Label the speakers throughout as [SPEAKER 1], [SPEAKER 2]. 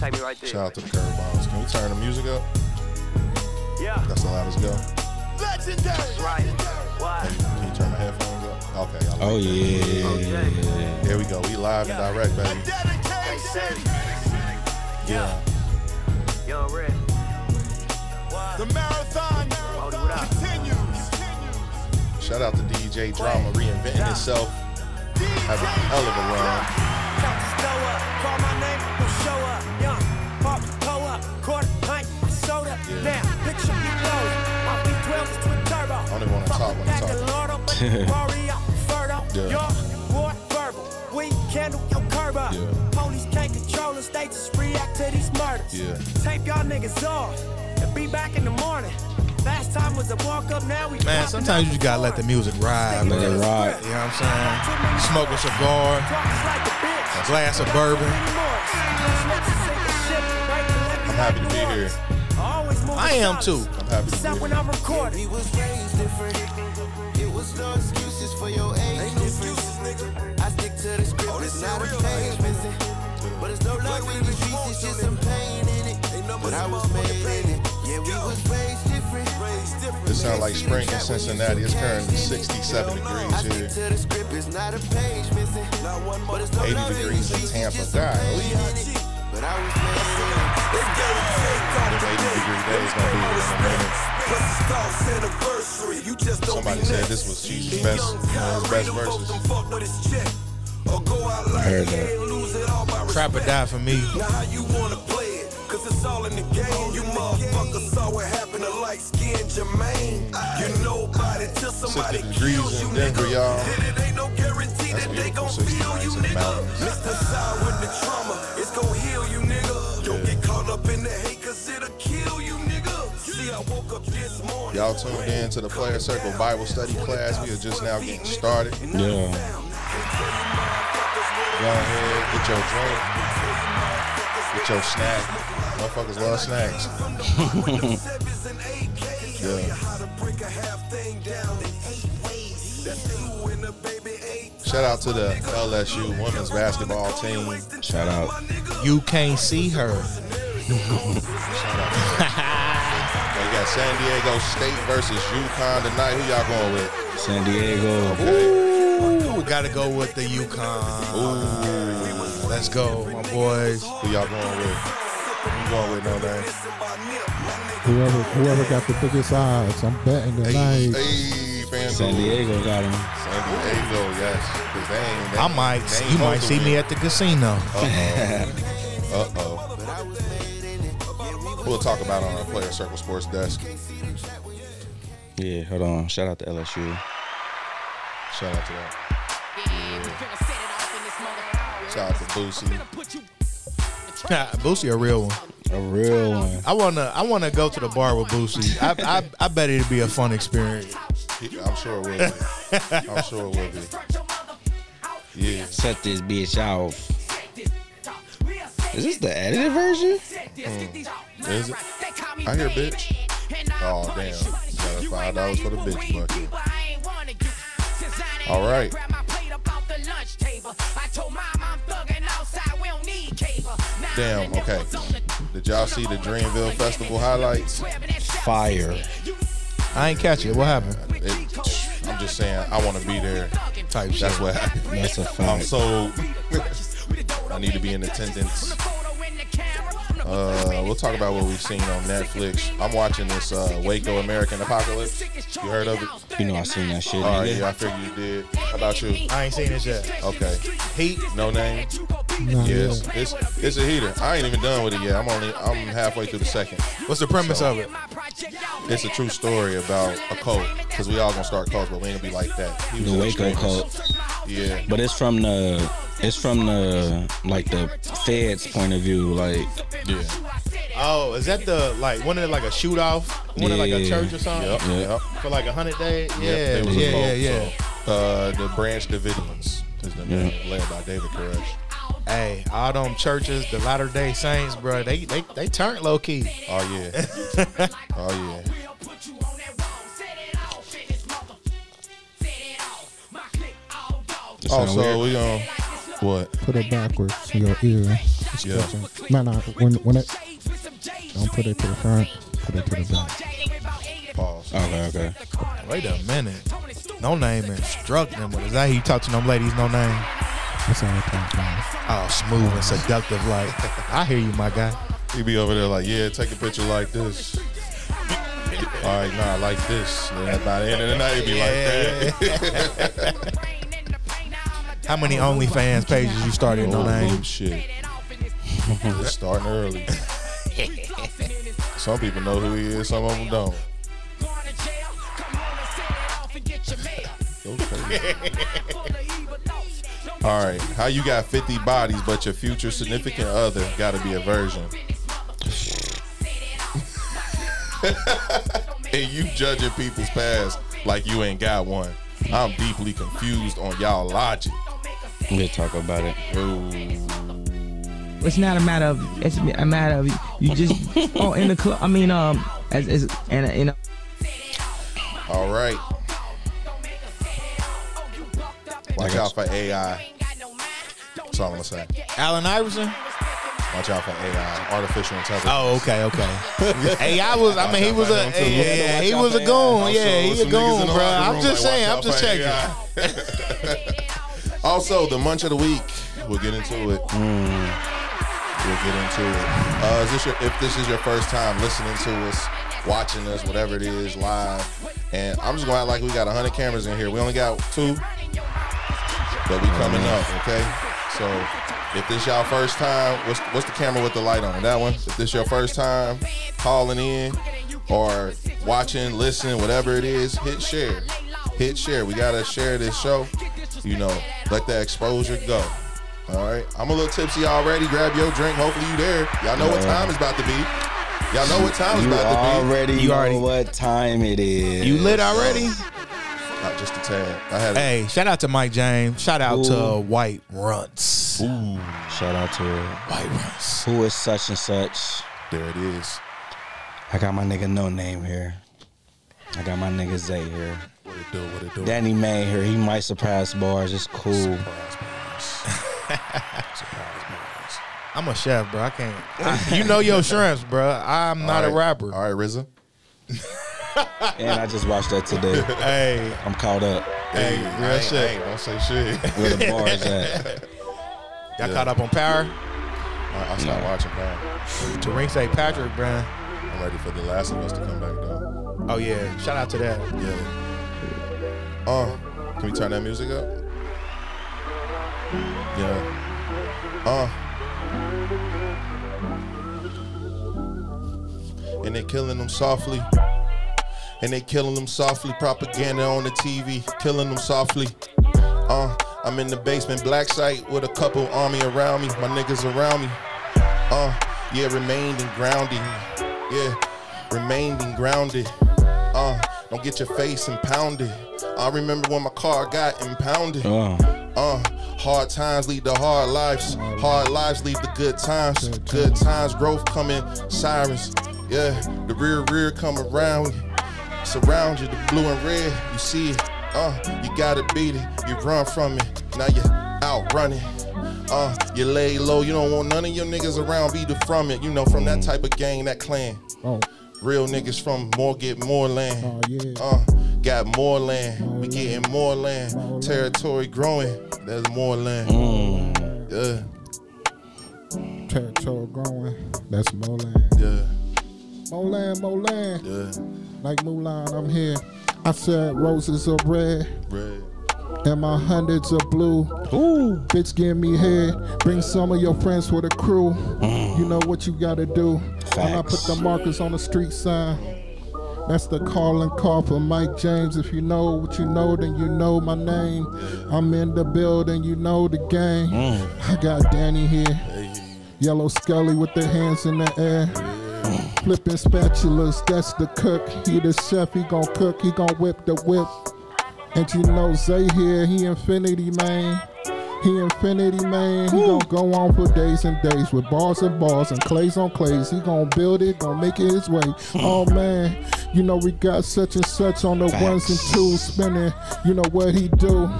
[SPEAKER 1] Take me right there.
[SPEAKER 2] Shout out to the Curveballs. Can we turn the music up?
[SPEAKER 1] Yeah.
[SPEAKER 2] That's the loudest go.
[SPEAKER 1] That's right. Why?
[SPEAKER 2] Can you turn my headphones up? Okay. I like
[SPEAKER 3] Oh
[SPEAKER 2] that.
[SPEAKER 3] yeah.
[SPEAKER 2] Here we go. We live and direct, baby.
[SPEAKER 1] Hey, Sid.
[SPEAKER 2] Yeah.
[SPEAKER 1] Yo, Red.
[SPEAKER 4] The marathon
[SPEAKER 1] Cody, what up?
[SPEAKER 4] continues.
[SPEAKER 2] Shout out to DJ Drama reinventing itself. Having a hell of a run.
[SPEAKER 5] Counters go up, call my name, don't show up. Young, pop, pull up, quarter pint, of soda. Now, picture me loaded. My V12 is twin turbo.
[SPEAKER 2] I don't even wanna talk when I'm
[SPEAKER 5] Fucking
[SPEAKER 2] talking.
[SPEAKER 5] Lord, but the Rory, I'm fertile.
[SPEAKER 2] Yeah.
[SPEAKER 5] Your boy, verbal. We handle your curb up.
[SPEAKER 2] Yeah.
[SPEAKER 5] Police can't control us, they just react to these murders.
[SPEAKER 2] Yeah.
[SPEAKER 5] Tape y'all niggas off and be back in the morning. Last time was a walk up, now we
[SPEAKER 4] Man, sometimes you just gotta let the music ride,
[SPEAKER 3] Let it
[SPEAKER 4] man.
[SPEAKER 3] ride.
[SPEAKER 4] You know what I'm saying? Smoke a cigar, glass of bourbon.
[SPEAKER 5] I'm
[SPEAKER 2] happy to be here.
[SPEAKER 4] I am too.
[SPEAKER 2] I'm happy to
[SPEAKER 5] Except
[SPEAKER 2] be
[SPEAKER 5] when
[SPEAKER 2] here.
[SPEAKER 5] I'm recording.
[SPEAKER 6] We was raised different. It was no excuses for your age. Ain't no excuses, nigga. I stick to the script. it's not a page missing. But it's no love in these beats. It's just some pain in it. But I was made in it. Yeah, we was raised different.
[SPEAKER 2] It sounds like spring in Cincinnati. It's currently
[SPEAKER 6] I
[SPEAKER 2] 67 degrees
[SPEAKER 6] stick
[SPEAKER 2] here.
[SPEAKER 6] to the script. It's not a page missing. But it's no
[SPEAKER 2] 80
[SPEAKER 6] love in
[SPEAKER 2] degrees
[SPEAKER 6] these
[SPEAKER 2] in
[SPEAKER 6] beats.
[SPEAKER 2] Tampa.
[SPEAKER 6] It's just some
[SPEAKER 2] God,
[SPEAKER 6] pain in it. But I was made in it.
[SPEAKER 2] This 80 degree day is going to be here in a minute. Somebody said this was Jesus' best, uh, his best verses.
[SPEAKER 3] I heard that.
[SPEAKER 4] Trap or die for me.
[SPEAKER 2] Sixty degrees in Denver, y'all. That's beautiful. Sixty degrees in the mountains. Y'all tuned in to the Player Circle Bible Study class. We are just now getting started. Go
[SPEAKER 3] Yeah.
[SPEAKER 2] ahead, get your drink, get your snack. Motherfuckers love snacks. yeah. Shout out to the LSU women's basketball team.
[SPEAKER 3] Shout out.
[SPEAKER 4] You can't see her.
[SPEAKER 2] They got San Diego State versus UConn tonight. Who y'all going with?
[SPEAKER 3] San Diego.
[SPEAKER 4] Ooh, gotta go with the Yukon. Let's go, my boys.
[SPEAKER 2] Who y'all going with? Who you going with, no man?
[SPEAKER 7] Whoever whoever got the biggest eyes, I'm betting
[SPEAKER 2] Hey,
[SPEAKER 7] tonight.
[SPEAKER 2] hey, fans.
[SPEAKER 3] San Diego got him.
[SPEAKER 2] San Diego, yes. 'Cause they ain't- they-
[SPEAKER 4] I might,
[SPEAKER 2] they ain't
[SPEAKER 4] you might
[SPEAKER 2] supposed to
[SPEAKER 4] see me
[SPEAKER 2] win.
[SPEAKER 4] at the casino.
[SPEAKER 2] Uh-oh. We'll talk about it on our Player Circle Sports Desk.
[SPEAKER 3] Yeah. Hold on. Shout out to LSU.
[SPEAKER 2] Shout out to that. Shout out to Boosie.
[SPEAKER 4] Nah, Boosie a real one.
[SPEAKER 3] A real one.
[SPEAKER 4] I wanna, I wanna go to the bar with Boosie. I, I, I bet it'd be a fun experience.
[SPEAKER 2] He- I'm sure it will be. I'm sure it will be. Yeah.
[SPEAKER 3] Set this bitch off. Is this the edited version?
[SPEAKER 2] Is it? I hear bitch. Oh, damn. Got a five dollars for the bitch bucket. All right. Damn, okay. Did y'all see the Dreamville Festival highlights?
[SPEAKER 3] Fire.
[SPEAKER 4] I ain't catch it. What happened?
[SPEAKER 2] It, I'm just saying, I want to be there.
[SPEAKER 4] Type shit.
[SPEAKER 2] That's what happened.
[SPEAKER 3] That's a
[SPEAKER 2] I'm
[SPEAKER 3] fact.
[SPEAKER 2] so. I need to be in attendance. Uh, we'll talk about what we've seen on Netflix. I'm watching this uh, Waco American Apocalypse. You heard of it?
[SPEAKER 3] you know I seen that
[SPEAKER 4] Oh,
[SPEAKER 3] shit.
[SPEAKER 2] All right,
[SPEAKER 3] nigga.
[SPEAKER 2] yeah, I figured you did. How about you?
[SPEAKER 4] I ain't seen it yet.
[SPEAKER 2] Okay.
[SPEAKER 4] Heat.
[SPEAKER 2] No name.
[SPEAKER 7] Nah,
[SPEAKER 2] Yes. It's it's a heater. I ain't even done with it yet. I'm only I'm halfway through the second.
[SPEAKER 4] What's the premise of it?
[SPEAKER 2] It's a true story about a cult. Cause we all gonna start cults, but we ain't gonna be like that. He was
[SPEAKER 3] The
[SPEAKER 2] an
[SPEAKER 3] Waco
[SPEAKER 2] extremist.
[SPEAKER 3] cult.
[SPEAKER 2] Yeah.
[SPEAKER 3] But it's from the it's from the like the feds point of view. Like
[SPEAKER 2] Yeah.
[SPEAKER 4] Oh, is that the like one of the, like a shoot off? One of like a
[SPEAKER 3] Yeah.
[SPEAKER 4] church or something
[SPEAKER 2] Yep.
[SPEAKER 3] Yeah.
[SPEAKER 2] Yep.
[SPEAKER 4] for like a hundred days? Yeah,
[SPEAKER 2] Yep, they was a
[SPEAKER 4] yeah,
[SPEAKER 2] cult,
[SPEAKER 4] yeah, yeah.
[SPEAKER 2] so, uh, the Branch Davidians is the name, led by David Koresh.
[SPEAKER 4] Hey, all them churches, the Latter Day Saints, bro, they they they turned low key.
[SPEAKER 2] Oh yeah. oh yeah.
[SPEAKER 3] it sound
[SPEAKER 2] Also,
[SPEAKER 3] weird. Oh,
[SPEAKER 2] we gonna
[SPEAKER 4] What?
[SPEAKER 7] Put it backwards in your ear. It's
[SPEAKER 4] Yeah.
[SPEAKER 7] catching. No, no. When when it don't put it to the front, put it to the back.
[SPEAKER 4] Pause.
[SPEAKER 3] Okay, okay.
[SPEAKER 4] Wait a minute. No name instruct them. What is that? He talk to them ladies. No name.
[SPEAKER 7] That's all I'm talking about.
[SPEAKER 4] Oh, smooth and seductive. Like I hear you, my guy.
[SPEAKER 2] He be over there like, yeah, take a picture like this. All right, nah, like this. Then by the end of the night, it be like that.
[SPEAKER 4] How many OnlyFans pages you started? No name.
[SPEAKER 2] Oh, shit. It's starting early. Some people know who he is, some of them don't. Okay. All right. How you got 50 bodies, but your future significant other got to be a virgin? and you judging people's past like you ain't got one. I'm deeply confused on y'all logic.
[SPEAKER 3] We'll talk about it.
[SPEAKER 8] It's not a matter of. It's a matter of you just. oh, in the club. I mean, um, as as and uh, in.
[SPEAKER 2] All right. Watch
[SPEAKER 3] Like
[SPEAKER 2] out for AI. That's all I'm gonna say.
[SPEAKER 4] Allen Iverson.
[SPEAKER 2] Watch out for AI, artificial intelligence.
[SPEAKER 4] Oh, okay, okay. hey, I was. I mean, he was a.
[SPEAKER 2] Watch out for them, too.
[SPEAKER 4] Yeah, he was a goon. Yeah, he a goon, bro. I'm just saying. I'm just checking.
[SPEAKER 2] checking. also, the munch of the week. We'll get into it.
[SPEAKER 4] Mm.
[SPEAKER 2] We'll get into it. Uh, is this your, if this is your first time listening to us, watching us, whatever it is, live, and I'm just gonna act like we got 100 cameras in here. We only got two, but
[SPEAKER 3] Oh,
[SPEAKER 2] we coming up, okay? So if this y'all first time, what's what's the camera with the light on? That one. If this your first time calling in or watching, listening, whatever it is, hit share. Hit share. We gotta share this show. You know, let the exposure go. All right. I'm a little tipsy already. Grab your drink. Hopefully you there. Y'all know what time it's about to be. Y'all know what time it's
[SPEAKER 3] You
[SPEAKER 2] about to be.
[SPEAKER 3] already
[SPEAKER 4] You
[SPEAKER 3] know
[SPEAKER 4] already-
[SPEAKER 3] what time it is.
[SPEAKER 4] You lit already?
[SPEAKER 2] Not just a tad. I had
[SPEAKER 4] Hey, shout out to Mike James. Shout out to
[SPEAKER 3] Ooh.
[SPEAKER 4] White Runts.
[SPEAKER 3] Shout out to
[SPEAKER 4] White Runts.
[SPEAKER 3] who is such and such.
[SPEAKER 2] there it is.
[SPEAKER 3] I got my nigga no name here. I got my nigga Zay here.
[SPEAKER 2] What it do, what it do.
[SPEAKER 3] Danny May here. He might surprise bars. It's cool.
[SPEAKER 4] I'm a chef, bro. I can't. I- you know your shrimps, bro. I'm not a
[SPEAKER 2] All right.
[SPEAKER 4] rapper.
[SPEAKER 2] All right, RZA.
[SPEAKER 3] And I just watched that today.
[SPEAKER 4] Hey,
[SPEAKER 3] I'm caught up.
[SPEAKER 2] Hey,
[SPEAKER 4] real
[SPEAKER 2] I ain't,
[SPEAKER 4] shit.
[SPEAKER 2] I ain't gonna say shit.
[SPEAKER 3] Where the bars at?
[SPEAKER 4] y'all caught up on power?
[SPEAKER 2] I, I stopped watching Power.
[SPEAKER 4] Terrence A. Patrick, bro.
[SPEAKER 2] I'm ready for The Last of Us to come back though.
[SPEAKER 4] Oh yeah, shout out to that.
[SPEAKER 2] Yeah. Uh, can we turn that music up? Yeah. Uh. And they killing them softly. And they killing them softly. Propaganda on the TV, killing them softly. Uh, I'm in the basement, black site with a couple army around me. My niggas around me. Uh, yeah, remained and grounded. Yeah, remained and grounded. Uh, don't get your face impounded. I remember when my car got impounded.
[SPEAKER 3] Oh,
[SPEAKER 2] Uh, hard times lead to hard lives. Hard lives lead to good times. Good times, growth coming, sirens. Yeah, the rear rear come around. Surround you, the blue and red. You see it. Uh, you gotta beat it. You run from it. Now you out running. Uh, you lay low. You don't want none of your niggas around. Be the from it. You know, from that type of gang, that clan.
[SPEAKER 7] Oh,
[SPEAKER 2] Real niggas from more get more land.
[SPEAKER 7] oh yeah.
[SPEAKER 2] Uh, got more land. We getting more land. Territory growing. There's more land.
[SPEAKER 4] Mm.
[SPEAKER 2] Yeah,
[SPEAKER 7] Territory growing. That's Moland.
[SPEAKER 2] yeah,
[SPEAKER 7] Moland, Moland.
[SPEAKER 2] yeah.
[SPEAKER 7] Like Mulan, I'm here. I said roses are red
[SPEAKER 2] Red.
[SPEAKER 7] and my hundreds are blue.
[SPEAKER 3] Ooh.
[SPEAKER 7] Bitch, give me head. Bring some of your friends with a crew. You know what you gotta do. And I put
[SPEAKER 3] Mm. Facts.
[SPEAKER 7] the markers on the street sign. That's the call and call for Mike James. If you know what you know, then you know my name. I'm in the building, you know the game.
[SPEAKER 3] Mm.
[SPEAKER 7] I got Danny here. Yellow Scully with their hands in the air.
[SPEAKER 3] Mm.
[SPEAKER 7] Flipping spatulas, that's the cook. He the chef, he gon' cook, he gon' whip the whip. And you know Zay here, he infinity man. He infinity man. He gon' go on for days and days with bars and bars and clays on clays. He gon' build it, gon' make it his way. Oh man, you know we got such and such on the ones and
[SPEAKER 3] Facts.
[SPEAKER 7] twos spinning. You know what he do?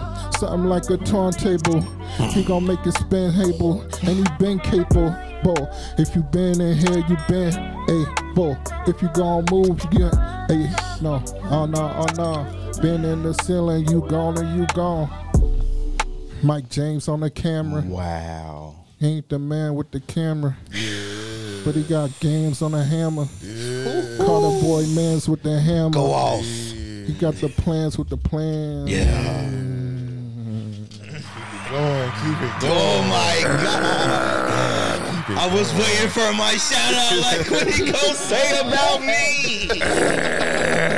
[SPEAKER 7] something like a turntable. He gon' make it spin able, and he been capable. If you been in here, you been able. If you gon' move, you get hey no, oh no, oh no. Been in the ceiling, you gone and you gone. Mike James on the camera.
[SPEAKER 3] Wow.
[SPEAKER 7] He ain't the man with the camera. But he got games on a hammer. Call the boy mans with the hammer.
[SPEAKER 9] Go off.
[SPEAKER 7] He got the plans with the plans.
[SPEAKER 9] Yeah.
[SPEAKER 2] Going, keep it
[SPEAKER 9] Oh my god. I was waiting for my shout out like what he gonna say about me.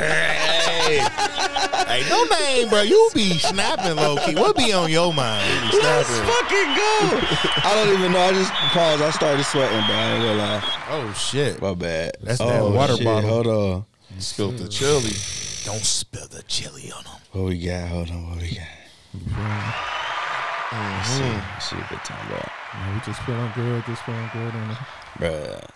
[SPEAKER 4] Hey, no name, bro. You be snapping low key. What be on your mind? You be
[SPEAKER 9] Let's
[SPEAKER 4] snapping.
[SPEAKER 9] fucking go. I don't even know. I just paused. I started sweating, bro. I ain't gonna lie.
[SPEAKER 4] Oh shit!
[SPEAKER 9] My bad.
[SPEAKER 4] That's
[SPEAKER 9] oh,
[SPEAKER 4] that water
[SPEAKER 9] shit.
[SPEAKER 4] bottle.
[SPEAKER 9] Hold on.
[SPEAKER 2] Spilled the chili.
[SPEAKER 4] Don't spill the chili on them.
[SPEAKER 9] What we got? Hold on. What we got? Let's see. Let's see what time about.
[SPEAKER 7] We just feeling good, just feeling good. And
[SPEAKER 9] Bruh.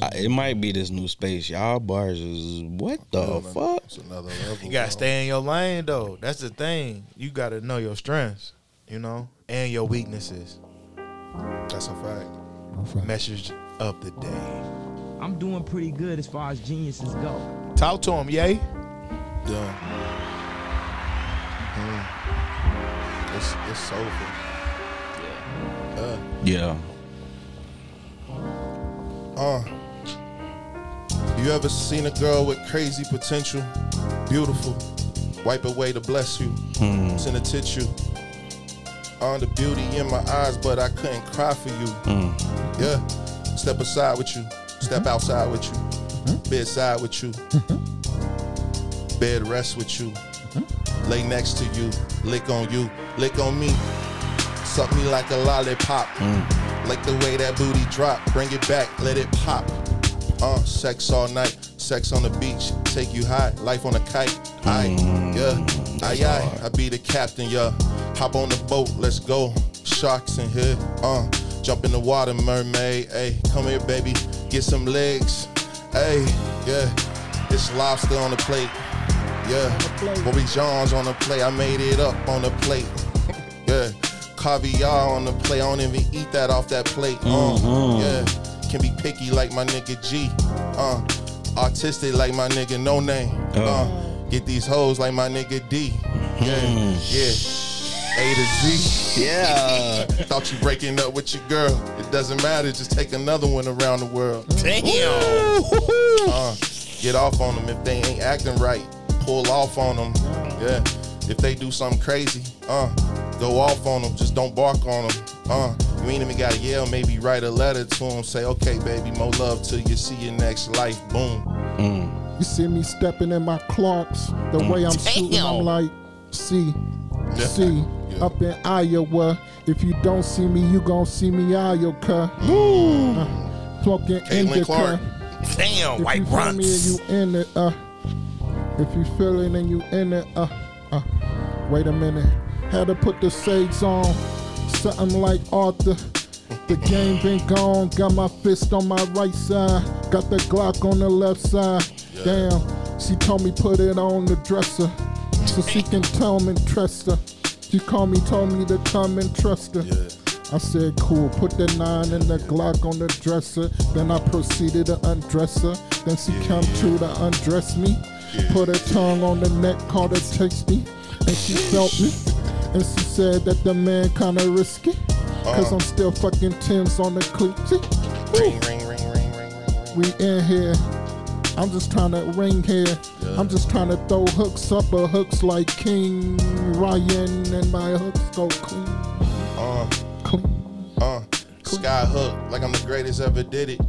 [SPEAKER 9] I, it might be this new space. Y'all bars is what the fuck?
[SPEAKER 2] It's another level.
[SPEAKER 4] You gotta
[SPEAKER 2] bro.
[SPEAKER 4] stay in your lane though. That's the thing. You gotta know your strengths, you know, and your weaknesses.
[SPEAKER 2] That's a fact.
[SPEAKER 4] Message of the day.
[SPEAKER 8] I'm doing pretty good as far as geniuses go.
[SPEAKER 4] Talk to him, yay.
[SPEAKER 2] Done. Mm. It's it's soulful.
[SPEAKER 3] Yeah.
[SPEAKER 2] Uh, you ever seen a girl with crazy potential? Beautiful. Wipe away to bless you. Send a tissue. On the beauty in my eyes, but I couldn't cry for you. Yeah. Step aside with you. Step outside with you. Bedside with you. Bed rest with you. Lay next to you. Lick on you. Lick on me. Suck me like a lollipop. Like the way that booty drop. Bring it back, let it pop. Uh, sex all night, sex on the beach, take you high, life on a kite. I, yeah, I, I, I be the captain, yeah. Hop on the boat, let's go. Sharks in here, uh, jump in the water, mermaid. Hey, come here, baby, get some legs. Hey, yeah, it's lobster on the plate. Yeah, Bobby John's on the plate. I made it up on the plate. Yeah, caviar on the plate. I don't even eat that off that plate. Uh, yeah, can be picky like my nigga G. Uh, artistic like my nigga No Name. Uh, get these hoes like my nigga D. Yeah, yeah. A to Z.
[SPEAKER 9] Yeah.
[SPEAKER 2] Thought you breaking up with your girl. It doesn't matter. Just take another one around the world. Uh, get off on them if they ain't acting right. Pull off on them. Yeah. If they do something crazy, uh, go off on them. Just don't bark on them. Uh, you ain't even gotta yell. Maybe write a letter to them. Say, okay, baby, more love to you. See you next life. Boom.
[SPEAKER 7] You see me stepping in my Clarks. The way I'm shooting, I'm like, see,
[SPEAKER 2] Yeah.
[SPEAKER 7] see,
[SPEAKER 2] Yeah.
[SPEAKER 7] up in Iowa. If you don't see me, you gon' see me Iowa. Uh, smoking indica.
[SPEAKER 2] Clark.
[SPEAKER 7] Damn, if white you feel me and you in it, uh, if you feel it and you in it, uh, uh, wait a minute. Had to put the shades on, something like Arthur. The game been gone, got my fist on my right side, got the Glock on the left side. Damn, she told me put it on the dresser, so she can come and trust her. She called me, told me to come and trust her. I said, cool, put the nine and the Glock on the dresser. Then I proceeded to undress her. Then she come through to undress me. Put her tongue on the neck, called her tasty. And she felt me. And she said that the man kinda risky. Cause I'm still fucking Tim's on the cleat.
[SPEAKER 2] Ring, ring, ring, ring, ring, ring, ring.
[SPEAKER 7] We in here. I'm just trying to ring here. I'm just trying to throw hooks up or hooks like King Ryan. And my hooks go clean,
[SPEAKER 2] Uh,
[SPEAKER 7] clean.
[SPEAKER 2] uh, sky hook. Like I'm the greatest ever did it.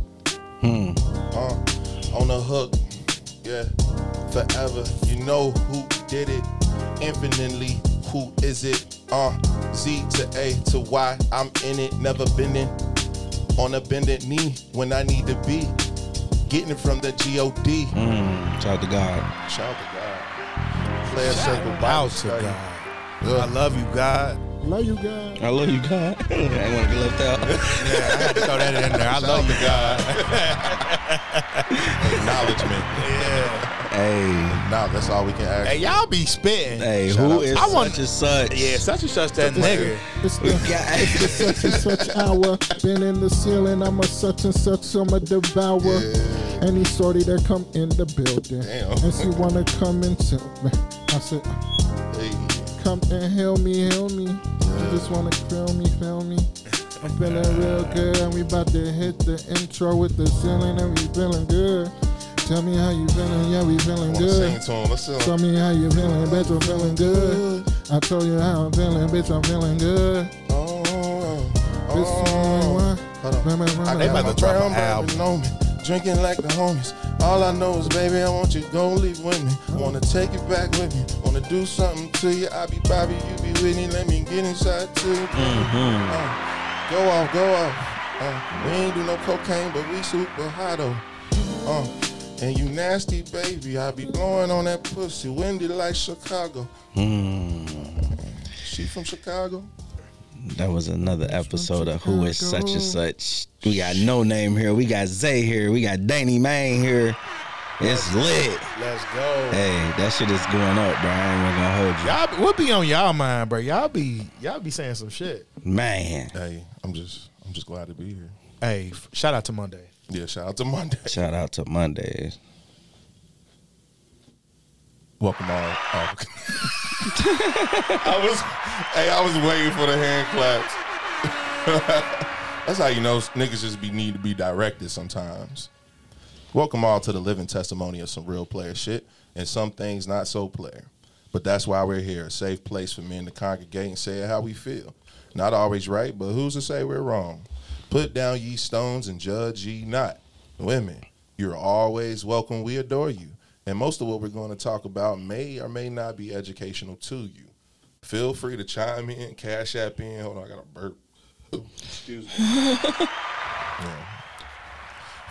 [SPEAKER 2] Hmm. Uh, on the hook. Yeah, forever. You know who did it. Infinitely, who is it? Uh, Z to A to Y. I'm in it, never been in. On a bended knee when I need to be. Getting it from the G-O-D.
[SPEAKER 3] Shout out to God.
[SPEAKER 2] Shout out to God. Player circle
[SPEAKER 4] Out
[SPEAKER 2] Bible
[SPEAKER 4] to
[SPEAKER 2] study.
[SPEAKER 4] God. I love you, God.
[SPEAKER 7] Love you guys.
[SPEAKER 3] I love you, God. I ain't want to be left out.
[SPEAKER 4] I had to throw that in there. I
[SPEAKER 2] Shout
[SPEAKER 4] love
[SPEAKER 2] out
[SPEAKER 4] you.
[SPEAKER 2] to God. Acknowledgement.
[SPEAKER 3] hey,
[SPEAKER 2] Nah, that's all we can ask.
[SPEAKER 4] Hey, y'all be spitting.
[SPEAKER 3] hey,
[SPEAKER 2] Shout out
[SPEAKER 3] who
[SPEAKER 2] to-
[SPEAKER 3] is
[SPEAKER 4] I want-
[SPEAKER 3] such and such?
[SPEAKER 4] Yeah, such and such that nigga.
[SPEAKER 7] It's the, it's the such and such hour. Been in the ceiling. I'm a such and such. I'm a devourer. Any sortie that come in the building.
[SPEAKER 2] Damn.
[SPEAKER 7] And she wanna come and tell me. I said,
[SPEAKER 2] Hey,
[SPEAKER 7] come and heal me, heal me. You just wanna feel me, feel me. I'm feeling real good. And we about to hit the intro with the ceiling. And we feeling good. Tell me how you feeling. Yeah, we feeling
[SPEAKER 2] wanna
[SPEAKER 7] good.
[SPEAKER 2] sing to him. Let's sing.
[SPEAKER 7] Tell me how you feeling, bitch. I'm feeling good. I told you how I'm feeling, bitch. I'm feeling good.
[SPEAKER 2] Oh,
[SPEAKER 7] This
[SPEAKER 2] oh. Hold on.
[SPEAKER 4] I- they about
[SPEAKER 2] My
[SPEAKER 4] to drop
[SPEAKER 2] brown
[SPEAKER 4] an album.
[SPEAKER 2] bourbon on me, drinking like the homies. All I know is, baby, I want you to go leave with me. Wanna take you back with me. Wanna do something to you. I be Bobby, you be Whitney. Let me get inside too.
[SPEAKER 4] Mm-hmm.
[SPEAKER 2] Uh, go off, go off. Uh, we ain't do no cocaine, but we super high though. Uh, and you nasty, baby. I be blowing on that pussy. Windy like Chicago.
[SPEAKER 4] Mm.
[SPEAKER 2] She from Chicago?
[SPEAKER 3] That was another episode of Who is Such and Such. We got No Name here. We got Zay here. We got Danny Main here. It's lit.
[SPEAKER 4] Let's go.
[SPEAKER 3] Hey, that shit is going up, bro. I ain't even gonna hold
[SPEAKER 4] Y'all, be- what be on y'all mind, bro? Y'all be y'all be saying some shit.
[SPEAKER 3] you. Man.
[SPEAKER 2] Hey, I'm just, I'm just glad to be here.
[SPEAKER 4] Hey, f- shout out to Monday.
[SPEAKER 2] Yeah, shout out to Monday.
[SPEAKER 3] Shout out to Mondays.
[SPEAKER 2] Welcome all. Oh. all. I was, hey, I was waiting for the hand claps. That's how you know niggas just be need to be directed sometimes. Welcome all to the living testimony of some real player shit and some things not so player. But that's why we're here, a safe place for men to congregate and say how we feel. Not always right, but who's to say we're wrong? Put down ye stones and judge ye not. Women, you're always welcome. We adore you. And most of what we're going to talk about may or may not be educational to you. Feel free to chime in, cash app in. Hold on, I got a burp. Excuse me.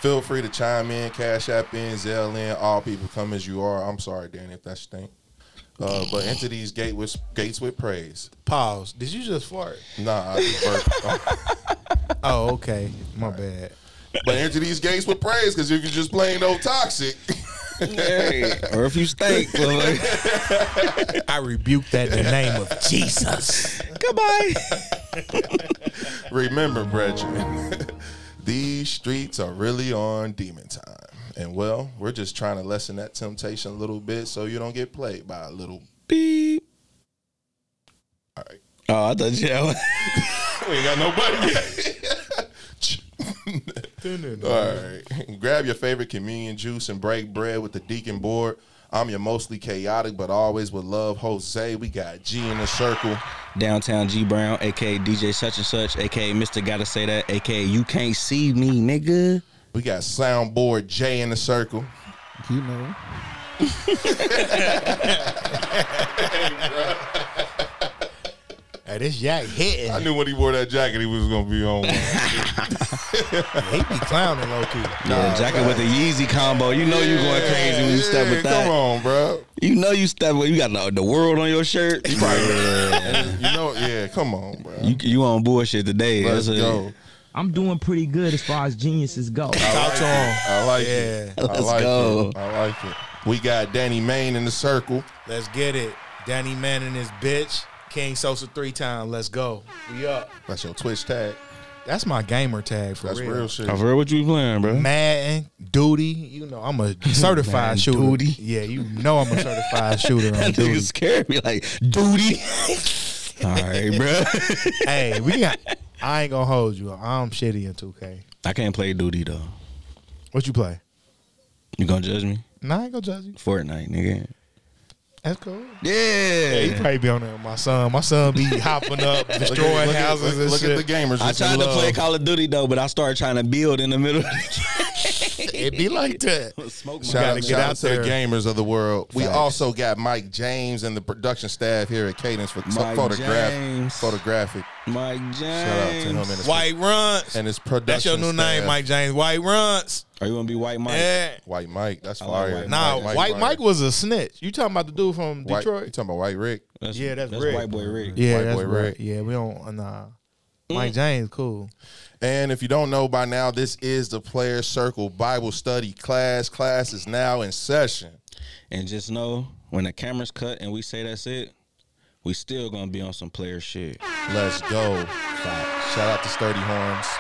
[SPEAKER 2] Feel free to chime in, cash app in, Zelle in. All people come as you are. I'm sorry, Danny, if that's your thing. Uh, but enter these gate with, gates with praise.
[SPEAKER 4] Pause. Did you just fart?
[SPEAKER 2] Nah, I just burped.
[SPEAKER 4] Oh, okay. My bad.
[SPEAKER 2] but enter these gates with praise because if you're just playing old toxic,
[SPEAKER 3] Hey, or if you stink, well, like,
[SPEAKER 4] I rebuke that in the name of Jesus.
[SPEAKER 3] goodbye.
[SPEAKER 2] remember, brethren, these streets are really on demon time. And well, we're just trying to lessen that temptation a little bit so you don't get played by a little.
[SPEAKER 3] Beep. Oh, I thought you had
[SPEAKER 2] We ain't got nobody yet. All right. Grab your favorite communion juice and break bread with the deacon board. I'm your mostly chaotic, but always with love, Jose. We got G in the circle.
[SPEAKER 3] Downtown G Brown, aka DJ Such and Such, aka Mr. Gotta Say That, aka You Can't See Me, nigga.
[SPEAKER 2] We got soundboard J in the circle.
[SPEAKER 7] You know.
[SPEAKER 4] Hey, this yak hitting.
[SPEAKER 2] I knew when he wore that jacket, he was gonna be on. one.
[SPEAKER 4] He be clowning low key.
[SPEAKER 3] yeah, jacket with the Yeezy combo. You know Oh, you going crazy when you step
[SPEAKER 2] Yeah,
[SPEAKER 3] with that.
[SPEAKER 2] Come on, bro.
[SPEAKER 3] You know you step with you got the, the world on your shirt. You,
[SPEAKER 2] You know, yeah. Come on, bro.
[SPEAKER 3] you, on bullshit today.
[SPEAKER 2] Let's
[SPEAKER 3] That's a-
[SPEAKER 2] go.
[SPEAKER 8] I'm doing pretty good as far as geniuses go.
[SPEAKER 4] Talk to him.
[SPEAKER 2] I like
[SPEAKER 4] Yeah.
[SPEAKER 2] it. I
[SPEAKER 3] Let's
[SPEAKER 2] like
[SPEAKER 3] go.
[SPEAKER 2] it. I like it. We got Danny Main in the circle.
[SPEAKER 4] Let's get it. Danny Man and his bitch. King Sosa three time. Let's go. We up.
[SPEAKER 2] That's your Twitch tag.
[SPEAKER 4] That's my gamer tag for
[SPEAKER 2] That's
[SPEAKER 4] real.
[SPEAKER 2] real shit.
[SPEAKER 3] I've heard what you playing, bro.
[SPEAKER 4] Madden, duty. You know I'm a certified
[SPEAKER 3] Madden,
[SPEAKER 4] shooter.
[SPEAKER 3] duty.
[SPEAKER 4] Yeah, you know I'm a certified shooter on
[SPEAKER 3] That nigga
[SPEAKER 4] duty.
[SPEAKER 3] scared me like duty. All right, bro.
[SPEAKER 4] hey, we got. I ain't gonna hold you. I'm shitty in 2K.
[SPEAKER 3] I can't play duty though.
[SPEAKER 4] What you play?
[SPEAKER 3] You gonna judge me?
[SPEAKER 4] Nah, I ain't gonna judge you.
[SPEAKER 3] Fortnite, nigga.
[SPEAKER 4] That's cool. He
[SPEAKER 3] Yeah.
[SPEAKER 4] probably be on there with my son. My son be hopping
[SPEAKER 2] Look
[SPEAKER 4] up, destroying
[SPEAKER 2] at, look, at,
[SPEAKER 4] houses
[SPEAKER 2] look,
[SPEAKER 4] and
[SPEAKER 2] look
[SPEAKER 4] shit.
[SPEAKER 2] at the gamers.
[SPEAKER 3] I
[SPEAKER 2] Just
[SPEAKER 3] tried
[SPEAKER 2] in
[SPEAKER 3] to play
[SPEAKER 2] love.
[SPEAKER 3] Call of Duty though, but I started trying to build in the middle. of the
[SPEAKER 4] It be like that.
[SPEAKER 3] game. Smoke
[SPEAKER 2] Shout,
[SPEAKER 4] gotta
[SPEAKER 2] out,
[SPEAKER 4] get
[SPEAKER 2] shout
[SPEAKER 4] out
[SPEAKER 2] out to the
[SPEAKER 4] there.
[SPEAKER 2] gamers of the world. We
[SPEAKER 3] Facts.
[SPEAKER 2] also got Mike James and the production staff here at Cadence for
[SPEAKER 3] Mike
[SPEAKER 2] photograph,
[SPEAKER 3] James.
[SPEAKER 2] photographic.
[SPEAKER 3] Mike James.
[SPEAKER 2] Shout out to him and his,
[SPEAKER 4] White runs.
[SPEAKER 2] and his production.
[SPEAKER 4] That's your new
[SPEAKER 2] staff.
[SPEAKER 4] name, Mike James. White runs.
[SPEAKER 3] Are you gonna be White Mike?
[SPEAKER 4] Yeah.
[SPEAKER 2] White Mike. That's
[SPEAKER 3] like
[SPEAKER 2] fire.
[SPEAKER 3] White
[SPEAKER 4] Nah,
[SPEAKER 2] Mike-
[SPEAKER 4] White
[SPEAKER 2] Mike
[SPEAKER 4] Mike was a snitch. You talking about the dude from
[SPEAKER 2] White, You
[SPEAKER 4] Detroit?
[SPEAKER 2] talking about White Rick?
[SPEAKER 3] That's,
[SPEAKER 4] Yeah, that's
[SPEAKER 3] that's
[SPEAKER 4] Rick.
[SPEAKER 3] white boy Rick.
[SPEAKER 4] Yeah,
[SPEAKER 2] White
[SPEAKER 4] that's
[SPEAKER 2] boy,
[SPEAKER 4] right.
[SPEAKER 2] right.
[SPEAKER 4] Yeah, we don't. uh, Nah, Mike James cool.
[SPEAKER 2] And if you don't know by now, this is the Player Circle Bible Study class. Class is now in session.
[SPEAKER 3] And just know when the camera's cut and we say that's it, we still gonna be on some player shit.
[SPEAKER 2] Let's go. Shout out to Sturdy Horns.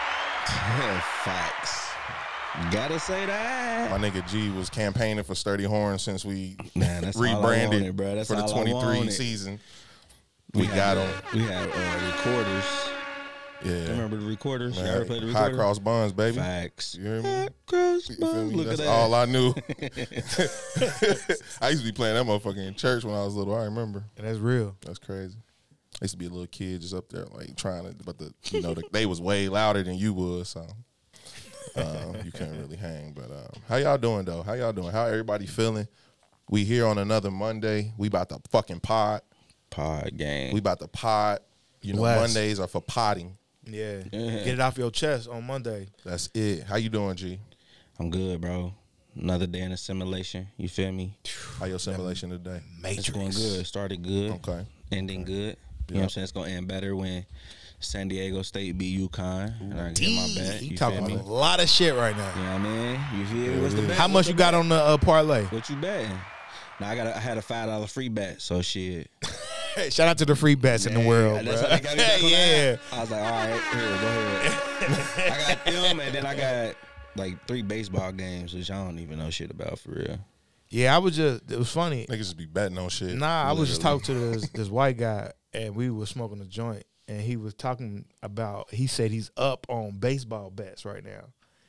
[SPEAKER 3] Facts. Gotta say that.
[SPEAKER 2] My nigga G was campaigning for Sturdy Horns since we
[SPEAKER 3] Man, that's all I
[SPEAKER 2] rebranded
[SPEAKER 3] wanted, bro. That's
[SPEAKER 2] for the
[SPEAKER 3] all I
[SPEAKER 2] 23
[SPEAKER 3] wanted.
[SPEAKER 2] season. We got on.
[SPEAKER 3] We have uh, recorders.
[SPEAKER 2] Yeah.
[SPEAKER 3] Remember the recorders? You ever
[SPEAKER 2] Man,
[SPEAKER 3] played the
[SPEAKER 2] High
[SPEAKER 3] recorder?
[SPEAKER 2] cross buns, baby.
[SPEAKER 3] Facts.
[SPEAKER 2] You hear me?
[SPEAKER 3] Cross
[SPEAKER 2] You feel me?
[SPEAKER 3] Look
[SPEAKER 2] That's
[SPEAKER 3] at that.
[SPEAKER 2] all I knew. I used to be playing that motherfucker in church when I was little. I remember.
[SPEAKER 4] And that's real.
[SPEAKER 2] That's crazy. I used to be a little kid just up there like trying to, but the you know the, they was way louder than you was, so um, you couldn't really hang. But um, how y'all doing though? How y'all doing? How everybody feeling? We here on another Monday. We about to fucking pod.
[SPEAKER 3] Pod game.
[SPEAKER 2] We about to pod. You know
[SPEAKER 4] Bless.
[SPEAKER 2] Mondays are for potting.
[SPEAKER 4] Yeah.
[SPEAKER 3] Yeah.
[SPEAKER 4] get it off your chest on Monday.
[SPEAKER 2] That's it. How you doing, G?
[SPEAKER 3] I'm good, bro. Another day in assimilation. You feel me?
[SPEAKER 2] How your simulation today?
[SPEAKER 3] It's going good. It started good.
[SPEAKER 2] Okay.
[SPEAKER 3] Ending good. You know what I'm saying? It's gonna end better when San Diego State beat UConn. And I get my bet. You feel
[SPEAKER 4] Talking
[SPEAKER 3] me?
[SPEAKER 4] a lot of shit right
[SPEAKER 3] You
[SPEAKER 4] now.
[SPEAKER 3] know what I mean? You feel me? What's the bet?
[SPEAKER 4] How much you got on the uh, parlay?
[SPEAKER 3] What you betting? Now I got a, I had a five dollar free bet, so shit.
[SPEAKER 4] Hey, shout out to the free bets in the world,
[SPEAKER 3] That's
[SPEAKER 4] bro.
[SPEAKER 3] how they got me back on the
[SPEAKER 4] yeah.
[SPEAKER 3] app. I was like, all right, here, go ahead. I got them, and then I got like three baseball games, which I don't even know shit about for real.
[SPEAKER 4] Yeah, I was just. It was funny.
[SPEAKER 2] Niggas just be betting on shit.
[SPEAKER 4] Nah, I was just
[SPEAKER 2] Literally.
[SPEAKER 4] talking to this this white guy, and we were smoking a joint, and he was talking about. He said he's up on baseball bets right now,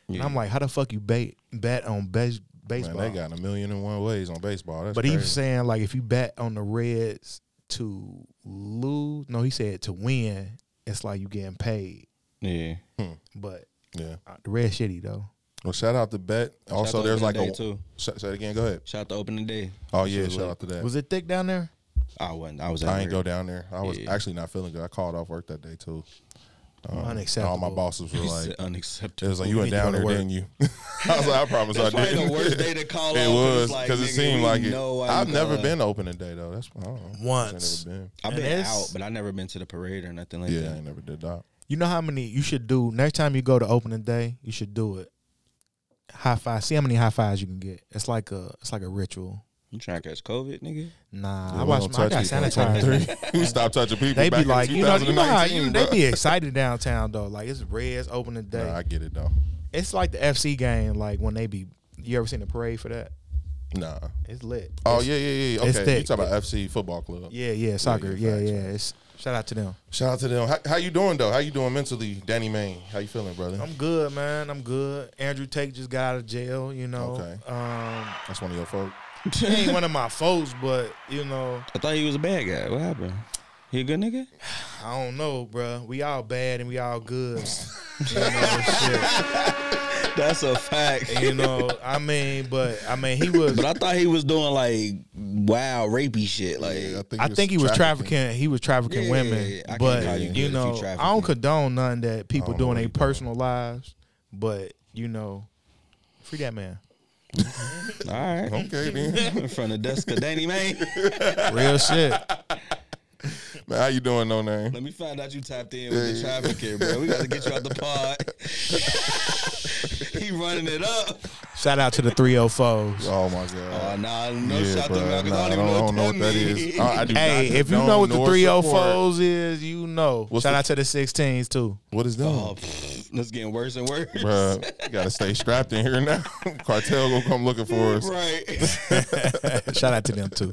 [SPEAKER 4] and I'm like, how the fuck you bet bet on base, baseball?
[SPEAKER 2] Man, they got a million and one ways on baseball. That's
[SPEAKER 4] but he
[SPEAKER 2] crazy.
[SPEAKER 4] was saying like, if you bet on the Reds to lose, no, he said to win, it's like you getting paid.
[SPEAKER 3] Yeah.
[SPEAKER 4] But
[SPEAKER 2] yeah.
[SPEAKER 4] uh, the Reds shitty though.
[SPEAKER 2] Well, shout out to bet. Also,
[SPEAKER 3] out to
[SPEAKER 2] there's like
[SPEAKER 3] Opening
[SPEAKER 2] a.
[SPEAKER 3] Day, too.
[SPEAKER 2] Say, say it again. Go ahead.
[SPEAKER 3] Shout out to opening day.
[SPEAKER 2] Oh yeah, shout out to that.
[SPEAKER 4] Was it thick down there?
[SPEAKER 3] I wasn't. I was.
[SPEAKER 2] I ain't
[SPEAKER 3] go.
[SPEAKER 2] go down there. I was
[SPEAKER 3] Yeah.
[SPEAKER 2] actually not feeling good. I called off work that day too. Um, And
[SPEAKER 4] Unacceptable.
[SPEAKER 2] all my bosses were like, it
[SPEAKER 3] unacceptable.
[SPEAKER 2] was like
[SPEAKER 4] We
[SPEAKER 2] you went
[SPEAKER 4] need to go
[SPEAKER 2] down
[SPEAKER 4] to
[SPEAKER 2] there,
[SPEAKER 4] work."
[SPEAKER 2] didn't you? I was like, I promise I
[SPEAKER 3] That's probably
[SPEAKER 2] did.
[SPEAKER 3] the worst day to call
[SPEAKER 2] it
[SPEAKER 3] off,
[SPEAKER 2] was
[SPEAKER 3] it's like,
[SPEAKER 2] because it
[SPEAKER 3] nigga,
[SPEAKER 2] seemed
[SPEAKER 3] we
[SPEAKER 2] like it.
[SPEAKER 3] know why you
[SPEAKER 2] I've never
[SPEAKER 3] gone.
[SPEAKER 2] been to opening day though. That's I don't know.
[SPEAKER 4] Once.
[SPEAKER 2] I ain't never been.
[SPEAKER 3] I've been
[SPEAKER 4] And it's-
[SPEAKER 3] out, but I never been to the parade or nothing like
[SPEAKER 2] Yeah, I
[SPEAKER 3] that.
[SPEAKER 2] ain't never did that.
[SPEAKER 4] You know how many you should do next time you go to opening day. You should do it. High five. See how many high fives you can get. It's like a it's like a ritual.
[SPEAKER 3] You trying to catch COVID, nigga?
[SPEAKER 4] Nah,
[SPEAKER 2] Yeah,
[SPEAKER 4] I
[SPEAKER 2] we
[SPEAKER 4] watch.
[SPEAKER 2] don't
[SPEAKER 4] My, I got
[SPEAKER 2] touch people in
[SPEAKER 4] sanitized.
[SPEAKER 2] 23. we stopped touching people.
[SPEAKER 4] They
[SPEAKER 2] back
[SPEAKER 4] be like,
[SPEAKER 2] in
[SPEAKER 4] you know, you know how
[SPEAKER 2] 2019,
[SPEAKER 4] you, they
[SPEAKER 2] bruh.
[SPEAKER 4] be excited downtown though. Like it's Reds opening day.
[SPEAKER 2] Nah, I get it though.
[SPEAKER 4] it's like the FC game. Like when they be. You ever seen the parade for that?
[SPEAKER 2] Nah.
[SPEAKER 4] It's lit.
[SPEAKER 2] Oh yeah, yeah, yeah.
[SPEAKER 4] it's
[SPEAKER 2] Okay, you
[SPEAKER 4] thick.
[SPEAKER 2] talking about FC football club?
[SPEAKER 4] Yeah, yeah, soccer.
[SPEAKER 2] yeah,
[SPEAKER 4] Yeah, yeah.
[SPEAKER 2] facts,
[SPEAKER 4] It's shout out to them.
[SPEAKER 2] Shout out to them. How, how you doing though? How you doing mentally, Danny Main? How you feeling, brother?
[SPEAKER 4] I'm good, man. I'm good. Andrew Tate just got out of jail. You know.
[SPEAKER 2] Okay.
[SPEAKER 4] Um,
[SPEAKER 2] That's one of your folks.
[SPEAKER 4] he ain't one of my folks, but you know.
[SPEAKER 3] I thought he was a bad guy. What happened? He a good nigga?
[SPEAKER 4] I don't know, bruh. We all bad and we all good. you, know,
[SPEAKER 3] That's a fact.
[SPEAKER 4] shit. You know, I mean, but I mean, he was.
[SPEAKER 3] But I thought he was doing like wild rapey shit. Like
[SPEAKER 2] think,
[SPEAKER 4] I think he was trafficking. He was trafficking
[SPEAKER 3] Yeah,
[SPEAKER 4] women,
[SPEAKER 3] yeah, yeah. I can't call
[SPEAKER 4] but
[SPEAKER 3] you
[SPEAKER 4] you,
[SPEAKER 3] good if you
[SPEAKER 4] know, I
[SPEAKER 3] trafficking.
[SPEAKER 4] don't condone none that people
[SPEAKER 2] don't know
[SPEAKER 4] doing
[SPEAKER 2] what
[SPEAKER 4] their
[SPEAKER 2] he doing.
[SPEAKER 4] personal lives. But you know, free that man,
[SPEAKER 3] all right.
[SPEAKER 2] Okay, then.
[SPEAKER 3] From the desk of Danny May.
[SPEAKER 4] real shit.
[SPEAKER 2] Man, how you doing, no name?
[SPEAKER 3] Let me find out you tapped in with the trafficking, bro. We got to get you out the pod. he running it up.
[SPEAKER 4] Shout out to the three O fours.
[SPEAKER 2] Oh my
[SPEAKER 3] Oh,
[SPEAKER 2] god.
[SPEAKER 3] nah, no
[SPEAKER 2] yeah,
[SPEAKER 3] shout
[SPEAKER 2] bruh.
[SPEAKER 3] to because
[SPEAKER 2] Nah,
[SPEAKER 3] I don't even know, what
[SPEAKER 2] that
[SPEAKER 3] means.
[SPEAKER 2] is. I, I do
[SPEAKER 4] Hey,
[SPEAKER 2] not
[SPEAKER 4] if you
[SPEAKER 2] condone
[SPEAKER 4] know what the
[SPEAKER 2] nor
[SPEAKER 4] three oh O
[SPEAKER 2] support-
[SPEAKER 4] fours is, you know.
[SPEAKER 2] What's
[SPEAKER 4] Shout
[SPEAKER 2] the-
[SPEAKER 4] out to the sixteens too.
[SPEAKER 2] what is that,
[SPEAKER 3] Oh, pfft, that's getting worse and worse.
[SPEAKER 2] bruh? You gotta stay strapped in here now. Cartel gonna come looking for us.
[SPEAKER 3] Right.
[SPEAKER 4] Shout out to them too.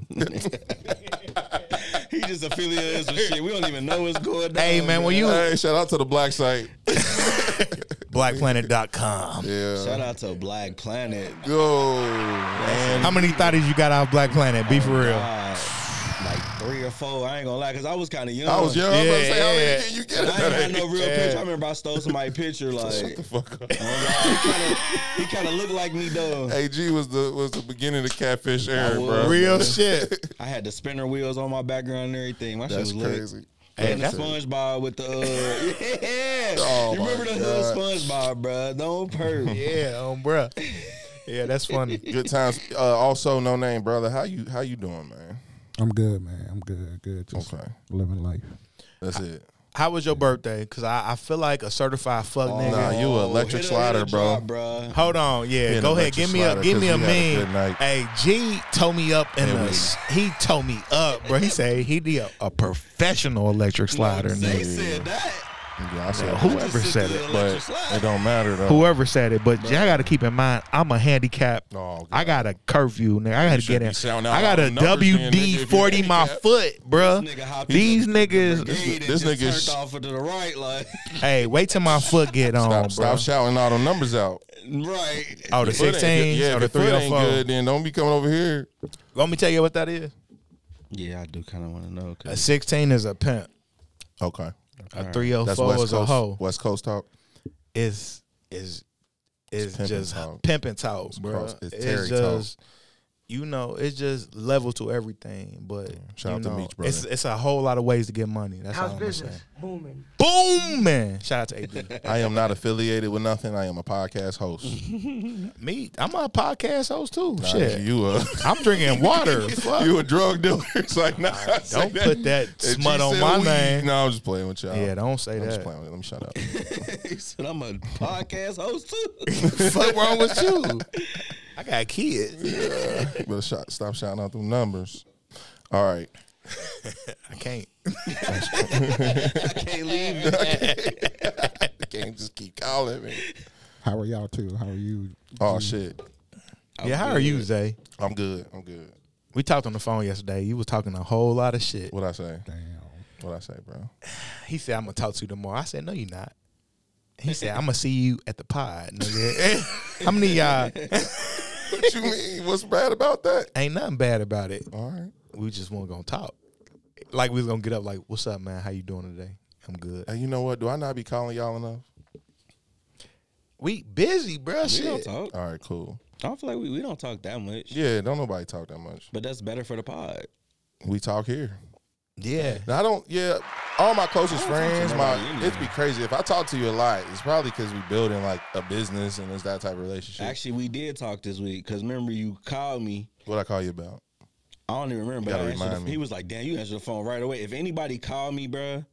[SPEAKER 3] he just affiliated us with shit. We don't even know what's going on.
[SPEAKER 4] hey man, when you
[SPEAKER 2] Hey, shout out to the black site.
[SPEAKER 4] blackplanet.com.
[SPEAKER 2] Yeah.
[SPEAKER 3] Shout out to Black Planet.
[SPEAKER 2] Yo, man.
[SPEAKER 4] How many thotties you got off Black Planet? Be for real.
[SPEAKER 3] God. uh, Like three or four. I ain't gonna lie, because I was kind of young.
[SPEAKER 2] I was young. I was about to say, how
[SPEAKER 4] Yeah,
[SPEAKER 2] many can you
[SPEAKER 4] yeah.
[SPEAKER 3] And
[SPEAKER 2] get?
[SPEAKER 3] I ain't had no real picture. I remember I stole somebody's picture. Like, uh,
[SPEAKER 2] Fuck up.
[SPEAKER 3] he kind of looked like me though.
[SPEAKER 2] AG was the was the beginning of the catfish era,
[SPEAKER 3] was.
[SPEAKER 2] bro.
[SPEAKER 4] Real shit.
[SPEAKER 3] I had the spinner wheels on my background and everything. My
[SPEAKER 2] That's
[SPEAKER 3] shit was lit.
[SPEAKER 2] crazy.
[SPEAKER 3] Hey, and the
[SPEAKER 4] that's-
[SPEAKER 3] SpongeBob with the uh, yeah.
[SPEAKER 2] Oh,
[SPEAKER 3] you
[SPEAKER 2] my
[SPEAKER 3] remember the
[SPEAKER 2] God.
[SPEAKER 3] hood SpongeBob, bruh? Don't perp.
[SPEAKER 4] Yeah, um, bruh. Yeah, that's funny.
[SPEAKER 2] Good times. Uh, also, no name, brother. How you how you doing, man?
[SPEAKER 7] I'm good, man. I'm good. Good. Just
[SPEAKER 2] Okay.
[SPEAKER 7] living life.
[SPEAKER 2] That's it.
[SPEAKER 4] How was your birthday? Because I, I feel like a certified fuck nigga.
[SPEAKER 2] Oh, Nah, you a electric slider, bro.
[SPEAKER 3] bro.
[SPEAKER 4] Hold on,
[SPEAKER 2] Yeah,
[SPEAKER 4] yeah. Go
[SPEAKER 2] no,
[SPEAKER 4] ahead,
[SPEAKER 2] let
[SPEAKER 4] give
[SPEAKER 2] you
[SPEAKER 4] me a
[SPEAKER 2] slide it
[SPEAKER 4] give
[SPEAKER 2] 'cause
[SPEAKER 4] me a
[SPEAKER 2] we had a good
[SPEAKER 4] meme.
[SPEAKER 2] night.
[SPEAKER 4] Hey, G told me up in
[SPEAKER 2] Yeah,
[SPEAKER 4] the
[SPEAKER 2] we-
[SPEAKER 4] s- he told me up, bro. He said he did a, a professional electric slider.
[SPEAKER 3] They
[SPEAKER 4] nigga.
[SPEAKER 3] said that.
[SPEAKER 2] Yeah, I said
[SPEAKER 4] who-
[SPEAKER 2] whoever,
[SPEAKER 4] Whoever said it,
[SPEAKER 2] but it don't matter though.
[SPEAKER 4] Whoever said it, but y'all got to keep in mind, I'm a handicap.
[SPEAKER 2] Oh, God.
[SPEAKER 4] I got a curfew, nigga. I got to
[SPEAKER 2] should
[SPEAKER 4] get
[SPEAKER 2] be
[SPEAKER 4] in.
[SPEAKER 2] shouting out
[SPEAKER 4] I got a
[SPEAKER 2] all the numbers then, nigga,
[SPEAKER 4] WD
[SPEAKER 2] if you
[SPEAKER 4] forty my
[SPEAKER 2] handicapped.
[SPEAKER 4] foot, bruh.
[SPEAKER 3] This nigga hopped
[SPEAKER 4] These
[SPEAKER 3] in the
[SPEAKER 4] niggas,
[SPEAKER 3] brigade and
[SPEAKER 2] this
[SPEAKER 3] just
[SPEAKER 2] nigga's-
[SPEAKER 3] turned off to the right, like
[SPEAKER 4] hey, wait till my foot get on,
[SPEAKER 2] Stop,
[SPEAKER 4] bro.
[SPEAKER 2] stop shouting all the numbers out.
[SPEAKER 3] right.
[SPEAKER 4] Oh, the
[SPEAKER 2] If it ain't good-
[SPEAKER 4] sixteen
[SPEAKER 2] yeah,
[SPEAKER 4] or
[SPEAKER 2] if
[SPEAKER 4] the
[SPEAKER 2] your foot
[SPEAKER 4] three or
[SPEAKER 2] ain't
[SPEAKER 4] four.
[SPEAKER 2] good, then don't be coming over here.
[SPEAKER 4] Let me tell you what that is.
[SPEAKER 3] Yeah, I do kind of want to know.
[SPEAKER 4] A sixteen is a pimp.
[SPEAKER 2] Okay,
[SPEAKER 4] A three hundred
[SPEAKER 2] that's
[SPEAKER 4] four
[SPEAKER 2] West
[SPEAKER 4] is a
[SPEAKER 2] Coast.
[SPEAKER 4] hoe.
[SPEAKER 2] West Coast talk.
[SPEAKER 4] is is is
[SPEAKER 2] pimping
[SPEAKER 4] just
[SPEAKER 2] talk.
[SPEAKER 4] pimping talk, bro.
[SPEAKER 2] cross- it's
[SPEAKER 4] It's,
[SPEAKER 2] Terry
[SPEAKER 4] just you know, it's just level to everything. But
[SPEAKER 2] Shout
[SPEAKER 4] you
[SPEAKER 2] out to
[SPEAKER 4] know,
[SPEAKER 2] Meech, brother.
[SPEAKER 4] it's it's a whole lot of ways to get money. That's all I'm saying.
[SPEAKER 5] Booming.
[SPEAKER 4] Boom, man! Shout out to AB.
[SPEAKER 2] I am not affiliated with nothing. I am a podcast host.
[SPEAKER 4] Me, I'm a podcast host too.
[SPEAKER 2] Nah,
[SPEAKER 4] Mm-hmm. Shit,
[SPEAKER 2] you a
[SPEAKER 4] I'm drinking water. Fuck.
[SPEAKER 2] you a drug dealer? It's like nah. say
[SPEAKER 4] don't put that
[SPEAKER 2] If you
[SPEAKER 4] smut on
[SPEAKER 2] said
[SPEAKER 4] my
[SPEAKER 2] weed-
[SPEAKER 4] name.
[SPEAKER 2] No, I'm just playing with y'all.
[SPEAKER 4] yeah, don't say
[SPEAKER 2] I'm just
[SPEAKER 4] that.
[SPEAKER 2] playing. With Let me shut up.
[SPEAKER 3] he said I'm a podcast host too.
[SPEAKER 4] Fuck wrong with you? I got kids.
[SPEAKER 2] Better shot, stop shouting out them numbers. All right.
[SPEAKER 4] I can't.
[SPEAKER 3] Can't leave. you.
[SPEAKER 2] I can't just keep calling me.
[SPEAKER 7] How are y'all too? How are you?
[SPEAKER 2] Oh shit.
[SPEAKER 4] Yeah, how are you, Zay?
[SPEAKER 2] I'm good. I'm good.
[SPEAKER 4] We talked on the phone yesterday. You was talking a whole lot of shit.
[SPEAKER 2] What I say?
[SPEAKER 7] Damn.
[SPEAKER 2] What I say, bro?
[SPEAKER 4] He said, I'm gonna talk to you tomorrow. I said, No, you're not. He said, I'm gonna see you at the pod, nigga. How many of y'all
[SPEAKER 2] What you mean? What's bad about that?
[SPEAKER 4] ain't nothing bad about it?
[SPEAKER 2] All right.
[SPEAKER 4] We just weren't gonna talk. Like we was gonna get up, like, what's up, man? How you doing today? I'm good.
[SPEAKER 2] Hey, you know what? Do I not be calling y'all enough?
[SPEAKER 4] We busy, bruh.
[SPEAKER 3] We don't
[SPEAKER 4] Shit.
[SPEAKER 3] talk.
[SPEAKER 2] All right, cool.
[SPEAKER 3] I don't feel like we, we don't talk that much.
[SPEAKER 2] Yeah, don't nobody talk that much.
[SPEAKER 3] But that's better for the pod.
[SPEAKER 2] We talk here.
[SPEAKER 4] Yeah.
[SPEAKER 2] And I don't. Yeah, all my closest friends, my
[SPEAKER 3] nobody anyway.
[SPEAKER 2] it'd be crazy if I talk to you a lot. It's probably because we building like a business and it's that type of relationship.
[SPEAKER 3] Actually, we did talk this week because remember you called me.
[SPEAKER 2] what I call you about?
[SPEAKER 3] I don't even remember.
[SPEAKER 2] You gotta
[SPEAKER 3] but I answered the-
[SPEAKER 2] remind me.
[SPEAKER 3] He was like, "Damn, you answered the phone right away." If anybody called me, bruh,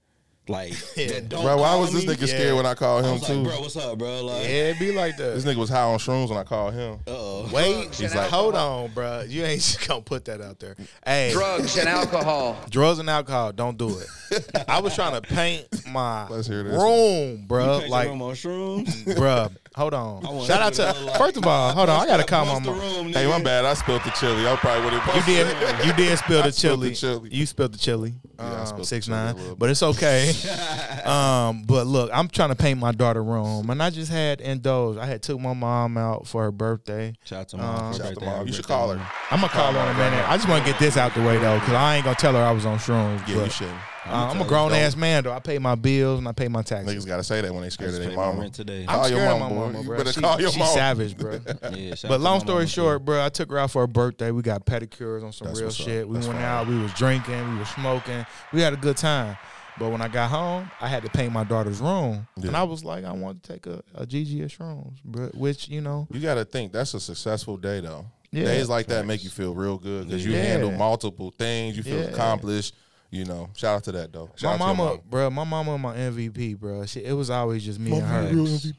[SPEAKER 3] like, that don't
[SPEAKER 2] Bro, why
[SPEAKER 3] call
[SPEAKER 2] was this
[SPEAKER 3] me,
[SPEAKER 2] nigga scared when I called
[SPEAKER 3] I
[SPEAKER 2] him
[SPEAKER 3] was
[SPEAKER 2] too?
[SPEAKER 3] like, "Bro, what's up, bro?" Like,
[SPEAKER 4] Yeah, it be like
[SPEAKER 2] this
[SPEAKER 4] that.
[SPEAKER 2] nigga was high on shrooms when I called him.
[SPEAKER 3] uh,
[SPEAKER 4] Wait,
[SPEAKER 2] He's like-
[SPEAKER 4] hold on, bruh. You ain't just gonna put that out there. Hey,
[SPEAKER 9] Drugs and alcohol.
[SPEAKER 4] drugs and alcohol, don't do it. I was trying to paint my
[SPEAKER 2] Let's hear this.
[SPEAKER 4] room,
[SPEAKER 3] you
[SPEAKER 4] bruh.
[SPEAKER 3] paint
[SPEAKER 4] Like
[SPEAKER 3] your room on shrooms.
[SPEAKER 4] Bruh, hold on.
[SPEAKER 3] wanna
[SPEAKER 4] Shout out
[SPEAKER 3] hear
[SPEAKER 4] to
[SPEAKER 3] the little, like,
[SPEAKER 4] first of all, hold on. I gotta call my
[SPEAKER 3] What's the
[SPEAKER 4] mom.
[SPEAKER 3] room,
[SPEAKER 2] Hey, my
[SPEAKER 3] nigga?
[SPEAKER 2] bad. I spilled the chili. I probably would have.
[SPEAKER 4] You did. You did spill the
[SPEAKER 2] spilled the
[SPEAKER 4] chili.
[SPEAKER 2] chili.
[SPEAKER 4] You spilled the chili. Um,
[SPEAKER 2] Yeah, I spilled the
[SPEAKER 4] six
[SPEAKER 2] chili a
[SPEAKER 4] nine,
[SPEAKER 2] little bit.
[SPEAKER 4] but it's okay. um, but look, I'm trying to paint my daughter room, and I just had indulged. I had took my mom out for her birthday.
[SPEAKER 3] Shout out to mom.
[SPEAKER 2] Uh,
[SPEAKER 3] for
[SPEAKER 2] Shout out to
[SPEAKER 3] birthday.
[SPEAKER 2] mom.
[SPEAKER 3] Happy
[SPEAKER 2] You should
[SPEAKER 3] birthday,
[SPEAKER 2] call her.
[SPEAKER 3] mom.
[SPEAKER 4] I'm gonna call her in a minute. I just want to get this out the way though, because I ain't gonna tell her I was on shrooms.
[SPEAKER 2] Yeah,
[SPEAKER 4] but,
[SPEAKER 2] you shouldn't.
[SPEAKER 4] Uh, I'm a
[SPEAKER 3] Don't.
[SPEAKER 4] grown ass man though. I pay my bills and I pay my taxes.
[SPEAKER 2] Niggas gotta say that when they scared of
[SPEAKER 3] just
[SPEAKER 2] their
[SPEAKER 3] paid my
[SPEAKER 2] mama.
[SPEAKER 3] rent today.
[SPEAKER 2] Call
[SPEAKER 4] I'm
[SPEAKER 2] your
[SPEAKER 4] scared of
[SPEAKER 2] mama,
[SPEAKER 4] my
[SPEAKER 2] boy.
[SPEAKER 4] mama,
[SPEAKER 2] You
[SPEAKER 4] bro.
[SPEAKER 2] better
[SPEAKER 4] She-
[SPEAKER 2] call your
[SPEAKER 4] she
[SPEAKER 2] mama.
[SPEAKER 4] savage, bro.
[SPEAKER 3] Yeah, shout out
[SPEAKER 4] But
[SPEAKER 3] to
[SPEAKER 4] long
[SPEAKER 3] my
[SPEAKER 4] story
[SPEAKER 3] mama, too.
[SPEAKER 4] short, bro, I took her out for her birthday. We got pedicures on some
[SPEAKER 2] That's
[SPEAKER 4] real
[SPEAKER 2] what's up.
[SPEAKER 4] shit. We
[SPEAKER 2] That's
[SPEAKER 4] went
[SPEAKER 2] fine.
[SPEAKER 4] out, we was drinking, we was smoking. We had a good time. But when I got home, I had to paint my daughter's room. And
[SPEAKER 2] Yeah.
[SPEAKER 4] I was like, I want to take a, a GG of shrooms, bro, which, you know,
[SPEAKER 2] You gotta think that's a successful day though.
[SPEAKER 4] Yeah.
[SPEAKER 2] Days like that make you feel real good because you
[SPEAKER 4] Yeah.
[SPEAKER 2] handle multiple things. You feel
[SPEAKER 4] Yeah.
[SPEAKER 2] accomplished. You know, shout out to that though. Shout
[SPEAKER 4] my
[SPEAKER 2] out to your
[SPEAKER 4] mama, bro, my mama and my MVP, bro. She, it was always just me and her.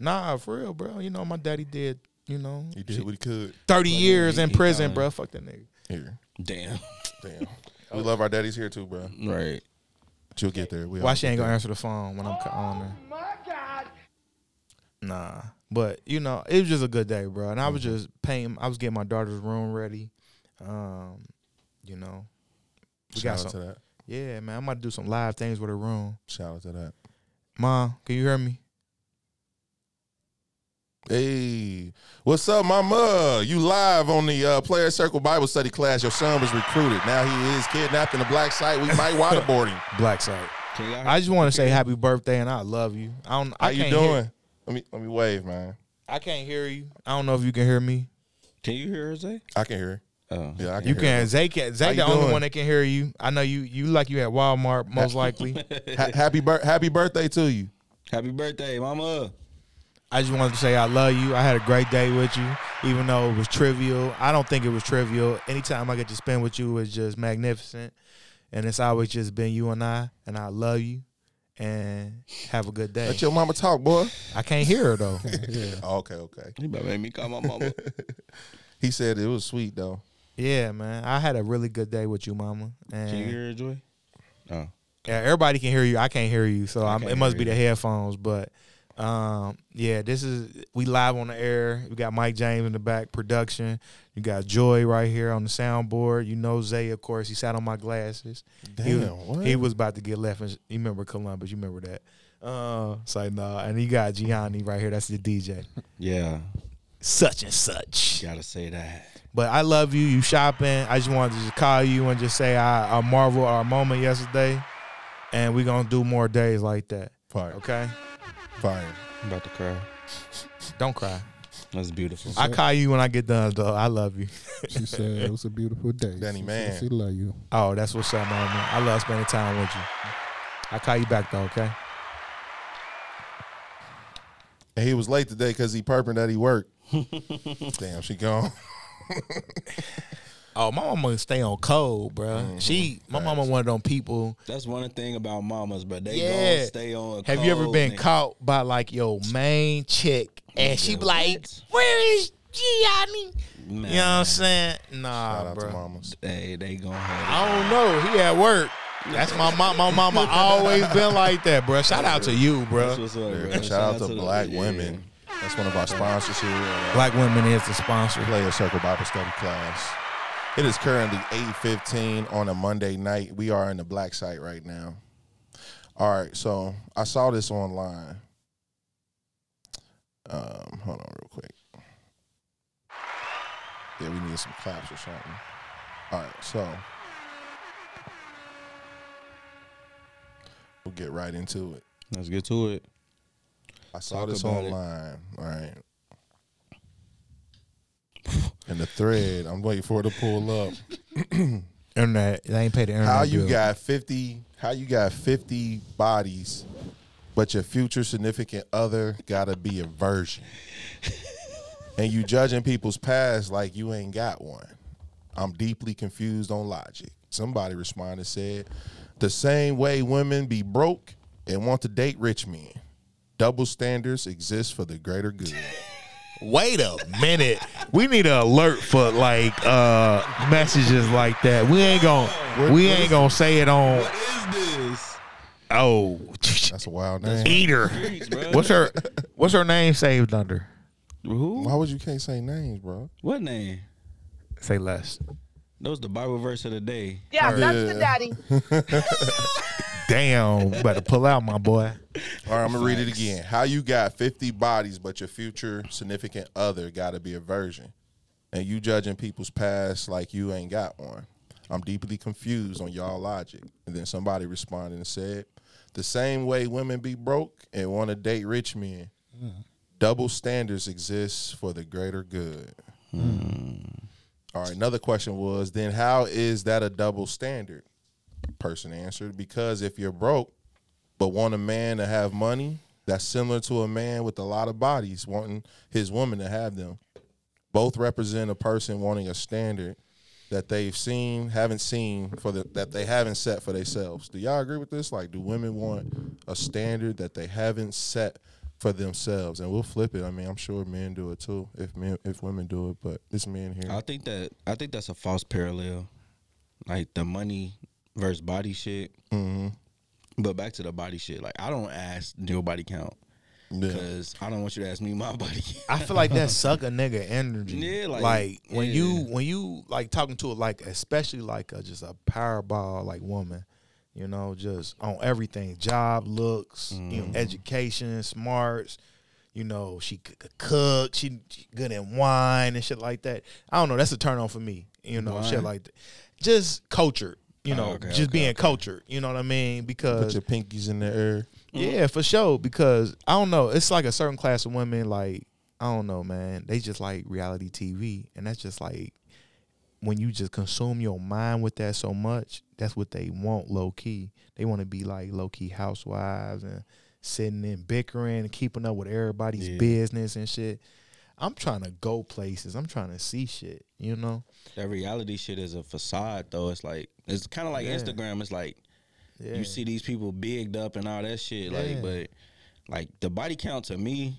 [SPEAKER 4] Nah, for real, bro. You know, my daddy did, you know,
[SPEAKER 2] He did what he could.
[SPEAKER 4] 30
[SPEAKER 3] Like,
[SPEAKER 4] years
[SPEAKER 3] he-
[SPEAKER 4] in
[SPEAKER 3] he
[SPEAKER 4] prison,
[SPEAKER 3] done.
[SPEAKER 4] bro. Fuck that nigga.
[SPEAKER 2] Here,
[SPEAKER 3] Damn.
[SPEAKER 2] damn.
[SPEAKER 4] Oh.
[SPEAKER 2] We love our daddies here too, bro.
[SPEAKER 3] Right.
[SPEAKER 2] But you'll get there. We
[SPEAKER 4] Why
[SPEAKER 2] all
[SPEAKER 4] she
[SPEAKER 2] get
[SPEAKER 4] ain't gonna
[SPEAKER 2] there.
[SPEAKER 4] answer the phone when I'm calling her? Oh my god. Nah, but you know, it was just a good day, bro. And I was
[SPEAKER 2] Mm-hmm.
[SPEAKER 4] just paying. I was getting my daughter's room ready. Um, you know, we
[SPEAKER 2] Shout
[SPEAKER 4] got
[SPEAKER 2] out to
[SPEAKER 4] some.
[SPEAKER 2] that.
[SPEAKER 4] Yeah, man, I'm about to do some live things with her room.
[SPEAKER 2] Shout out to that.
[SPEAKER 4] Mom, can you hear me?
[SPEAKER 2] Hey, what's up, mama? You live on the uh, Player Circle Bible Study class. Your son was recruited. Now he is kidnapped in a black site. We might waterboard him.
[SPEAKER 4] Black side.
[SPEAKER 3] Can y'all
[SPEAKER 4] I just want to say happy birthday and I love you. I don't.
[SPEAKER 2] How
[SPEAKER 4] I
[SPEAKER 2] you
[SPEAKER 4] can't
[SPEAKER 2] doing?
[SPEAKER 4] Hear,
[SPEAKER 2] Let me let me wave, man.
[SPEAKER 4] I can't hear you. I don't know if you can hear me.
[SPEAKER 3] Can you hear her say?
[SPEAKER 2] I can hear.
[SPEAKER 3] Oh.
[SPEAKER 2] Yeah, I can
[SPEAKER 4] You
[SPEAKER 2] hear
[SPEAKER 4] can. Zay can. Zay
[SPEAKER 2] you
[SPEAKER 4] the only
[SPEAKER 2] doing?
[SPEAKER 4] one that can hear you. I know you. You like you at Walmart most likely.
[SPEAKER 2] Ha- happy bir- happy birthday to you.
[SPEAKER 3] Happy birthday, mama.
[SPEAKER 4] I just wanted to say I love you. I had a great day with you, even though it was trivial. I don't think it was trivial. Anytime I get to spend with you is just magnificent, and it's always just been you and I. And I love you, and have a good day.
[SPEAKER 2] Let your mama talk, boy. Oh,
[SPEAKER 4] I can't hear her though.
[SPEAKER 2] Okay, okay.
[SPEAKER 3] You about made me call my mama.
[SPEAKER 2] He said it was sweet though.
[SPEAKER 4] yeah, man, I had a really good day with you, Mama.
[SPEAKER 3] Can you
[SPEAKER 4] And
[SPEAKER 3] hear her, Joy? Oh.
[SPEAKER 4] yeah, everybody can hear you. I can't hear you, so I'm,
[SPEAKER 3] can't
[SPEAKER 4] it must
[SPEAKER 3] hear
[SPEAKER 4] be
[SPEAKER 3] you.
[SPEAKER 4] the headphones. But um, yeah, this is we live on the air. We got Mike James in the back production. You got Joy right here on the soundboard. You know Zay, of course. He sat on my glasses. he, was,
[SPEAKER 2] Damn, what?
[SPEAKER 4] he was about to get left. In, you remember Columbus? You remember that? Uh, it's like nah. And you got Gianni right here. That's the DJ.
[SPEAKER 3] Yeah.
[SPEAKER 4] Such and such.
[SPEAKER 3] Gotta say that.
[SPEAKER 4] But I love you. You shopping. I just wanted to just call you and just say I, I marvel at our moment yesterday, and we're gonna do more days like that.
[SPEAKER 2] Fire,
[SPEAKER 4] Okay,
[SPEAKER 2] fire.
[SPEAKER 3] I'm about to cry.
[SPEAKER 4] don't cry.
[SPEAKER 3] That's beautiful.
[SPEAKER 4] I call you when I get done, though. I love you.
[SPEAKER 7] She said it was a beautiful day.
[SPEAKER 2] Danny,
[SPEAKER 7] she
[SPEAKER 2] man.
[SPEAKER 7] Said she love you.
[SPEAKER 4] Oh, that's what's up, mama. I love spending time with you. I call you back though. Okay.
[SPEAKER 2] And he was late today because he purping that he worked. Damn, she gone.
[SPEAKER 4] Oh, my mama stay on cold, bro.
[SPEAKER 3] Mm-hmm.
[SPEAKER 4] She, my mama, one of them people.
[SPEAKER 3] That's one thing about mamas, but they
[SPEAKER 4] Yeah.
[SPEAKER 3] gonna stay on.
[SPEAKER 4] Have you ever
[SPEAKER 3] cold
[SPEAKER 4] been
[SPEAKER 3] and-
[SPEAKER 4] caught by like your main chick, and she be like, "Where is Gianni?"
[SPEAKER 3] Nah.
[SPEAKER 4] You know what I'm saying? Nah,
[SPEAKER 2] Shout out
[SPEAKER 4] bro.
[SPEAKER 2] to mamas.
[SPEAKER 3] Hey, they gonna have
[SPEAKER 4] I don't know. He at work. That's my mom. My mama always been like that, bro. Shout out to you,
[SPEAKER 3] That's
[SPEAKER 4] bro.
[SPEAKER 3] what's up, bro.
[SPEAKER 2] Shout, out to,
[SPEAKER 3] the-
[SPEAKER 2] black
[SPEAKER 3] yeah.
[SPEAKER 2] women. That's one of our sponsors here. at
[SPEAKER 4] Black women is the sponsor.
[SPEAKER 2] Player Circle Bible Study Class. It is currently 8.15 on a Monday night. We are in the black site right now. All right, so I saw this online. Um, hold on real quick. Yeah, we need some claps or something. All right, so we'll get right into it.
[SPEAKER 3] Let's get to it.
[SPEAKER 2] I saw
[SPEAKER 3] Talk
[SPEAKER 2] this
[SPEAKER 3] about it.
[SPEAKER 2] online, right? And the thread, I'm waiting for it to pull up.
[SPEAKER 4] Internet. They ain't paid the internet.
[SPEAKER 2] How you
[SPEAKER 4] bill.
[SPEAKER 2] got 50? How you got 50 bodies, but your future significant other gotta be a virgin, and you judging people's past like you ain't got one. I'm deeply confused on logic. Somebody responded said, "The same way women be broke and want to date rich men, double standards exist for the greater good."
[SPEAKER 4] Wait a minute. We need an alert for like uh messages like that. We ain't gonna we ain't gonna say it on.
[SPEAKER 3] What is this?
[SPEAKER 4] Oh,
[SPEAKER 2] That's a wild name.
[SPEAKER 4] eater. What's her What's her name saved under?
[SPEAKER 3] Who?
[SPEAKER 2] Why would you can't say names, bro?
[SPEAKER 3] What name?
[SPEAKER 4] Say less.
[SPEAKER 3] That was the Bible verse of the day.
[SPEAKER 10] Yeah, that's the
[SPEAKER 2] Yeah.
[SPEAKER 10] daddy.
[SPEAKER 4] Damn, you better pull out, my boy.
[SPEAKER 2] All right, I'm gonna read it again. How you got 50 bodies, but your future significant other gotta be a virgin, and you judging people's past like you ain't got one. I'm deeply confused on y'all logic. And then somebody responded and said, "The same way women be broke and want to date rich men, double standards exist for the greater good." All right, another question was then how is that a double standard? Person answered, because if you're broke but want a man to have money, that's similar to a man with a lot of bodies wanting his woman to have them. Both represent a person wanting a standard that they've seen, haven't seen for the that they haven't set for themselves. Do y'all agree with this? Like, do women want a standard that they haven't set for themselves? And we'll flip it. I mean, I'm sure men do it too. If men, if women do it, but it's men here.
[SPEAKER 3] I think that I think that's a false parallel, like the money versus body shit. Mm-hmm. But back to the body shit. Like I don't ask your body count
[SPEAKER 2] Yeah.
[SPEAKER 3] because I don't want you to ask me my body. count.
[SPEAKER 4] I feel like that suck a nigga energy.
[SPEAKER 3] Yeah, like-
[SPEAKER 4] like, when
[SPEAKER 3] yeah.
[SPEAKER 4] you when you like talking to like especially like a, just a powerball like woman, you know, just on everything, job, looks, you
[SPEAKER 3] Mm.
[SPEAKER 4] know, education, smarts. You know, she c- could cook. She, she good in wine and shit like that. I don't know. That's a turn on for me. You know, shit
[SPEAKER 3] Wine? Oh,
[SPEAKER 4] like that. Just cultured. You know,
[SPEAKER 3] okay,
[SPEAKER 4] just
[SPEAKER 3] okay,
[SPEAKER 4] being cultured. You know what I mean?
[SPEAKER 2] Put
[SPEAKER 4] Because
[SPEAKER 2] your pinkies in the air.
[SPEAKER 4] yeah, for sure. Because I don't know, it's like a certain class of women. Like I don't know, man. They just like reality TV, and that's just like when you just consume your mind with that so much. That's what they want, low key. They want to be like low key housewives and sitting in bickering and keeping up with everybody's
[SPEAKER 3] Yeah.
[SPEAKER 4] business and shit. I'm trying to go places. I'm trying to see shit. You know?
[SPEAKER 3] That reality shit is a facade, though. It's like it's kind of like
[SPEAKER 4] Yeah.
[SPEAKER 3] Instagram. It's like
[SPEAKER 4] Yeah.
[SPEAKER 3] you see these people bigged up and all that shit.
[SPEAKER 4] Yeah.
[SPEAKER 3] Like, but like the body count to me,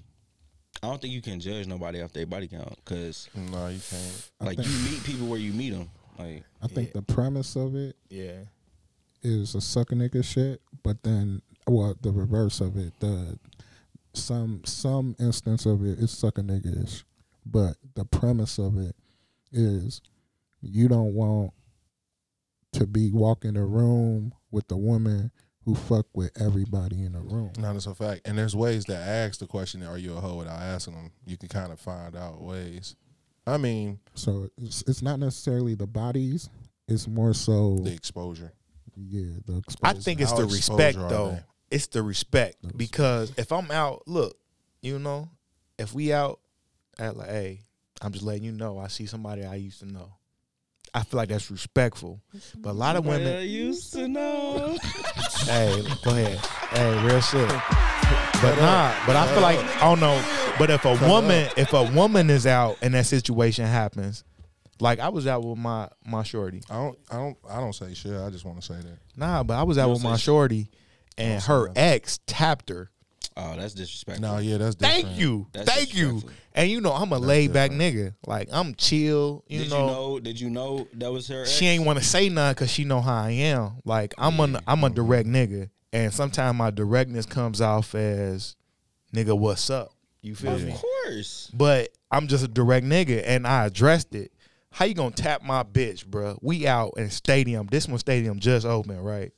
[SPEAKER 3] I don't think you can judge nobody off their body count because
[SPEAKER 4] Mm.
[SPEAKER 2] No, you can't.
[SPEAKER 3] like you meet people where you meet them. Like,
[SPEAKER 7] I think the premise of it
[SPEAKER 4] Yeah.
[SPEAKER 7] is a sucker nigga shit, but then well the reverse of it, the some some instance of it is sucker nigga ish. But the premise of it is you don't want to be walking a room with a woman who fuck with everybody in the room.
[SPEAKER 2] No, that's a fact. And there's ways to ask the question, "Are you a hoe?" Without asking them, you can kind of find out ways. I mean,
[SPEAKER 7] So it's, it's not necessarily the bodies, it's more so
[SPEAKER 2] the exposure.
[SPEAKER 7] yeah, the
[SPEAKER 4] I think it's
[SPEAKER 2] How
[SPEAKER 4] the
[SPEAKER 2] exposed
[SPEAKER 4] respect
[SPEAKER 2] are
[SPEAKER 4] though.
[SPEAKER 2] they?
[SPEAKER 4] It's the respect because if I'm out, look, you know, if we out at like, hey, I'm just letting you know I see somebody I used to know. I feel like that's respectful. But a lot of
[SPEAKER 3] I
[SPEAKER 4] women,
[SPEAKER 3] used to know.
[SPEAKER 4] hey, go ahead, hey, real shit. But nah, but I feel like I don't know. But if a woman, if a woman is out and that situation happens, like I was out with my my shorty.
[SPEAKER 2] I don't, I don't, I don't say shit. I just want to say that.
[SPEAKER 4] Nah, but I was out with my shorty, and her ex tapped her.
[SPEAKER 3] oh, that's disrespectful.
[SPEAKER 2] No, yeah, that's different.
[SPEAKER 4] Thank you.
[SPEAKER 3] That's
[SPEAKER 4] Thank you.
[SPEAKER 3] disrespectful.
[SPEAKER 4] And you know, I'm a laid back nigga. Like I'm chill, you,
[SPEAKER 3] Did
[SPEAKER 4] know,
[SPEAKER 3] you know? Did you know that was her?
[SPEAKER 4] She
[SPEAKER 3] ex?
[SPEAKER 4] ain't want to say nothing cuz she know how I am. Like I'm a I'm a direct nigga, and sometimes my directness comes off as nigga what's up. You feel me?
[SPEAKER 3] Of course.
[SPEAKER 4] But I'm just a direct nigga and I addressed it. How you gonna tap my bitch, bruh? We out in stadium. This one stadium just open, right?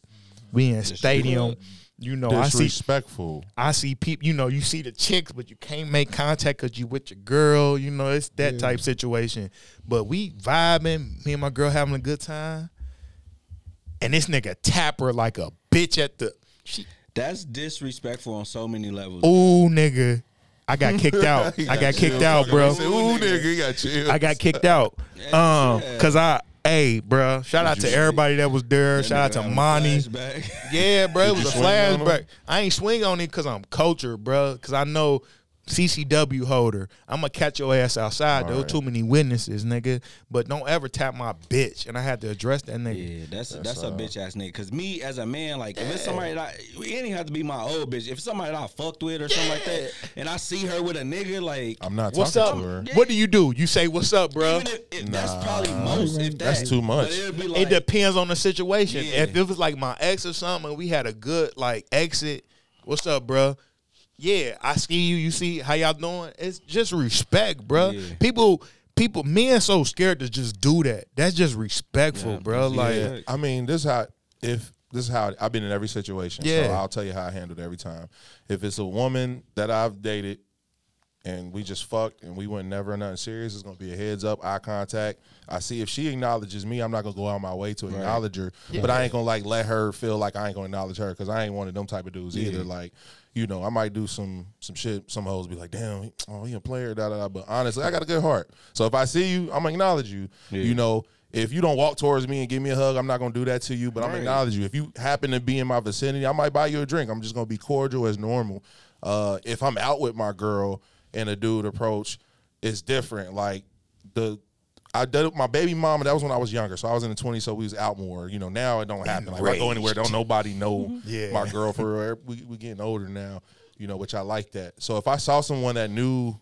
[SPEAKER 4] We in stadium. You know, Oh, I see
[SPEAKER 2] Disrespectful.
[SPEAKER 4] I see people, you know, you see the chicks, but you can't make contact because you with your girl, you know, it's that type situation. But we vibing, me and my girl having a good time, and this nigga tap her like a bitch at the. She,
[SPEAKER 3] That's disrespectful on so many levels.
[SPEAKER 4] ooh, nigga, I got kicked out. I got kicked out, bro.
[SPEAKER 2] Say, Ooh, nigga, you got chill.
[SPEAKER 4] I got kicked out. Um, cause I, hey, bro, shout out to everybody that was there.
[SPEAKER 3] That
[SPEAKER 4] Shout out
[SPEAKER 3] nigga
[SPEAKER 4] to
[SPEAKER 3] had a
[SPEAKER 4] Monty.
[SPEAKER 3] flashback.
[SPEAKER 4] Yeah, bro, it was
[SPEAKER 2] you
[SPEAKER 4] a
[SPEAKER 2] swing on 'em?
[SPEAKER 4] flashback. I ain't swing on it because I'm cultured, bro. Because I know CCW holder. I'm gonna catch your ass outside. There was too many witnesses, nigga. But don't ever tap my bitch. And I had to address that nigga.
[SPEAKER 3] Yeah, that's that's, a bitch ass nigga. Cause me as a man, like if it's somebody that I, it ain't have to be my old bitch. If it's somebody that I fucked with or something like that, and I see her with a nigga, like
[SPEAKER 2] I'm not
[SPEAKER 4] What's
[SPEAKER 2] talking
[SPEAKER 4] up?
[SPEAKER 2] to her.
[SPEAKER 4] What do you do? You say what's up, bro?
[SPEAKER 3] even if, if that's probably most. If that,
[SPEAKER 2] That's too much.
[SPEAKER 3] But it'd be
[SPEAKER 4] It
[SPEAKER 3] like,
[SPEAKER 4] depends on the situation.
[SPEAKER 3] Yeah.
[SPEAKER 4] If it was like my ex or something, and we had a good like exit. What's up, bro? Yeah, I see you. You see how y'all doing? It's just respect, bro.
[SPEAKER 3] Yeah.
[SPEAKER 4] People, people, men so scared to just do that. That's just respectful, bro. Like,
[SPEAKER 2] Yeah, I mean, this how if this is how I've been in every situation. So
[SPEAKER 4] Yeah.
[SPEAKER 2] I'll tell you how I handled it every time. If it's a woman that I've dated and we just fucked and we went never nothing serious, it's gonna be a heads up, eye contact. I see if she acknowledges me, I'm not gonna go out my way to acknowledge her. But I ain't gonna like let her feel like I ain't gonna acknowledge her because I ain't one of them type of dudes either. Like, you know, I might do some some shit. Some hoes be like, "Damn, he- oh, he a player." Da da da. But honestly, I got a good heart. So if I see you, I'm gonna acknowledge you. You know, if you don't walk towards me and give me a hug, I'm not gonna do that to you. But I'm gonna acknowledge you. If you happen to be in my vicinity, I might buy you a drink. I'm just gonna be cordial as normal. Uh, if I'm out with my girl and a dude approach, it's different. Like the I did my baby mama. That was when I was younger, so I was in the twenties, so we was out more. You know, now it don't happen. Like if I go anywhere, don't nobody know
[SPEAKER 4] Yeah.
[SPEAKER 2] my girl for real. We we getting older now, you know, which I like that. So if I saw someone that knew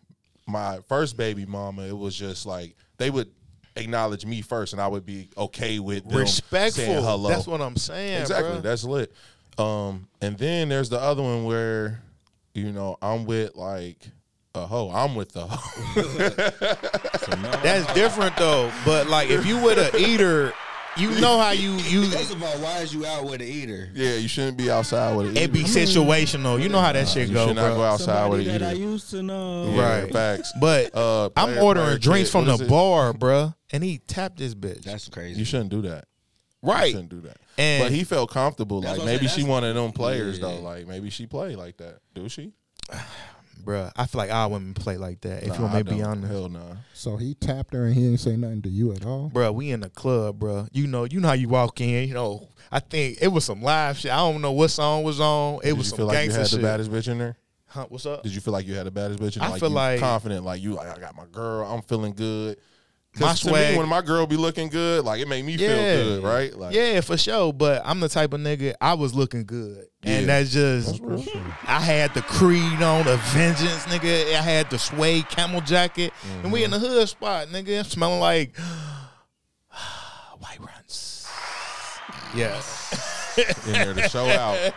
[SPEAKER 2] my first baby mama, it was just like they would acknowledge me first, and I would be okay with them saying
[SPEAKER 4] respectful.
[SPEAKER 2] hello.
[SPEAKER 4] That's what I'm saying,
[SPEAKER 2] Exactly.
[SPEAKER 4] bruh.
[SPEAKER 2] That's lit. Um, and then there's the other one where, you know, I'm with like a hoe. I'm with the hoe.
[SPEAKER 4] That's different though. But like, if you with a eater, you know how you you.
[SPEAKER 3] First of all, why is you out with an eater?
[SPEAKER 2] yeah, you shouldn't be outside with it.
[SPEAKER 4] It be situational. You know how that shit
[SPEAKER 2] You
[SPEAKER 4] go,
[SPEAKER 2] should not
[SPEAKER 4] bro.
[SPEAKER 2] go outside with
[SPEAKER 3] Somebody
[SPEAKER 2] it
[SPEAKER 3] that I
[SPEAKER 2] either.
[SPEAKER 3] used to know.
[SPEAKER 2] Yeah,
[SPEAKER 4] Right.
[SPEAKER 2] Facts.
[SPEAKER 4] But
[SPEAKER 2] Uh,
[SPEAKER 4] I'm
[SPEAKER 2] player,
[SPEAKER 4] ordering
[SPEAKER 2] player,
[SPEAKER 4] drinks
[SPEAKER 2] kid,
[SPEAKER 4] from
[SPEAKER 2] what
[SPEAKER 4] the
[SPEAKER 2] is it?
[SPEAKER 4] bar, bruh, and he tapped this bitch.
[SPEAKER 3] That's crazy.
[SPEAKER 2] You shouldn't do that. You
[SPEAKER 4] right.
[SPEAKER 2] shouldn't do that.
[SPEAKER 4] And-
[SPEAKER 2] but he felt comfortable.
[SPEAKER 3] That's
[SPEAKER 2] Like
[SPEAKER 3] what I'm
[SPEAKER 2] maybe
[SPEAKER 3] saying,
[SPEAKER 2] she
[SPEAKER 3] that's-
[SPEAKER 2] one of them players
[SPEAKER 3] Yeah.
[SPEAKER 2] though. Like maybe she play like that. Do she?
[SPEAKER 4] bruh. I feel like all women play like that. If
[SPEAKER 2] Nah,
[SPEAKER 4] you want
[SPEAKER 2] I
[SPEAKER 4] me to be
[SPEAKER 2] don't.
[SPEAKER 4] honest,
[SPEAKER 2] Hell nah.
[SPEAKER 7] So he tapped her and he ain't say nothing to you at all.
[SPEAKER 4] bruh, we in the club, bruh. You know, you know how you walk in. You know, I think it was some live shit. I don't know what song was on. It
[SPEAKER 2] Did
[SPEAKER 4] was
[SPEAKER 2] you
[SPEAKER 4] some
[SPEAKER 2] feel like you
[SPEAKER 4] gangster
[SPEAKER 2] had the
[SPEAKER 4] shit.
[SPEAKER 2] baddest bitch in there?
[SPEAKER 4] Huh, what's up?
[SPEAKER 2] Did you feel like you had the baddest bitch in there?
[SPEAKER 4] I feel
[SPEAKER 2] you
[SPEAKER 4] like-
[SPEAKER 2] confident, like you like I got my girl, I'm feeling good.
[SPEAKER 4] My
[SPEAKER 2] 'Cause to
[SPEAKER 4] swag-
[SPEAKER 2] me, when my girl be looking good, like it make me feel
[SPEAKER 4] Yeah.
[SPEAKER 2] good, right? Like
[SPEAKER 4] yeah, for sure. But I'm the type of nigga I was looking good,
[SPEAKER 2] Yeah.
[SPEAKER 4] and that's just I had the creed on, the vengeance, nigga. I had the suede camel jacket, and we in
[SPEAKER 2] Mm-hmm.
[SPEAKER 4] the hood spot, nigga, smelling like white runs. Yeah,
[SPEAKER 2] in there to show out.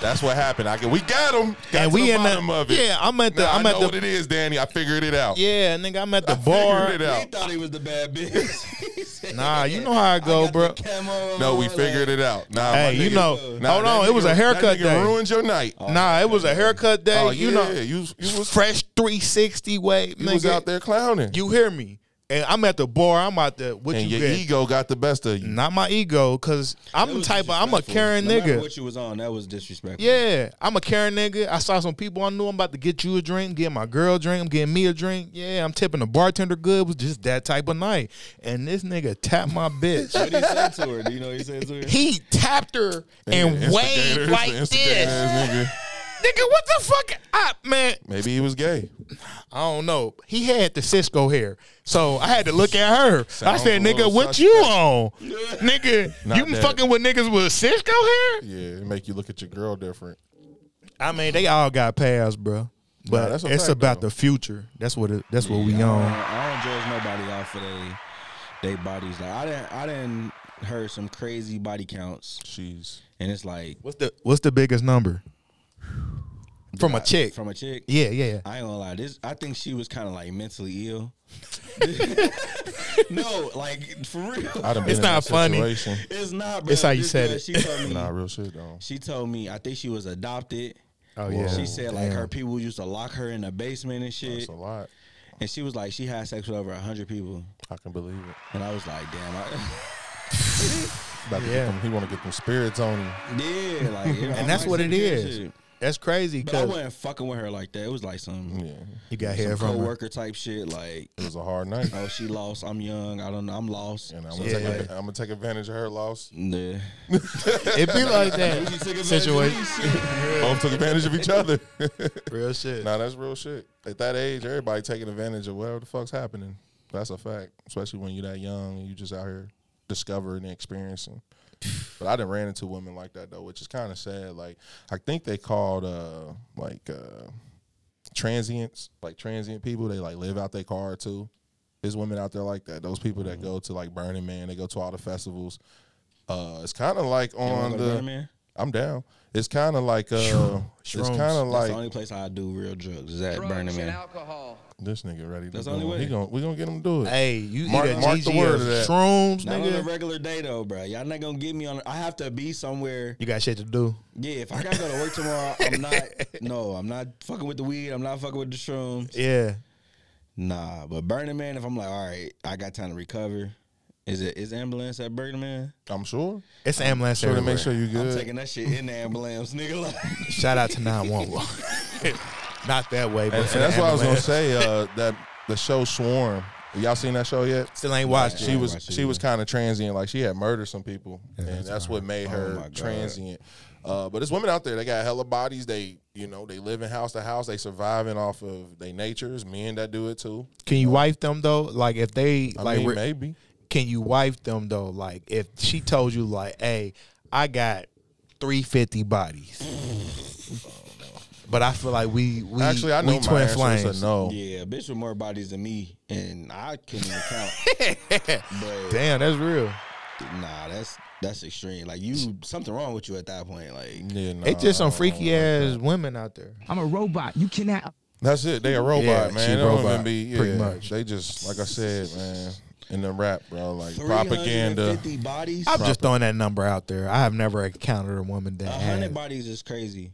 [SPEAKER 2] That's what happened. I get we got him. Got
[SPEAKER 4] and
[SPEAKER 2] to
[SPEAKER 4] we
[SPEAKER 2] the
[SPEAKER 4] in
[SPEAKER 2] bottom
[SPEAKER 4] the
[SPEAKER 2] of it.
[SPEAKER 4] yeah. I'm at the
[SPEAKER 2] Now i
[SPEAKER 4] I'm at
[SPEAKER 2] know
[SPEAKER 4] the
[SPEAKER 2] what it is, Danny. I figured it out.
[SPEAKER 4] yeah, nigga. I'm at the
[SPEAKER 2] I
[SPEAKER 4] bar.
[SPEAKER 2] figured it out.
[SPEAKER 3] thought he was the bad bitch. He said,
[SPEAKER 4] Nah, you know how I go,
[SPEAKER 3] got
[SPEAKER 4] bro.
[SPEAKER 3] the camo
[SPEAKER 2] No, we
[SPEAKER 3] on,
[SPEAKER 2] figured
[SPEAKER 3] like-
[SPEAKER 2] it out. Nah,
[SPEAKER 4] Hey,
[SPEAKER 2] my
[SPEAKER 4] you
[SPEAKER 2] nigga-
[SPEAKER 4] know-
[SPEAKER 2] nah,
[SPEAKER 4] hold
[SPEAKER 2] that
[SPEAKER 4] on, it was a
[SPEAKER 2] nigga-
[SPEAKER 4] haircut
[SPEAKER 2] that nigga
[SPEAKER 4] day.
[SPEAKER 2] Ruined your night.
[SPEAKER 4] Nah, it was a haircut day.
[SPEAKER 2] Oh,
[SPEAKER 4] you
[SPEAKER 2] yeah,
[SPEAKER 4] know,
[SPEAKER 2] you was- you was-
[SPEAKER 4] fresh 360 way.
[SPEAKER 2] You was
[SPEAKER 4] nigga.
[SPEAKER 2] out there clowning.
[SPEAKER 4] You hear me? And I'm at the bar. I'm out there. What
[SPEAKER 2] and
[SPEAKER 4] you
[SPEAKER 2] your
[SPEAKER 4] get?
[SPEAKER 2] ego got the best of you.
[SPEAKER 4] Not my ego, cause I'm the
[SPEAKER 3] was
[SPEAKER 4] type of I'm a
[SPEAKER 3] disrespectful.
[SPEAKER 4] caring
[SPEAKER 3] No matter
[SPEAKER 4] nigga.
[SPEAKER 3] What you was on, that was disrespectful.
[SPEAKER 4] yeah, I'm a caring nigga. I saw some people I knew. I'm about to get you a drink, get my girl a drink. I'm getting me a drink. Yeah, I'm tipping the bartender good. It was just that type of night. And this nigga tapped my bitch.
[SPEAKER 3] What he said to her? Do you know what he said to her?
[SPEAKER 4] he tapped her and
[SPEAKER 2] Instigators,
[SPEAKER 4] waved like
[SPEAKER 2] instigators,
[SPEAKER 4] this.
[SPEAKER 2] nigga.
[SPEAKER 4] Nigga, what the fuck? I, man,
[SPEAKER 2] Maybe he was gay.
[SPEAKER 4] I don't know. He had the Cisco hair, so I had to look at her. I
[SPEAKER 2] Sounds
[SPEAKER 4] said,
[SPEAKER 2] a little
[SPEAKER 4] "Nigga, what
[SPEAKER 2] suspect."
[SPEAKER 4] you on? Nigga,
[SPEAKER 2] Not
[SPEAKER 4] you
[SPEAKER 2] that.
[SPEAKER 4] fucking with niggas with Cisco hair?"
[SPEAKER 2] Yeah, it make you look at your girl different.
[SPEAKER 4] I mean, they all got paths, bro. But
[SPEAKER 2] that's a
[SPEAKER 4] it's
[SPEAKER 2] fact,
[SPEAKER 4] about
[SPEAKER 2] though.
[SPEAKER 4] the future. That's what. It, that's what we
[SPEAKER 3] I don't,
[SPEAKER 4] on.
[SPEAKER 3] I don't judge nobody off of they they bodies. Like I didn't I didn't heard some crazy body counts,
[SPEAKER 2] She's
[SPEAKER 3] and it's like
[SPEAKER 4] What's the What's the biggest number from a chick?
[SPEAKER 3] from a chick.
[SPEAKER 4] yeah, yeah.
[SPEAKER 3] I ain't gonna lie. This I think she was kind of like mentally ill. no, like for real,
[SPEAKER 2] I done been
[SPEAKER 4] It's
[SPEAKER 2] in that
[SPEAKER 4] not funny.
[SPEAKER 2] situation.
[SPEAKER 3] it's not. Bro.
[SPEAKER 4] It's how you
[SPEAKER 3] This
[SPEAKER 4] said
[SPEAKER 3] girl,
[SPEAKER 4] it.
[SPEAKER 3] She told me.
[SPEAKER 2] Nah, real shit though.
[SPEAKER 3] She told me. I think she was adopted.
[SPEAKER 4] Oh yeah.
[SPEAKER 3] She said like
[SPEAKER 4] Damn.
[SPEAKER 3] her people used to lock her in the basement and shit,
[SPEAKER 2] That's a lot.
[SPEAKER 3] and she was like she had sex with over hundred people,
[SPEAKER 2] I can believe it.
[SPEAKER 3] and I was like, damn, I,
[SPEAKER 2] About to get
[SPEAKER 4] Yeah.
[SPEAKER 2] them, he want to get them spirits on him.
[SPEAKER 3] yeah, like, you know,
[SPEAKER 4] And that's
[SPEAKER 3] I'm
[SPEAKER 4] what
[SPEAKER 3] like,
[SPEAKER 4] it is.
[SPEAKER 3] shit.
[SPEAKER 4] That's crazy.
[SPEAKER 3] But I
[SPEAKER 4] Cause
[SPEAKER 3] wasn't fucking with her like that. It was like some
[SPEAKER 2] Yeah,
[SPEAKER 4] you got
[SPEAKER 3] some
[SPEAKER 4] hair from her.
[SPEAKER 3] coworker type shit. Like,
[SPEAKER 2] it was a hard night,
[SPEAKER 3] oh, she lost. I'm young. I don't know. I'm lost.
[SPEAKER 2] and I'm
[SPEAKER 3] So
[SPEAKER 2] gonna,
[SPEAKER 3] it's
[SPEAKER 2] take,
[SPEAKER 4] Yeah.
[SPEAKER 2] adva- I'm gonna take advantage of her loss.
[SPEAKER 3] Nah.
[SPEAKER 4] It be like that situation.
[SPEAKER 2] Both took advantage of each other.
[SPEAKER 4] Real shit.
[SPEAKER 2] nah, that's real shit. At that age, everybody taking advantage of whatever the fuck's happening. That's a fact, especially when you're that young and you just out here discovering and experiencing. But I done ran into women like that though, which is kind of sad. Like I think they called uh like uh transients, like transient people. They like live out their car too. There's women out there like that. Those people
[SPEAKER 3] Mm-hmm.
[SPEAKER 2] that go to like Burning Man, they go to all the festivals. Uh, it's kind of like
[SPEAKER 3] You wanna
[SPEAKER 2] on
[SPEAKER 3] go
[SPEAKER 2] the.
[SPEAKER 3] to Burning Man?
[SPEAKER 2] I'm down. It's kind of like uh, it's
[SPEAKER 4] shrooms.
[SPEAKER 2] kind of
[SPEAKER 3] That's
[SPEAKER 2] like
[SPEAKER 3] the only place I do real drugs is at Burning Man.
[SPEAKER 2] this nigga ready. To
[SPEAKER 3] That's
[SPEAKER 2] go.
[SPEAKER 3] the only way.
[SPEAKER 2] He gon' we gonna get him to do it.
[SPEAKER 4] Hey, you
[SPEAKER 2] Mark-
[SPEAKER 4] eat a
[SPEAKER 2] mark
[SPEAKER 4] GG
[SPEAKER 2] the word
[SPEAKER 4] of
[SPEAKER 2] of that.
[SPEAKER 4] shrooms,
[SPEAKER 3] Not on a
[SPEAKER 4] nigga.
[SPEAKER 3] regular day though, bro. Y'all not gonna get me on. I have to be somewhere.
[SPEAKER 4] You got shit to do.
[SPEAKER 3] Yeah, if I gotta go to work tomorrow, I'm not. No, I'm not fucking with the weed. I'm not fucking with the shrooms.
[SPEAKER 4] Yeah.
[SPEAKER 3] Nah, but Burning Man. If I'm like, all right, I got time to recover. Is it is ambulance at Burning Man?
[SPEAKER 2] I'm sure.
[SPEAKER 4] It's ambulance
[SPEAKER 2] Sure to
[SPEAKER 4] everywhere.
[SPEAKER 2] make sure you
[SPEAKER 3] I'm
[SPEAKER 2] good.
[SPEAKER 3] taking that shit in the ambulance, nigga. Like,
[SPEAKER 4] Shout out to 911. Not that way, but
[SPEAKER 2] And, and
[SPEAKER 4] for the
[SPEAKER 2] that's what I was gonna
[SPEAKER 4] ambulance.
[SPEAKER 2] say. Uh, that the show Swarm. Y'all seen that show yet?
[SPEAKER 4] Still ain't watched
[SPEAKER 2] She
[SPEAKER 4] it.
[SPEAKER 2] was
[SPEAKER 3] watch it
[SPEAKER 2] she was kind of transient. Like she had murdered some people, and that's what made
[SPEAKER 4] Oh
[SPEAKER 2] her
[SPEAKER 3] my God.
[SPEAKER 2] transient. Uh, but there's women out there. They got hella bodies. They you know they live in house to house. They surviving off of they natures. Men that do it too.
[SPEAKER 4] Can you wife them though? Like if they
[SPEAKER 2] I
[SPEAKER 4] like,
[SPEAKER 2] mean,
[SPEAKER 4] re-
[SPEAKER 2] maybe.
[SPEAKER 4] can you wife them though? Like if she told you like, hey, I got three fifty bodies, but I feel like we we
[SPEAKER 2] Actually, I know
[SPEAKER 4] we
[SPEAKER 2] my
[SPEAKER 4] twin
[SPEAKER 2] answer is
[SPEAKER 4] flames.
[SPEAKER 2] a no.
[SPEAKER 3] yeah, a bitch with more bodies than me, and I couldn't even count. but
[SPEAKER 4] Damn, that's real.
[SPEAKER 3] nah, that's that's extreme. Like you, something wrong with you at that point. Like
[SPEAKER 2] Yeah, nah,
[SPEAKER 4] it's just
[SPEAKER 2] I
[SPEAKER 4] some
[SPEAKER 2] don't
[SPEAKER 4] freaky
[SPEAKER 2] like
[SPEAKER 4] ass
[SPEAKER 2] that.
[SPEAKER 4] women out there.
[SPEAKER 8] I'm a robot. You cannot.
[SPEAKER 2] That's it. They a robot,
[SPEAKER 4] Yeah, she
[SPEAKER 2] man. They
[SPEAKER 4] robot,
[SPEAKER 2] don't even be yeah.
[SPEAKER 4] pretty much.
[SPEAKER 2] They just like I said, man. In the rap, bro, like propaganda.
[SPEAKER 3] 350 bodies.
[SPEAKER 4] I'm just throwing that number out there. I have never encountered a woman that
[SPEAKER 3] A
[SPEAKER 4] had.
[SPEAKER 3] hundred bodies is crazy.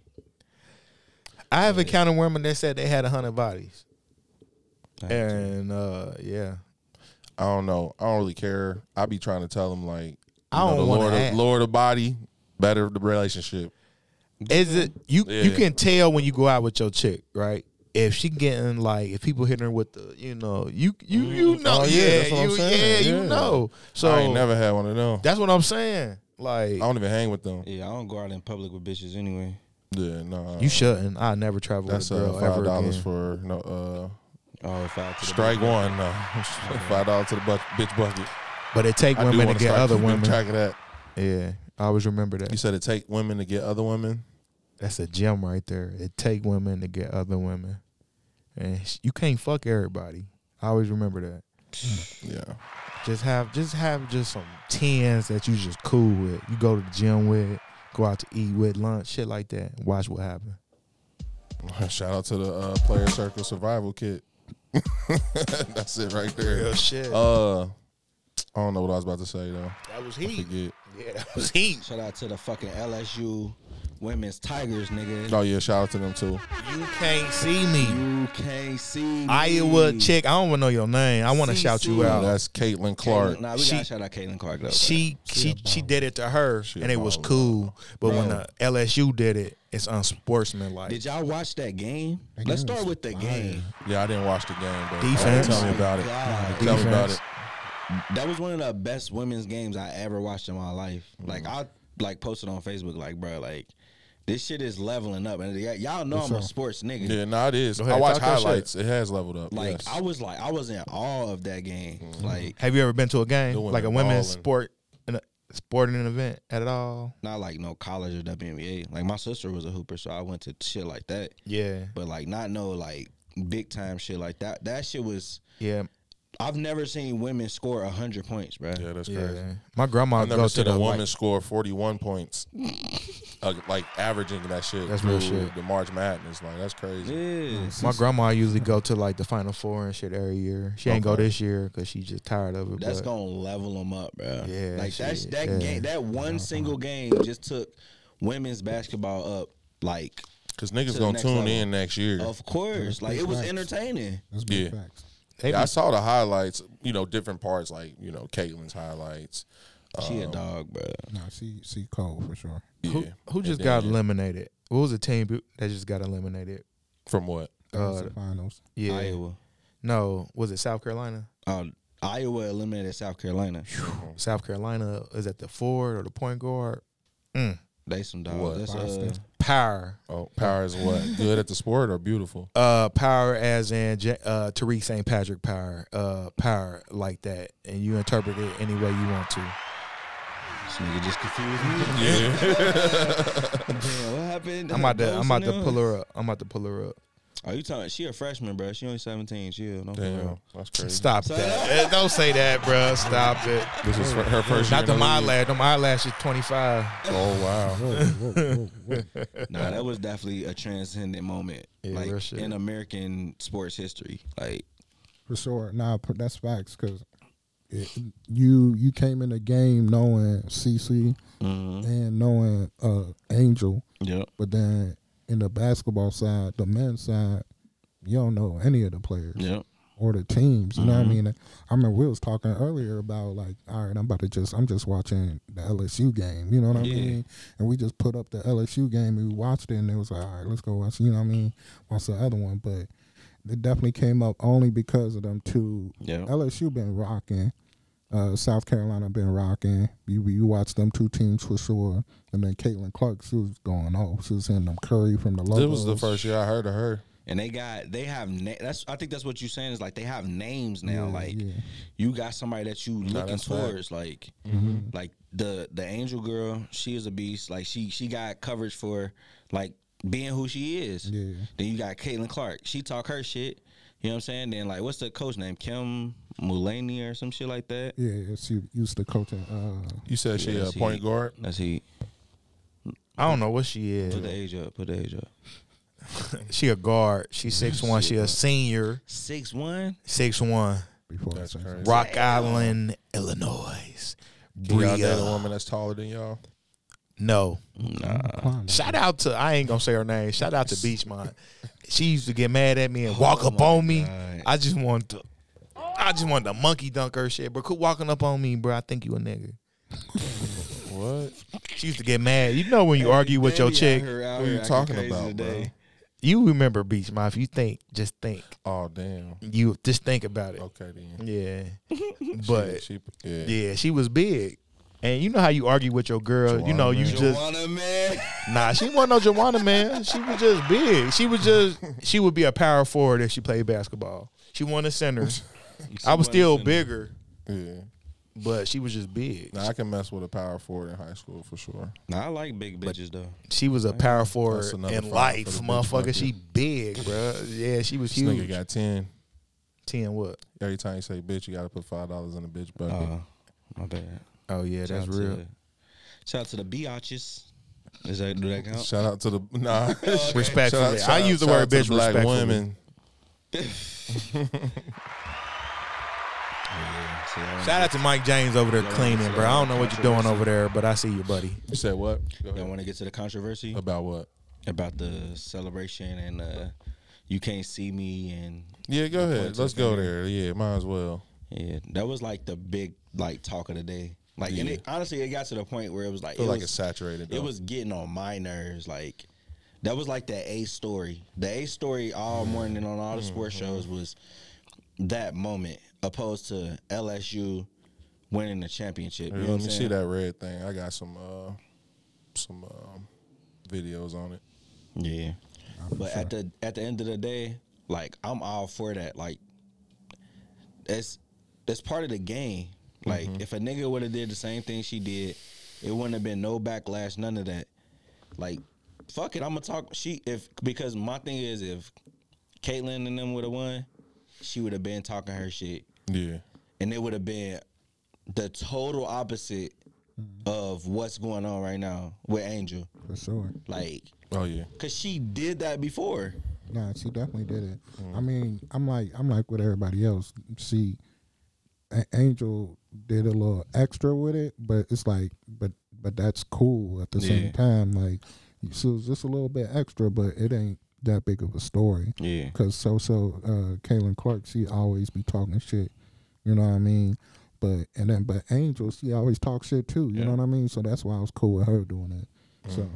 [SPEAKER 4] I have encountered women that said they had a hundred bodies. And uh, yeah,
[SPEAKER 2] I don't know. I don't really care. I be trying to tell them like, you
[SPEAKER 4] I
[SPEAKER 2] know,
[SPEAKER 4] don't
[SPEAKER 2] the
[SPEAKER 4] wanna
[SPEAKER 2] Lord, of,
[SPEAKER 4] ask.
[SPEAKER 2] Lord of body, better the relationship.
[SPEAKER 4] is it you? You
[SPEAKER 2] Yeah.
[SPEAKER 4] can tell when you go out with your chick, right? if she getting like if people hitting her with the you know you you you know
[SPEAKER 2] Oh, yeah,
[SPEAKER 4] yeah
[SPEAKER 2] that's what I'm
[SPEAKER 4] you,
[SPEAKER 2] saying.
[SPEAKER 4] yeah,
[SPEAKER 2] Yeah.
[SPEAKER 4] you know so
[SPEAKER 2] I ain't never had one of them.
[SPEAKER 4] that's what I'm saying like
[SPEAKER 2] I don't even hang with them.
[SPEAKER 3] Yeah, I don't go out in public with bitches anyway.
[SPEAKER 2] Yeah, no.
[SPEAKER 4] you shouldn't I never travel
[SPEAKER 2] that's
[SPEAKER 4] with a
[SPEAKER 2] uh,
[SPEAKER 4] girl
[SPEAKER 2] five
[SPEAKER 4] ever
[SPEAKER 2] dollars
[SPEAKER 4] again
[SPEAKER 2] for no. Uh,
[SPEAKER 3] Oh, if I to the
[SPEAKER 2] strike one. No, five dollars to the buck bitch bucket.
[SPEAKER 4] but it take
[SPEAKER 2] I do
[SPEAKER 4] women to
[SPEAKER 2] wanna
[SPEAKER 4] get
[SPEAKER 2] start
[SPEAKER 4] other
[SPEAKER 2] keeping
[SPEAKER 4] women
[SPEAKER 2] Track of that.
[SPEAKER 4] yeah I always remember
[SPEAKER 2] You
[SPEAKER 4] that
[SPEAKER 2] said it take women to get other women.
[SPEAKER 4] that's a gem right there it take women to get other women and sh- you can't fuck everybody I always remember that
[SPEAKER 2] Yeah.
[SPEAKER 4] Just have just have just some tens that you just cool with. You go to the gym with, go out to eat with, lunch, shit like that. and Watch what happen.
[SPEAKER 2] Shout out to the uh, player circle survival kit. That's it right there.
[SPEAKER 4] shit.
[SPEAKER 2] Uh, I don't know what I was about to say though.
[SPEAKER 4] that was
[SPEAKER 2] I
[SPEAKER 4] heat.
[SPEAKER 2] forget.
[SPEAKER 4] Yeah, that was heat.
[SPEAKER 3] Shout out to the fucking LSU women's Tigers, nigga.
[SPEAKER 2] Oh yeah, shout out to them too.
[SPEAKER 4] You can't see me.
[SPEAKER 3] You can't see me.
[SPEAKER 4] Iowa chick, I don't even know your name. I want to
[SPEAKER 3] CC.
[SPEAKER 4] shout you out.
[SPEAKER 2] That's Caitlin Clark.
[SPEAKER 3] Caitlin, nah, we
[SPEAKER 4] She-
[SPEAKER 3] gotta shout out Caitlin Clark though.
[SPEAKER 4] She she she did it to her,
[SPEAKER 2] She
[SPEAKER 4] and
[SPEAKER 2] a
[SPEAKER 4] it was
[SPEAKER 2] baller.
[SPEAKER 4] cool. But when
[SPEAKER 2] Bro.
[SPEAKER 4] the LSU did it, it's unsportsmanlike.
[SPEAKER 3] Did y'all watch that game? Let's
[SPEAKER 7] game
[SPEAKER 3] start
[SPEAKER 7] was
[SPEAKER 3] with the game. Oh
[SPEAKER 2] Yeah, I didn't watch the game, but
[SPEAKER 4] Defense.
[SPEAKER 2] Tell me about it.
[SPEAKER 3] God.
[SPEAKER 2] Tell me about
[SPEAKER 4] Defense.
[SPEAKER 2] it.
[SPEAKER 3] That was one of the best women's games I ever watched in my life. Like I like posted on Facebook, like bro, like this shit is leveling up, and y- y'all know I'm a sports nigga.
[SPEAKER 2] Yeah, nah, it is.
[SPEAKER 4] ahead,
[SPEAKER 2] I watch
[SPEAKER 4] talk your shit.
[SPEAKER 2] highlights. It has leveled up.
[SPEAKER 3] Like
[SPEAKER 2] yes. Mm-hmm.
[SPEAKER 3] I was like I was in awe of that game. Like
[SPEAKER 4] Have you ever been to a game
[SPEAKER 2] The women
[SPEAKER 4] like a women's
[SPEAKER 2] ballin'.
[SPEAKER 4] sport in a sporting event at all?
[SPEAKER 3] not like no college or WNBA. Like my sister was a hooper, so I went to shit like that.
[SPEAKER 4] Yeah,
[SPEAKER 3] But like not no like big time shit like that. That shit was.
[SPEAKER 4] yeah.
[SPEAKER 3] I've never seen women score hundred points, bro.
[SPEAKER 2] yeah, that's crazy.
[SPEAKER 4] Yeah, my grandma
[SPEAKER 2] I've never
[SPEAKER 4] goes to
[SPEAKER 2] seen
[SPEAKER 4] the
[SPEAKER 2] a woman
[SPEAKER 4] like,
[SPEAKER 2] score 41 points, uh, like averaging that shit.
[SPEAKER 4] That's real
[SPEAKER 2] through
[SPEAKER 4] shit.
[SPEAKER 2] The March Madness, like that's crazy.
[SPEAKER 3] Yeah.
[SPEAKER 4] my grandma usually go to like the Final Four and shit every year. She ain't go
[SPEAKER 2] Okay.
[SPEAKER 4] this year because she just tired of it.
[SPEAKER 3] That's
[SPEAKER 4] but
[SPEAKER 3] gonna level them up, bro.
[SPEAKER 4] Yeah,
[SPEAKER 3] like that's
[SPEAKER 4] shit,
[SPEAKER 3] that Uh-huh.
[SPEAKER 4] yeah.
[SPEAKER 3] game. That one single game just took women's basketball up. Like,
[SPEAKER 2] Cause
[SPEAKER 3] To
[SPEAKER 2] niggas
[SPEAKER 3] the
[SPEAKER 2] gonna
[SPEAKER 3] next
[SPEAKER 2] tune
[SPEAKER 3] level.
[SPEAKER 2] in next
[SPEAKER 4] Oh,
[SPEAKER 2] year.
[SPEAKER 3] of course, like it was entertaining.
[SPEAKER 7] That's big
[SPEAKER 2] Yeah.
[SPEAKER 7] facts.
[SPEAKER 4] They be-
[SPEAKER 2] Yeah, I saw the highlights. You know, different parts like you know Caitlin's highlights.
[SPEAKER 3] She a dog, bro.
[SPEAKER 7] Nah, she she cold for sure.
[SPEAKER 2] Yeah.
[SPEAKER 4] who, who
[SPEAKER 2] And
[SPEAKER 4] just got
[SPEAKER 2] then-
[SPEAKER 4] eliminated? What was the team bu- that just got eliminated?
[SPEAKER 2] from what?
[SPEAKER 4] Uh,
[SPEAKER 7] the finals.
[SPEAKER 4] Yeah,
[SPEAKER 3] Iowa.
[SPEAKER 4] no, was it South Carolina?
[SPEAKER 3] Uh, Iowa eliminated South Carolina.
[SPEAKER 2] Oh.
[SPEAKER 4] South Carolina is at the forward or the point guard?
[SPEAKER 3] They some dogs.
[SPEAKER 2] What?
[SPEAKER 3] That's, uh,
[SPEAKER 4] Power,
[SPEAKER 2] Oh, power is what? Good at the sport or beautiful?
[SPEAKER 4] uh, power as in Ja- uh, Tariq St. Patrick power, uh, power like that, and you interpret it any way you want to.
[SPEAKER 3] this nigga just confused me.
[SPEAKER 2] Yeah.
[SPEAKER 3] Damn, what happened?
[SPEAKER 4] I'm about to, I'm about to
[SPEAKER 3] What's
[SPEAKER 4] pull
[SPEAKER 3] new?
[SPEAKER 4] her up. I'm about to pull her up.
[SPEAKER 3] Are you talking? She a freshman, bro. She only seventeen. Chill. Don't be
[SPEAKER 2] Damn,
[SPEAKER 3] real.
[SPEAKER 2] that's crazy.
[SPEAKER 4] Stop that. Eh, Don't say that, bruh. Stop it.
[SPEAKER 2] This is her- her first.
[SPEAKER 4] Not
[SPEAKER 2] year in
[SPEAKER 4] them
[SPEAKER 2] the league.
[SPEAKER 4] eyelash. Them eyelashes 25.
[SPEAKER 2] Oh wow.
[SPEAKER 3] Nah, that was definitely a transcendent moment,
[SPEAKER 4] Yeah, real
[SPEAKER 3] like
[SPEAKER 4] shit.
[SPEAKER 3] in American sports history. Like,
[SPEAKER 7] For sure. Nah, p- that's facts because you you came in the game knowing CC and knowing uh, Angel,
[SPEAKER 3] yep.
[SPEAKER 7] but then in the basketball side, the men's side, you don't know any of the players
[SPEAKER 3] Yep.
[SPEAKER 7] or the teams. You know what I
[SPEAKER 2] Mm-hmm.
[SPEAKER 7] mean? I mean, we was talking earlier about like, all right, I'm about to just I'm just watching the LSU game. You know what I
[SPEAKER 3] Yeah.
[SPEAKER 7] mean? And we just put up the LSU game and we watched it and it was like, all right, let's go watch. You know what I mean? Watch the other one, but it definitely came up only because of them two.
[SPEAKER 3] Yeah.
[SPEAKER 7] LSU been rocking. Uh, South Carolina been rocking. You you watch them two teams for sure, and then Caitlin Clark she was going off. She was hitting them Curry from the low.
[SPEAKER 2] This was the first year I heard of her.
[SPEAKER 3] and they got they have na- that's I think that's what you're saying is like they have names now. like
[SPEAKER 7] yeah.
[SPEAKER 3] you got somebody that you looking
[SPEAKER 2] that's fact.
[SPEAKER 3] towards. Like
[SPEAKER 7] Mm-hmm.
[SPEAKER 3] like the the angel girl, she is a beast. Like she she got coverage for like being who she is.
[SPEAKER 7] Yeah.
[SPEAKER 3] Then you got Caitlin Clark. She talk her shit. You know what I'm saying? Then like what's the coach name? Kim Mulaney or some shit like that.
[SPEAKER 7] Yeah, she used to coach at uh,
[SPEAKER 2] You said she
[SPEAKER 3] Yeah,
[SPEAKER 2] a
[SPEAKER 3] she-
[SPEAKER 2] point guard.
[SPEAKER 3] That's he.
[SPEAKER 4] I don't know what she is.
[SPEAKER 3] Put the age up. Put the age up.
[SPEAKER 4] She a guard. She 6'1. Mm-hmm. She a senior.
[SPEAKER 3] Six one.
[SPEAKER 4] 6'1.
[SPEAKER 7] before
[SPEAKER 2] That's
[SPEAKER 7] the season.
[SPEAKER 2] crazy.
[SPEAKER 4] Rock Island, Illinois.
[SPEAKER 2] Y'all date a
[SPEAKER 4] Bria.
[SPEAKER 2] woman that's taller than y'all.
[SPEAKER 4] No.
[SPEAKER 7] Climb it.
[SPEAKER 4] Shout out to, I ain't going to say her name. Shout out to Beachmont. She used to get mad at me and walk up
[SPEAKER 3] Oh
[SPEAKER 4] on me. I just wanted to. I just wanted to monkey dunk her shit, bro. Quit walking up on me, bro. I think you a nigga.
[SPEAKER 2] What?
[SPEAKER 4] She used to get mad. You know when you argue with your
[SPEAKER 3] Baby out
[SPEAKER 4] chick,
[SPEAKER 3] here, out
[SPEAKER 2] What are
[SPEAKER 3] here
[SPEAKER 2] you
[SPEAKER 3] acting
[SPEAKER 2] talking
[SPEAKER 3] crazy
[SPEAKER 2] about, bro?
[SPEAKER 3] today.
[SPEAKER 4] You remember Beach Mafia. If you think, just think.
[SPEAKER 2] Oh damn.
[SPEAKER 4] You just think about it.
[SPEAKER 2] Okay then.
[SPEAKER 4] Yeah. but
[SPEAKER 2] She, yeah.
[SPEAKER 4] yeah, she was big. And you know how you argue with your girl. you know, you just
[SPEAKER 3] Wanna man?
[SPEAKER 4] Nah, she wasn't no Joanna, man. She was just big. She was just she would be a power forward if she played basketball. She won a center. I was still bigger,
[SPEAKER 2] yeah.
[SPEAKER 4] but she was just big.
[SPEAKER 2] Now I can mess with a power forward in high school for sure.
[SPEAKER 3] Nah, I like big bitches though.
[SPEAKER 4] She was a power
[SPEAKER 2] That's
[SPEAKER 4] forward
[SPEAKER 2] another
[SPEAKER 4] in
[SPEAKER 2] five
[SPEAKER 4] life,
[SPEAKER 2] for the bitch
[SPEAKER 4] motherfucker.
[SPEAKER 2] bucket.
[SPEAKER 4] She big, bro. Yeah, she was
[SPEAKER 2] This nigga
[SPEAKER 4] huge.
[SPEAKER 2] got ten.
[SPEAKER 4] Ten what?
[SPEAKER 2] Every time you say bitch, you gotta put five dollars in the bitch bucket.
[SPEAKER 3] Uh, my bad.
[SPEAKER 4] Oh yeah, Oh, that's
[SPEAKER 3] Shout out to
[SPEAKER 4] real.
[SPEAKER 3] the- Shout out to the biatches. Is that do that count?
[SPEAKER 2] Shout out to the nah.
[SPEAKER 4] Respectfully, I use the
[SPEAKER 2] shout
[SPEAKER 4] word
[SPEAKER 2] out to
[SPEAKER 4] bitch
[SPEAKER 2] the black
[SPEAKER 4] respectfully.
[SPEAKER 2] women.
[SPEAKER 3] See, I
[SPEAKER 4] Shout out to Mike James over there cleaning, bro. I don't know what you're doing over there, but I see you, buddy.
[SPEAKER 2] You said what? Go ahead.
[SPEAKER 3] Y'all want to get to the controversy
[SPEAKER 2] About what?
[SPEAKER 3] about the celebration and uh, you can't see me and
[SPEAKER 2] Yeah, go ahead. Let's go there. Yeah, might as well.
[SPEAKER 3] yeah, that was like the big like talk of the day. Like and it, honestly, it got to the point where it was like
[SPEAKER 2] Feel
[SPEAKER 3] it
[SPEAKER 2] like
[SPEAKER 3] was,
[SPEAKER 2] it's saturated.
[SPEAKER 3] It
[SPEAKER 2] though.
[SPEAKER 3] was getting on my nerves. Like that was like that A story. The A story all
[SPEAKER 2] Mm-hmm.
[SPEAKER 3] morning on all the sports shows was that moment, opposed to LSU winning the championship. You
[SPEAKER 2] Here, let
[SPEAKER 3] know what
[SPEAKER 2] me
[SPEAKER 3] I'm
[SPEAKER 2] see
[SPEAKER 3] saying?
[SPEAKER 2] that red thing. I got some uh some um videos on it.
[SPEAKER 3] Yeah. But at the at the end of the day, like I'm all for that. Like that's that's part of the game. Like if a nigga would have did the same thing she did, it wouldn't have been no backlash, none of that. Like, fuck it, I'm gonna talk she if because my thing is if Caitlyn and them would have won, she would have been talking her shit.
[SPEAKER 2] Yeah.
[SPEAKER 3] And it would have been the total opposite of what's going on right now with Angel.
[SPEAKER 7] for sure.
[SPEAKER 3] Like
[SPEAKER 2] Oh yeah.
[SPEAKER 3] Cause she did that before.
[SPEAKER 7] Nah, she definitely did it. I
[SPEAKER 2] Mm.
[SPEAKER 7] mean, I'm like, I'm like with everybody else. She, A- Angel did a little extra with it, but it's like, but but that's cool at the
[SPEAKER 3] Yeah.
[SPEAKER 7] same time. Like, so it's just a little bit extra, but it ain't that big of a story.
[SPEAKER 3] Yeah.
[SPEAKER 7] Cause so so, uh, Kaylin Clark, she always be talking shit. You know what I mean? But and then but Angel, she always talk shit too. You know what I mean? So that's why I was cool with her doing it. So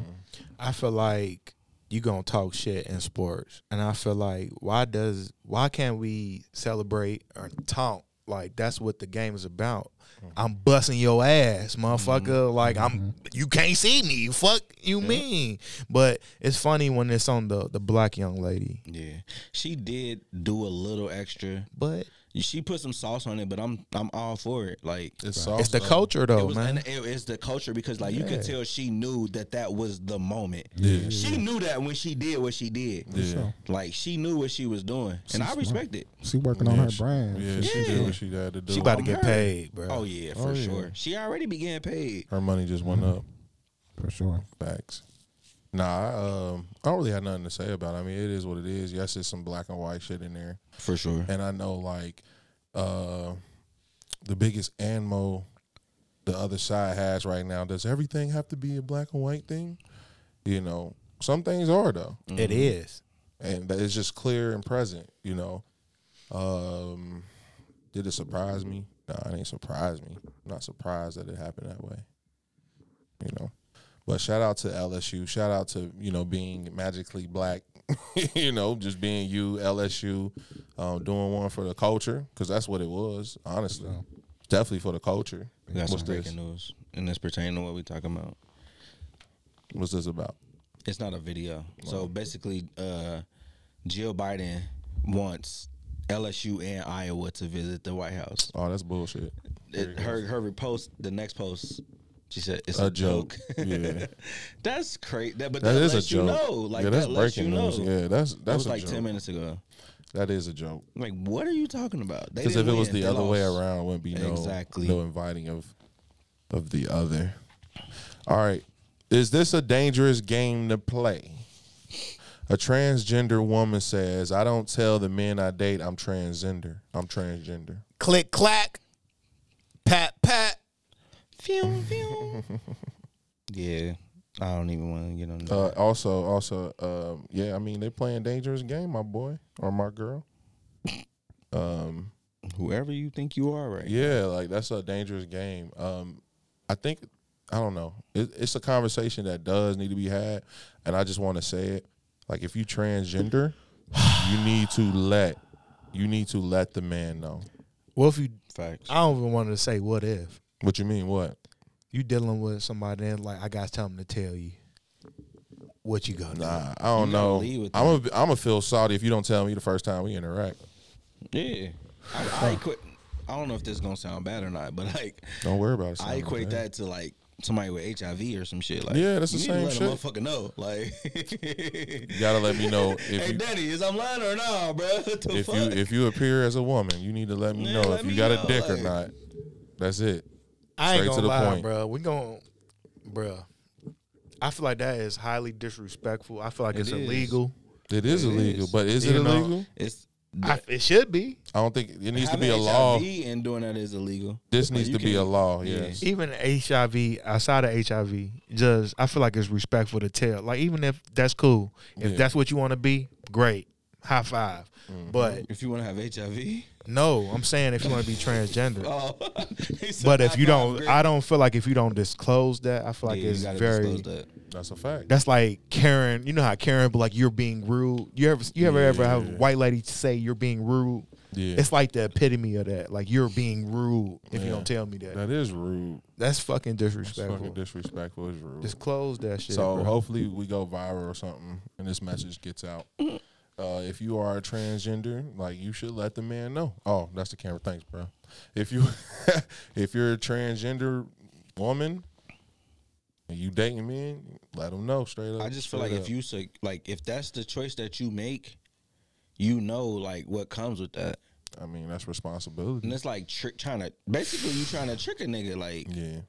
[SPEAKER 4] I feel like you gonna talk shit in sports, and I feel like why does why can't we celebrate or taunt? Like that's what the game is about.
[SPEAKER 3] Mm-hmm.
[SPEAKER 4] I'm busting your ass, motherfucker. Like I'm, you can't see me. You Fuck you mean? But it's funny when it's on the the black young lady.
[SPEAKER 3] Yeah. She did do a little extra.
[SPEAKER 4] But
[SPEAKER 3] She put some sauce on it, but I'm I'm all for it. Like
[SPEAKER 2] It's soft.
[SPEAKER 4] it's the
[SPEAKER 2] though.
[SPEAKER 4] culture
[SPEAKER 3] it
[SPEAKER 4] though,
[SPEAKER 3] was,
[SPEAKER 4] man.
[SPEAKER 3] and it- it's the culture because like you could tell she knew that that was the moment. She knew that when she did what she did.
[SPEAKER 2] Yeah.
[SPEAKER 3] Like she knew what she was doing, and I respect it.
[SPEAKER 7] she working on her brand.
[SPEAKER 2] Yeah, she did what she had to do.
[SPEAKER 4] She about to
[SPEAKER 3] I'm
[SPEAKER 4] get
[SPEAKER 3] hurt.
[SPEAKER 4] paid, bro.
[SPEAKER 3] Oh yeah, for sure. She already be getting paid.
[SPEAKER 2] Her money just went up.
[SPEAKER 7] for sure.
[SPEAKER 2] Facts. Nah, I, um, I don't really have nothing to say about. it. I mean, it is what it is. Yes, there's some black and white shit in there,
[SPEAKER 3] For sure.
[SPEAKER 2] and I know like uh, the biggest anmo the other side has right now. Does everything have to be a black and white thing? You know, some things are though,
[SPEAKER 3] Mm-hmm.
[SPEAKER 4] It is.
[SPEAKER 2] and that it's just clear and present. You know, um, did it surprise me? Nah, it ain't surprise me. I'm not surprised that it happened that way. You know. But shout out to LSU. Shout out to, you know, being magically black, you know, just being you, LSU, um, doing one for the culture, because that's what it was, honestly. Definitely for the culture.
[SPEAKER 3] We got some
[SPEAKER 2] What's this?
[SPEAKER 3] breaking news, and it's pertaining to what we talking about.
[SPEAKER 2] What's this about?
[SPEAKER 3] It's not a video. So basically, uh, Jill Biden wants LSU and Iowa to visit the White House.
[SPEAKER 2] Oh, that's bullshit.
[SPEAKER 3] It, her her repost, the next post, she said it's
[SPEAKER 2] A
[SPEAKER 3] a,
[SPEAKER 2] joke.
[SPEAKER 3] joke.
[SPEAKER 2] Yeah.
[SPEAKER 3] that's crazy. That, but
[SPEAKER 2] That
[SPEAKER 3] that,
[SPEAKER 2] is a
[SPEAKER 3] lets
[SPEAKER 2] joke.
[SPEAKER 3] You know. Like
[SPEAKER 2] yeah, that's
[SPEAKER 3] that lets you
[SPEAKER 2] breaking
[SPEAKER 3] know.
[SPEAKER 2] news. Yeah, that's
[SPEAKER 3] that
[SPEAKER 2] that's
[SPEAKER 3] was
[SPEAKER 2] a
[SPEAKER 3] like
[SPEAKER 2] joke.
[SPEAKER 3] ten minutes ago.
[SPEAKER 2] That is a joke.
[SPEAKER 3] Like, what are you talking about? They
[SPEAKER 2] Because if it
[SPEAKER 3] didn't
[SPEAKER 2] was
[SPEAKER 3] win.
[SPEAKER 2] the
[SPEAKER 3] They
[SPEAKER 2] other way
[SPEAKER 3] lost.
[SPEAKER 2] around, it wouldn't be no
[SPEAKER 3] Exactly.
[SPEAKER 2] no inviting of of the other. All right, is this a dangerous game to play? A transgender woman says, "I don't tell the men I date I'm transgender. I'm transgender."
[SPEAKER 4] Click clack, pat pat.
[SPEAKER 3] Phew, phew. yeah, I don't even want to get on that.
[SPEAKER 2] Uh, also, also, um, yeah, I mean they playing dangerous game, my boy or my girl. Um,
[SPEAKER 3] Whoever you think you are, right?
[SPEAKER 2] Yeah, like that's a dangerous game. Um, I think I don't know. It, it's a conversation that does need to be had, and I just want to say it. Like if you transgender, you need to let you need to let the man know.
[SPEAKER 4] Well, if you,
[SPEAKER 3] Facts.
[SPEAKER 4] I don't even want to say what if
[SPEAKER 2] What you mean? What?
[SPEAKER 4] you dealing with somebody and like I got to tell them to tell you what you gonna do.
[SPEAKER 2] Nah, I don't
[SPEAKER 3] You gotta
[SPEAKER 2] know.
[SPEAKER 3] lead with
[SPEAKER 2] I'm gonna I'm gonna feel salty if you don't tell me the first time we interact.
[SPEAKER 3] Yeah. I, I equate. I don't know if this is gonna sound bad or not, but like
[SPEAKER 2] Don't worry about it.
[SPEAKER 3] I
[SPEAKER 2] son.
[SPEAKER 3] equate that to like somebody with HIV or some shit. Like
[SPEAKER 2] Yeah, that's the
[SPEAKER 3] you
[SPEAKER 2] same
[SPEAKER 3] need to
[SPEAKER 2] shit.
[SPEAKER 3] let a motherfucker know. Like,
[SPEAKER 2] You gotta let me know if
[SPEAKER 3] hey,
[SPEAKER 2] you
[SPEAKER 3] daddy, is I'm lying or not, bro? What the
[SPEAKER 2] if
[SPEAKER 3] fuck?
[SPEAKER 2] you if you appear as a woman, you need to let me
[SPEAKER 3] Man,
[SPEAKER 2] know
[SPEAKER 3] let
[SPEAKER 2] if you
[SPEAKER 3] me
[SPEAKER 2] got
[SPEAKER 3] know,
[SPEAKER 2] a dick or
[SPEAKER 3] like-
[SPEAKER 2] not. That's it.
[SPEAKER 4] I ain't
[SPEAKER 2] Straight to
[SPEAKER 4] gonna
[SPEAKER 2] the
[SPEAKER 4] lie,
[SPEAKER 2] point.
[SPEAKER 4] bro. We gonna, bro. I feel like that is highly disrespectful. I feel like
[SPEAKER 3] It
[SPEAKER 4] it's
[SPEAKER 3] is.
[SPEAKER 4] illegal.
[SPEAKER 2] It is illegal,
[SPEAKER 3] is.
[SPEAKER 2] but is
[SPEAKER 4] You
[SPEAKER 2] it
[SPEAKER 4] know,
[SPEAKER 2] illegal?
[SPEAKER 3] it's
[SPEAKER 4] I, it should be.
[SPEAKER 2] I don't think it needs to
[SPEAKER 3] having
[SPEAKER 2] be a
[SPEAKER 3] HIV
[SPEAKER 2] law.
[SPEAKER 3] and doing that is illegal.
[SPEAKER 2] This
[SPEAKER 3] Like,
[SPEAKER 2] needs
[SPEAKER 3] you
[SPEAKER 2] to be a
[SPEAKER 3] can-
[SPEAKER 2] law.
[SPEAKER 3] yeah.
[SPEAKER 2] Yes.
[SPEAKER 4] even HIV outside of HIV, just I feel like it's respectful to tell. Like even if that's cool, if
[SPEAKER 2] Yeah.
[SPEAKER 4] that's what you want to be, great, high 5
[SPEAKER 3] Mm-hmm.
[SPEAKER 4] But
[SPEAKER 3] If you want to have HIV,
[SPEAKER 4] no, I'm saying if you want to be transgender.
[SPEAKER 3] oh, he said
[SPEAKER 4] but if
[SPEAKER 3] high
[SPEAKER 4] you
[SPEAKER 3] five,
[SPEAKER 4] don't,
[SPEAKER 3] great.
[SPEAKER 4] I don't feel like if you don't disclose that, I feel like
[SPEAKER 3] Yeah, you
[SPEAKER 4] it's
[SPEAKER 3] gotta
[SPEAKER 4] very.
[SPEAKER 3] disclose that.
[SPEAKER 2] That's a fact.
[SPEAKER 4] That's like Karen. You know how Karen, but like you're being rude. You ever, you ever, ever have a white lady say you're being rude?
[SPEAKER 2] Yeah.
[SPEAKER 4] It's like the epitome of that. Like you're being rude if you don't tell me that.
[SPEAKER 2] That is rude.
[SPEAKER 4] That's fucking
[SPEAKER 2] It's
[SPEAKER 4] disrespectful.
[SPEAKER 2] fucking disrespectful. It's rude.
[SPEAKER 4] Disclose that shit.
[SPEAKER 2] so
[SPEAKER 4] bro.
[SPEAKER 2] hopefully we go viral or something, and this message gets out. Uh, if you are a transgender, like you should let the man know. Oh, that's the camera. Thanks, bro. If you if you're a transgender woman and you dating men, let them know straight up.
[SPEAKER 3] I just feel
[SPEAKER 2] straight
[SPEAKER 3] like
[SPEAKER 2] up.
[SPEAKER 3] if you sec- like if that's the choice that you make, you know like what comes with that,
[SPEAKER 2] I mean, that's responsibility.
[SPEAKER 3] and it's like trick trying to basically you trying to trick a nigga like
[SPEAKER 2] yeah.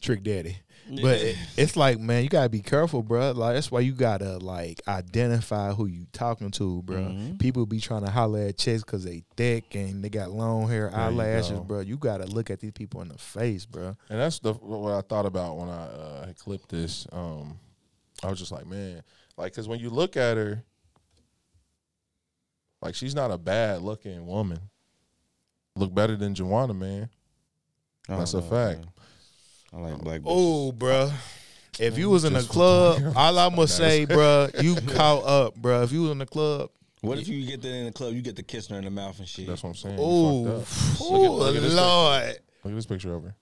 [SPEAKER 4] Trick Daddy. But it, it's like, man, you gotta be careful, bro. Like that's why you gotta like identify who you talking to, bro.
[SPEAKER 2] Mm-hmm.
[SPEAKER 3] Mm-hmm.
[SPEAKER 4] People be trying to holler at chicks because they thick and they got long hair, eyelashes,
[SPEAKER 2] go.
[SPEAKER 4] bro. You gotta look at these people in the face, bro.
[SPEAKER 2] And that's the what I thought about when I uh, had clipped this. Um, I was just like, man, like, cause when you look at her, like, she's not a bad looking woman. Look better than Joanna, man.
[SPEAKER 3] I don't
[SPEAKER 2] That's a
[SPEAKER 3] know,
[SPEAKER 2] fact.
[SPEAKER 3] Oh, man. I like black. bitches.
[SPEAKER 4] Oh, bro. If you was in a
[SPEAKER 2] Just-
[SPEAKER 4] club, all I'm gonna say, bro, you caught up, bro. If you was in the club,
[SPEAKER 3] what if you get that in the club? You get the kiss her in the mouth and shit.
[SPEAKER 2] That's what I'm saying.
[SPEAKER 4] ooh,
[SPEAKER 2] You
[SPEAKER 4] ooh,
[SPEAKER 2] fucked up. Look at- look at this pic-
[SPEAKER 4] Lord.
[SPEAKER 2] Look at this picture over.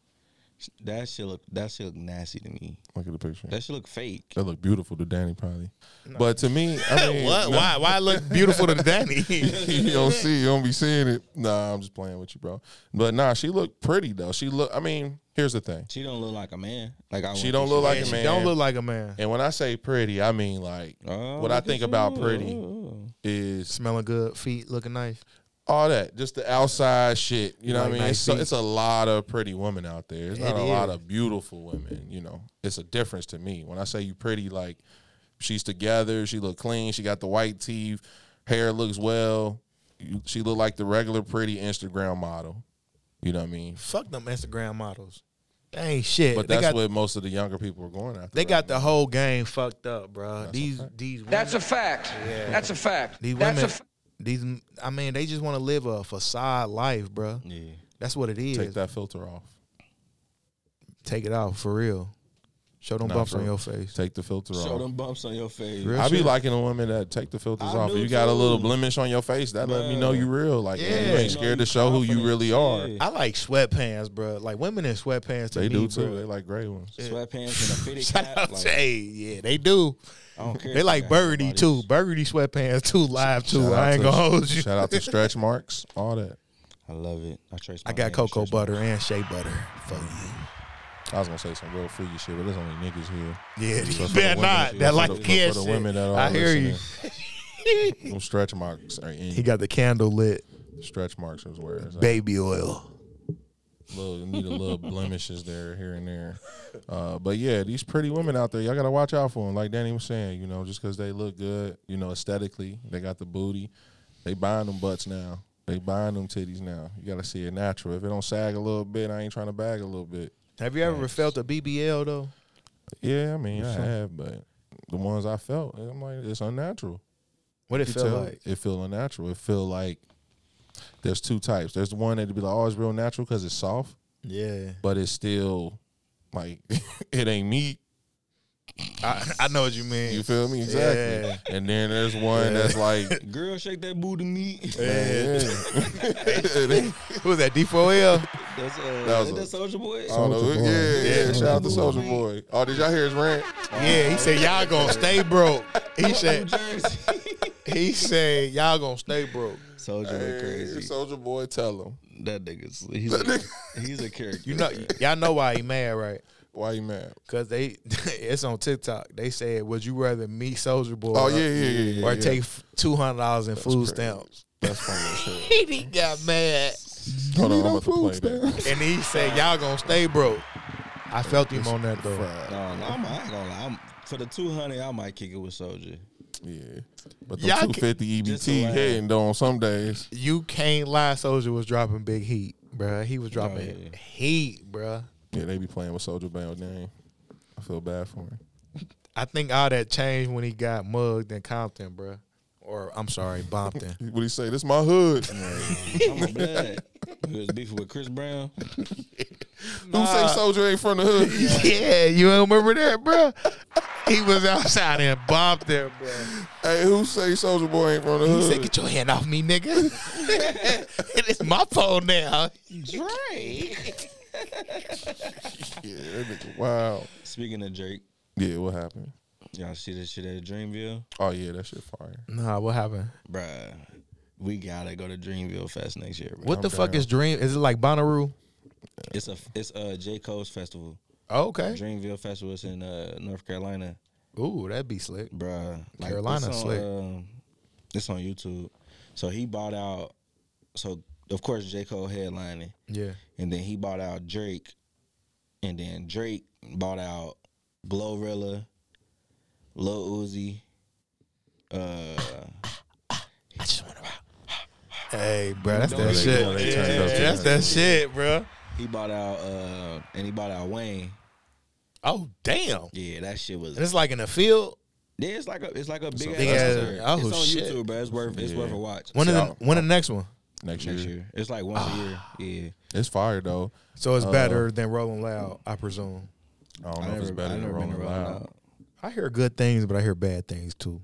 [SPEAKER 3] That shit look. That shit look nasty to me.
[SPEAKER 2] Look at the picture.
[SPEAKER 3] That shit look fake.
[SPEAKER 2] that look beautiful to Danny, probably. But to me, I mean,
[SPEAKER 4] What?
[SPEAKER 2] no.
[SPEAKER 4] Why? Why it look beautiful to Danny?
[SPEAKER 2] you don't see, you don't be seeing it. Nah, I'm just playing with you, bro. But nah, she looked pretty though. She look. I mean, here's the thing.
[SPEAKER 3] She don't look like a man. Like I.
[SPEAKER 2] She don't look like a
[SPEAKER 4] She
[SPEAKER 2] man.
[SPEAKER 4] don't look like a man.
[SPEAKER 2] And when I say pretty, I mean like
[SPEAKER 3] Oh,
[SPEAKER 2] what I
[SPEAKER 3] look
[SPEAKER 2] think
[SPEAKER 3] at
[SPEAKER 2] about
[SPEAKER 3] you. Oh,
[SPEAKER 2] pretty is
[SPEAKER 4] Smelling good, feet looking nice.
[SPEAKER 2] all that, just the outside shit. You know
[SPEAKER 4] Like
[SPEAKER 2] what I mean?
[SPEAKER 4] nice
[SPEAKER 2] so
[SPEAKER 4] feet.
[SPEAKER 2] it's a lot of pretty women out there. There's not
[SPEAKER 4] It
[SPEAKER 2] a lot
[SPEAKER 4] is.
[SPEAKER 2] of beautiful women. You know, it's a difference to me when I say you pretty. Like she's together, she look clean, she got the white teeth, hair looks well. You- She look like the regular pretty Instagram model. You know what I mean?
[SPEAKER 4] Fuck them Instagram models. They ain't shit.
[SPEAKER 2] But
[SPEAKER 4] they
[SPEAKER 2] that's
[SPEAKER 4] got,
[SPEAKER 2] what most of the younger people are going after.
[SPEAKER 4] they
[SPEAKER 2] right
[SPEAKER 4] got
[SPEAKER 2] now.
[SPEAKER 4] the whole game fucked up, bro. these these
[SPEAKER 9] That's a
[SPEAKER 4] women,
[SPEAKER 9] fact. That's a fact.
[SPEAKER 4] these
[SPEAKER 9] That's
[SPEAKER 4] women
[SPEAKER 9] a fact.
[SPEAKER 4] these I mean they just want to live a facade life, bro.
[SPEAKER 3] Yeah.
[SPEAKER 4] That's what it is.
[SPEAKER 2] take that filter off.
[SPEAKER 4] Take it out for real. Show them
[SPEAKER 2] Nah,
[SPEAKER 4] bumps
[SPEAKER 2] for
[SPEAKER 4] on
[SPEAKER 2] real.
[SPEAKER 4] your face.
[SPEAKER 2] Take the filter off.
[SPEAKER 3] Show them bumps on your face.
[SPEAKER 4] Real
[SPEAKER 2] I be
[SPEAKER 4] shit.
[SPEAKER 2] liking the women that take the filters
[SPEAKER 3] I
[SPEAKER 2] off.
[SPEAKER 3] do
[SPEAKER 2] You got a little
[SPEAKER 3] too.
[SPEAKER 2] blemish on your face. That let me know you real. Like man,
[SPEAKER 4] Yeah.
[SPEAKER 2] you ain't scared to show who you really are.
[SPEAKER 3] Yeah.
[SPEAKER 4] I like sweatpants, bro. Like women in sweatpants. To
[SPEAKER 2] They
[SPEAKER 4] me,
[SPEAKER 2] do too.
[SPEAKER 4] bro.
[SPEAKER 2] They like gray ones.
[SPEAKER 3] Sweatpants and a fitted
[SPEAKER 4] Shout
[SPEAKER 3] cap.
[SPEAKER 4] out
[SPEAKER 3] like,
[SPEAKER 4] to hey, yeah, they do.
[SPEAKER 3] I don't care.
[SPEAKER 4] They
[SPEAKER 3] if
[SPEAKER 4] like
[SPEAKER 3] I got
[SPEAKER 4] burgundy
[SPEAKER 3] nobody's-
[SPEAKER 4] too. Burgundy sweatpants too. Live too.
[SPEAKER 2] Shout out
[SPEAKER 4] I ain't
[SPEAKER 2] to-
[SPEAKER 4] gonna hold you.
[SPEAKER 2] Shout out to stretch marks, all that.
[SPEAKER 3] I love it. I trace.
[SPEAKER 4] I
[SPEAKER 3] my
[SPEAKER 4] got
[SPEAKER 3] name to
[SPEAKER 4] cocoa
[SPEAKER 3] stretch my-
[SPEAKER 4] butter and shea butter for you.
[SPEAKER 2] I was gonna say some real freaky shit, but there's only niggas here.
[SPEAKER 4] Yeah,
[SPEAKER 2] So
[SPEAKER 4] you
[SPEAKER 2] for the
[SPEAKER 4] better
[SPEAKER 2] women-
[SPEAKER 4] not. That
[SPEAKER 2] for
[SPEAKER 4] like
[SPEAKER 2] the- for
[SPEAKER 4] kid
[SPEAKER 2] the
[SPEAKER 4] shit.
[SPEAKER 2] women that are
[SPEAKER 4] I hear you.
[SPEAKER 2] Them stretch marks are in.
[SPEAKER 4] He got the candle lit,
[SPEAKER 2] stretch marks is where it's at.
[SPEAKER 4] baby oil.
[SPEAKER 2] Little, you need a little blemishes there, here and there. Uh, but yeah, these pretty women out there, y'all gotta watch out for them. Like Danny was saying, you know, just because they look good, you know, aesthetically, they got the booty, they buying them butts now, they buying them titties now. You gotta see it natural. If it don't sag a little bit, I ain't trying to bag a little bit.
[SPEAKER 4] Have you ever felt a BBL though?
[SPEAKER 2] Yeah, I mean, I have, but the ones I felt, I'm like, it's unnatural.
[SPEAKER 4] What it
[SPEAKER 2] You
[SPEAKER 4] felt
[SPEAKER 2] tell
[SPEAKER 4] like?
[SPEAKER 2] It feel unnatural. It feel like there's two types. There's the one that'd be like, oh, it's real natural because it's soft.
[SPEAKER 4] Yeah.
[SPEAKER 2] but it's still like it ain't meat.
[SPEAKER 4] I, I know what you mean.
[SPEAKER 2] You feel me? Exactly.
[SPEAKER 4] Yeah.
[SPEAKER 2] And then there's one that's like,
[SPEAKER 3] Girl, shake that booty meat.
[SPEAKER 2] yeah.
[SPEAKER 4] Who was that? D4L.
[SPEAKER 3] That's uh,
[SPEAKER 2] That was
[SPEAKER 3] ain't
[SPEAKER 2] a- Oh,
[SPEAKER 3] that Soldier Boy.
[SPEAKER 2] I don't know.
[SPEAKER 7] Soulja Boy.
[SPEAKER 2] Yeah, yeah, Shout out to Soldier Boy. Oh, did y'all hear his rant?
[SPEAKER 4] Yeah, he said y'all gonna stay broke. He
[SPEAKER 3] New
[SPEAKER 4] said
[SPEAKER 3] Jersey.
[SPEAKER 4] he said y'all gonna stay broke.
[SPEAKER 3] Soldier went crazy.
[SPEAKER 2] Soldier Boy, tell him
[SPEAKER 3] that nigga's he's a, he's a character.
[SPEAKER 4] You know, y'all know why he mad, right?
[SPEAKER 2] why you mad.
[SPEAKER 4] Cause they it's on TikTok. They said, "Would you rather meet Soldier Boy?
[SPEAKER 2] Oh yeah, yeah, yeah. yeah
[SPEAKER 4] or
[SPEAKER 2] yeah.
[SPEAKER 4] take two hundred dollars in food stamps?"
[SPEAKER 2] That's funny as shit.
[SPEAKER 4] he got mad,
[SPEAKER 2] Hold on,
[SPEAKER 7] Need
[SPEAKER 2] I'm
[SPEAKER 7] no
[SPEAKER 2] about to
[SPEAKER 7] food
[SPEAKER 2] play that.
[SPEAKER 7] stamps.
[SPEAKER 4] and he said, "Y'all gonna stay broke." I felt him on that though.
[SPEAKER 2] Fried,
[SPEAKER 3] No, no, I'm, I ain't gonna lie. I'm, for the two hundred, I might kick it with Soldier.
[SPEAKER 2] yeah. But
[SPEAKER 4] Y'all
[SPEAKER 2] the
[SPEAKER 4] can-
[SPEAKER 2] two fifty E
[SPEAKER 3] Just
[SPEAKER 2] EBT
[SPEAKER 3] allow-
[SPEAKER 2] heading though on some days.
[SPEAKER 4] You can't lie. Soldier was dropping big heat, bruh. He
[SPEAKER 2] Oh,
[SPEAKER 4] was dropping
[SPEAKER 3] yeah.
[SPEAKER 4] heat, bruh.
[SPEAKER 2] Yeah, they be playing with Soldier Boy name. I feel bad for him.
[SPEAKER 4] I think all that changed when he got mugged in Compton, bruh. Or I'm sorry, Bompton.
[SPEAKER 2] What he say? This my hood.
[SPEAKER 3] I'm a blood. He was beefing with Chris Brown.
[SPEAKER 2] Who say Soldier ain't from the hood?
[SPEAKER 4] yeah, you don't remember that, bruh? He was outside and bombed there, bruh.
[SPEAKER 2] Hey, who say Soldier Boy ain't from the
[SPEAKER 4] He
[SPEAKER 2] hood?
[SPEAKER 4] said, "Get your hand off me, nigga! it is my phone now." Drake.
[SPEAKER 2] yeah, that nigga. Wow.
[SPEAKER 3] Speaking of Drake,
[SPEAKER 2] Yeah, what happened?
[SPEAKER 3] y'all see this shit at Dreamville,
[SPEAKER 2] Oh yeah, that shit fire.
[SPEAKER 4] Nah, what happened?
[SPEAKER 3] bruh. We gotta go to Dreamville Fest next year, bro.
[SPEAKER 4] What the fuck is Dream? Is it like Bonnaroo?
[SPEAKER 3] It's a it's a J Cole's festival.
[SPEAKER 4] Oh, okay.
[SPEAKER 3] Dreamville Festival is in uh, North Carolina,
[SPEAKER 4] Ooh, that'd be slick.
[SPEAKER 3] bruh. Like,
[SPEAKER 4] Carolina,
[SPEAKER 3] it's on,
[SPEAKER 4] slick.
[SPEAKER 3] Um, it's on YouTube. So he bought out. So of course J Cole headlining.
[SPEAKER 4] Yeah.
[SPEAKER 3] and then he bought out Drake, and then Drake bought out Glorilla, Lil Uzi. Uh,
[SPEAKER 4] I just want to. Hey, bro, that's that
[SPEAKER 2] they-
[SPEAKER 4] shit.
[SPEAKER 2] no, they
[SPEAKER 4] Yeah,
[SPEAKER 2] turned up, they
[SPEAKER 4] that's
[SPEAKER 2] turned
[SPEAKER 4] that shit, bro.
[SPEAKER 3] he bought out, uh, and he bought out Wayne.
[SPEAKER 4] Oh, damn.
[SPEAKER 3] Yeah, that shit was.
[SPEAKER 4] And it's like in the field.
[SPEAKER 3] Yeah, it's like a, it's like a big.
[SPEAKER 4] big
[SPEAKER 3] ass
[SPEAKER 4] ass-
[SPEAKER 3] concert.
[SPEAKER 4] oh,
[SPEAKER 3] it's on
[SPEAKER 4] shit.
[SPEAKER 3] YouTube, bro. It's worth it's worth a watch.
[SPEAKER 4] When
[SPEAKER 2] So-
[SPEAKER 4] the when the next one?
[SPEAKER 2] Next,
[SPEAKER 3] next
[SPEAKER 2] year. Ah.
[SPEAKER 3] year, it's like once a year. Yeah,
[SPEAKER 2] It's fire though.
[SPEAKER 4] So it's better than Rolling Loud, I presume.
[SPEAKER 2] I don't know if it's better than Rolling Loud.
[SPEAKER 4] I hear good things, but I hear bad things too.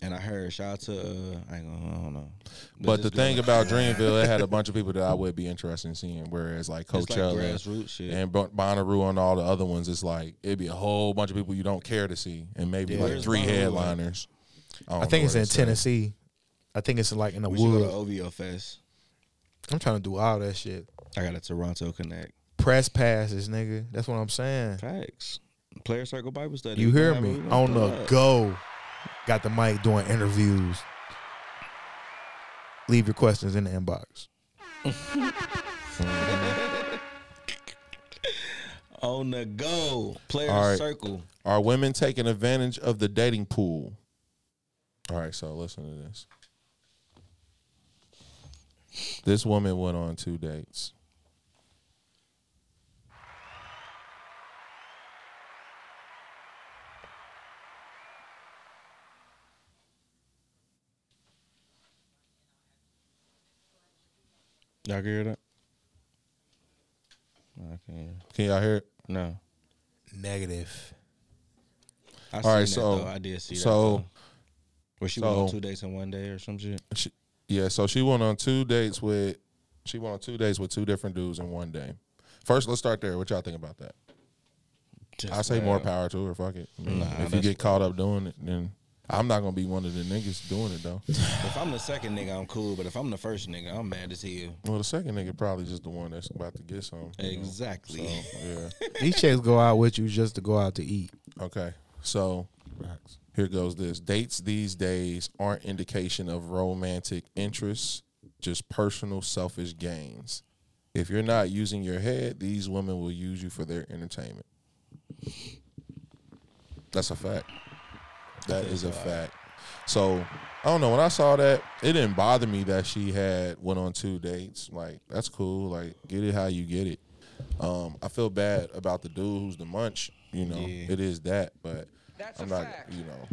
[SPEAKER 3] And I heard shout out to uh, I ain't gonna I don't know,
[SPEAKER 2] But the
[SPEAKER 3] this
[SPEAKER 2] thing
[SPEAKER 3] girl-
[SPEAKER 2] about Dreamville, it had a bunch of people that I would be interested in seeing. Whereas like
[SPEAKER 3] it's like
[SPEAKER 2] Coachella
[SPEAKER 3] grassroots shit.
[SPEAKER 2] and Bon- Bonnaroo and all the other ones, it's like it'd be a whole bunch of people you don't care to see, and maybe like
[SPEAKER 3] Where's
[SPEAKER 2] three
[SPEAKER 3] Bonnaroo at?
[SPEAKER 2] headliners.
[SPEAKER 3] Oh,
[SPEAKER 4] I think it's in
[SPEAKER 2] Tennessee.
[SPEAKER 4] Tennessee. I think it's like in the
[SPEAKER 3] we should go to
[SPEAKER 4] woods.
[SPEAKER 3] OVO Fest.
[SPEAKER 4] I'm trying to do all that shit.
[SPEAKER 3] I got a Toronto connect.
[SPEAKER 4] Press passes, nigga. That's what I'm saying.
[SPEAKER 3] Facts. Player Circle Bible Study.
[SPEAKER 4] You
[SPEAKER 3] We
[SPEAKER 4] hear
[SPEAKER 3] gonna
[SPEAKER 4] me?
[SPEAKER 3] have a- we
[SPEAKER 4] On
[SPEAKER 3] gonna
[SPEAKER 4] the
[SPEAKER 3] pull up.
[SPEAKER 4] go. Got the mic doing interviews. Leave your questions in the inbox.
[SPEAKER 3] On the go. Player
[SPEAKER 2] All right.
[SPEAKER 3] Circle.
[SPEAKER 2] Are women taking advantage of the dating pool? All right, so listen to this. This woman went on two dates.
[SPEAKER 3] Y'all can hear that? No, I can't. hear.
[SPEAKER 2] Can y'all hear it?
[SPEAKER 3] No.
[SPEAKER 4] Negative.
[SPEAKER 3] I
[SPEAKER 2] All right,
[SPEAKER 3] seen
[SPEAKER 2] so-
[SPEAKER 3] that, though. I did see that.
[SPEAKER 2] so-
[SPEAKER 3] though. Where she went on
[SPEAKER 2] so-
[SPEAKER 3] two dates in one day or some shit.
[SPEAKER 2] She, yeah, so she went on two dates with she went on two dates with two different dudes in one day. First, let's start there. What y'all think about that?
[SPEAKER 3] Just
[SPEAKER 2] I say
[SPEAKER 3] wild.
[SPEAKER 2] more power to her. Fuck it. I mean,
[SPEAKER 3] Nah,
[SPEAKER 2] if you
[SPEAKER 3] that's-
[SPEAKER 2] get caught up doing it, then I'm not gonna be one of the niggas doing it though.
[SPEAKER 3] If I'm the second nigga, I'm cool. But if I'm the first nigga, I'm mad as hell.
[SPEAKER 2] Well, the second nigga probably just the one that's about to get some. you know?
[SPEAKER 3] Exactly.
[SPEAKER 2] So, yeah.
[SPEAKER 4] These chicks go out with you just to go out to eat.
[SPEAKER 2] Okay. So here goes this. Dates these days aren't indication of romantic interests, just personal selfish gains. If you're not using your head, these women will use you for their entertainment. That's a fact. That is a fact. So I don't know. When I saw that, it didn't bother me that she had went on two dates. Like that's cool. Like get it how you get it. Um, I feel bad about the dude who's the munch. You know, it is that, but I'm not. You know,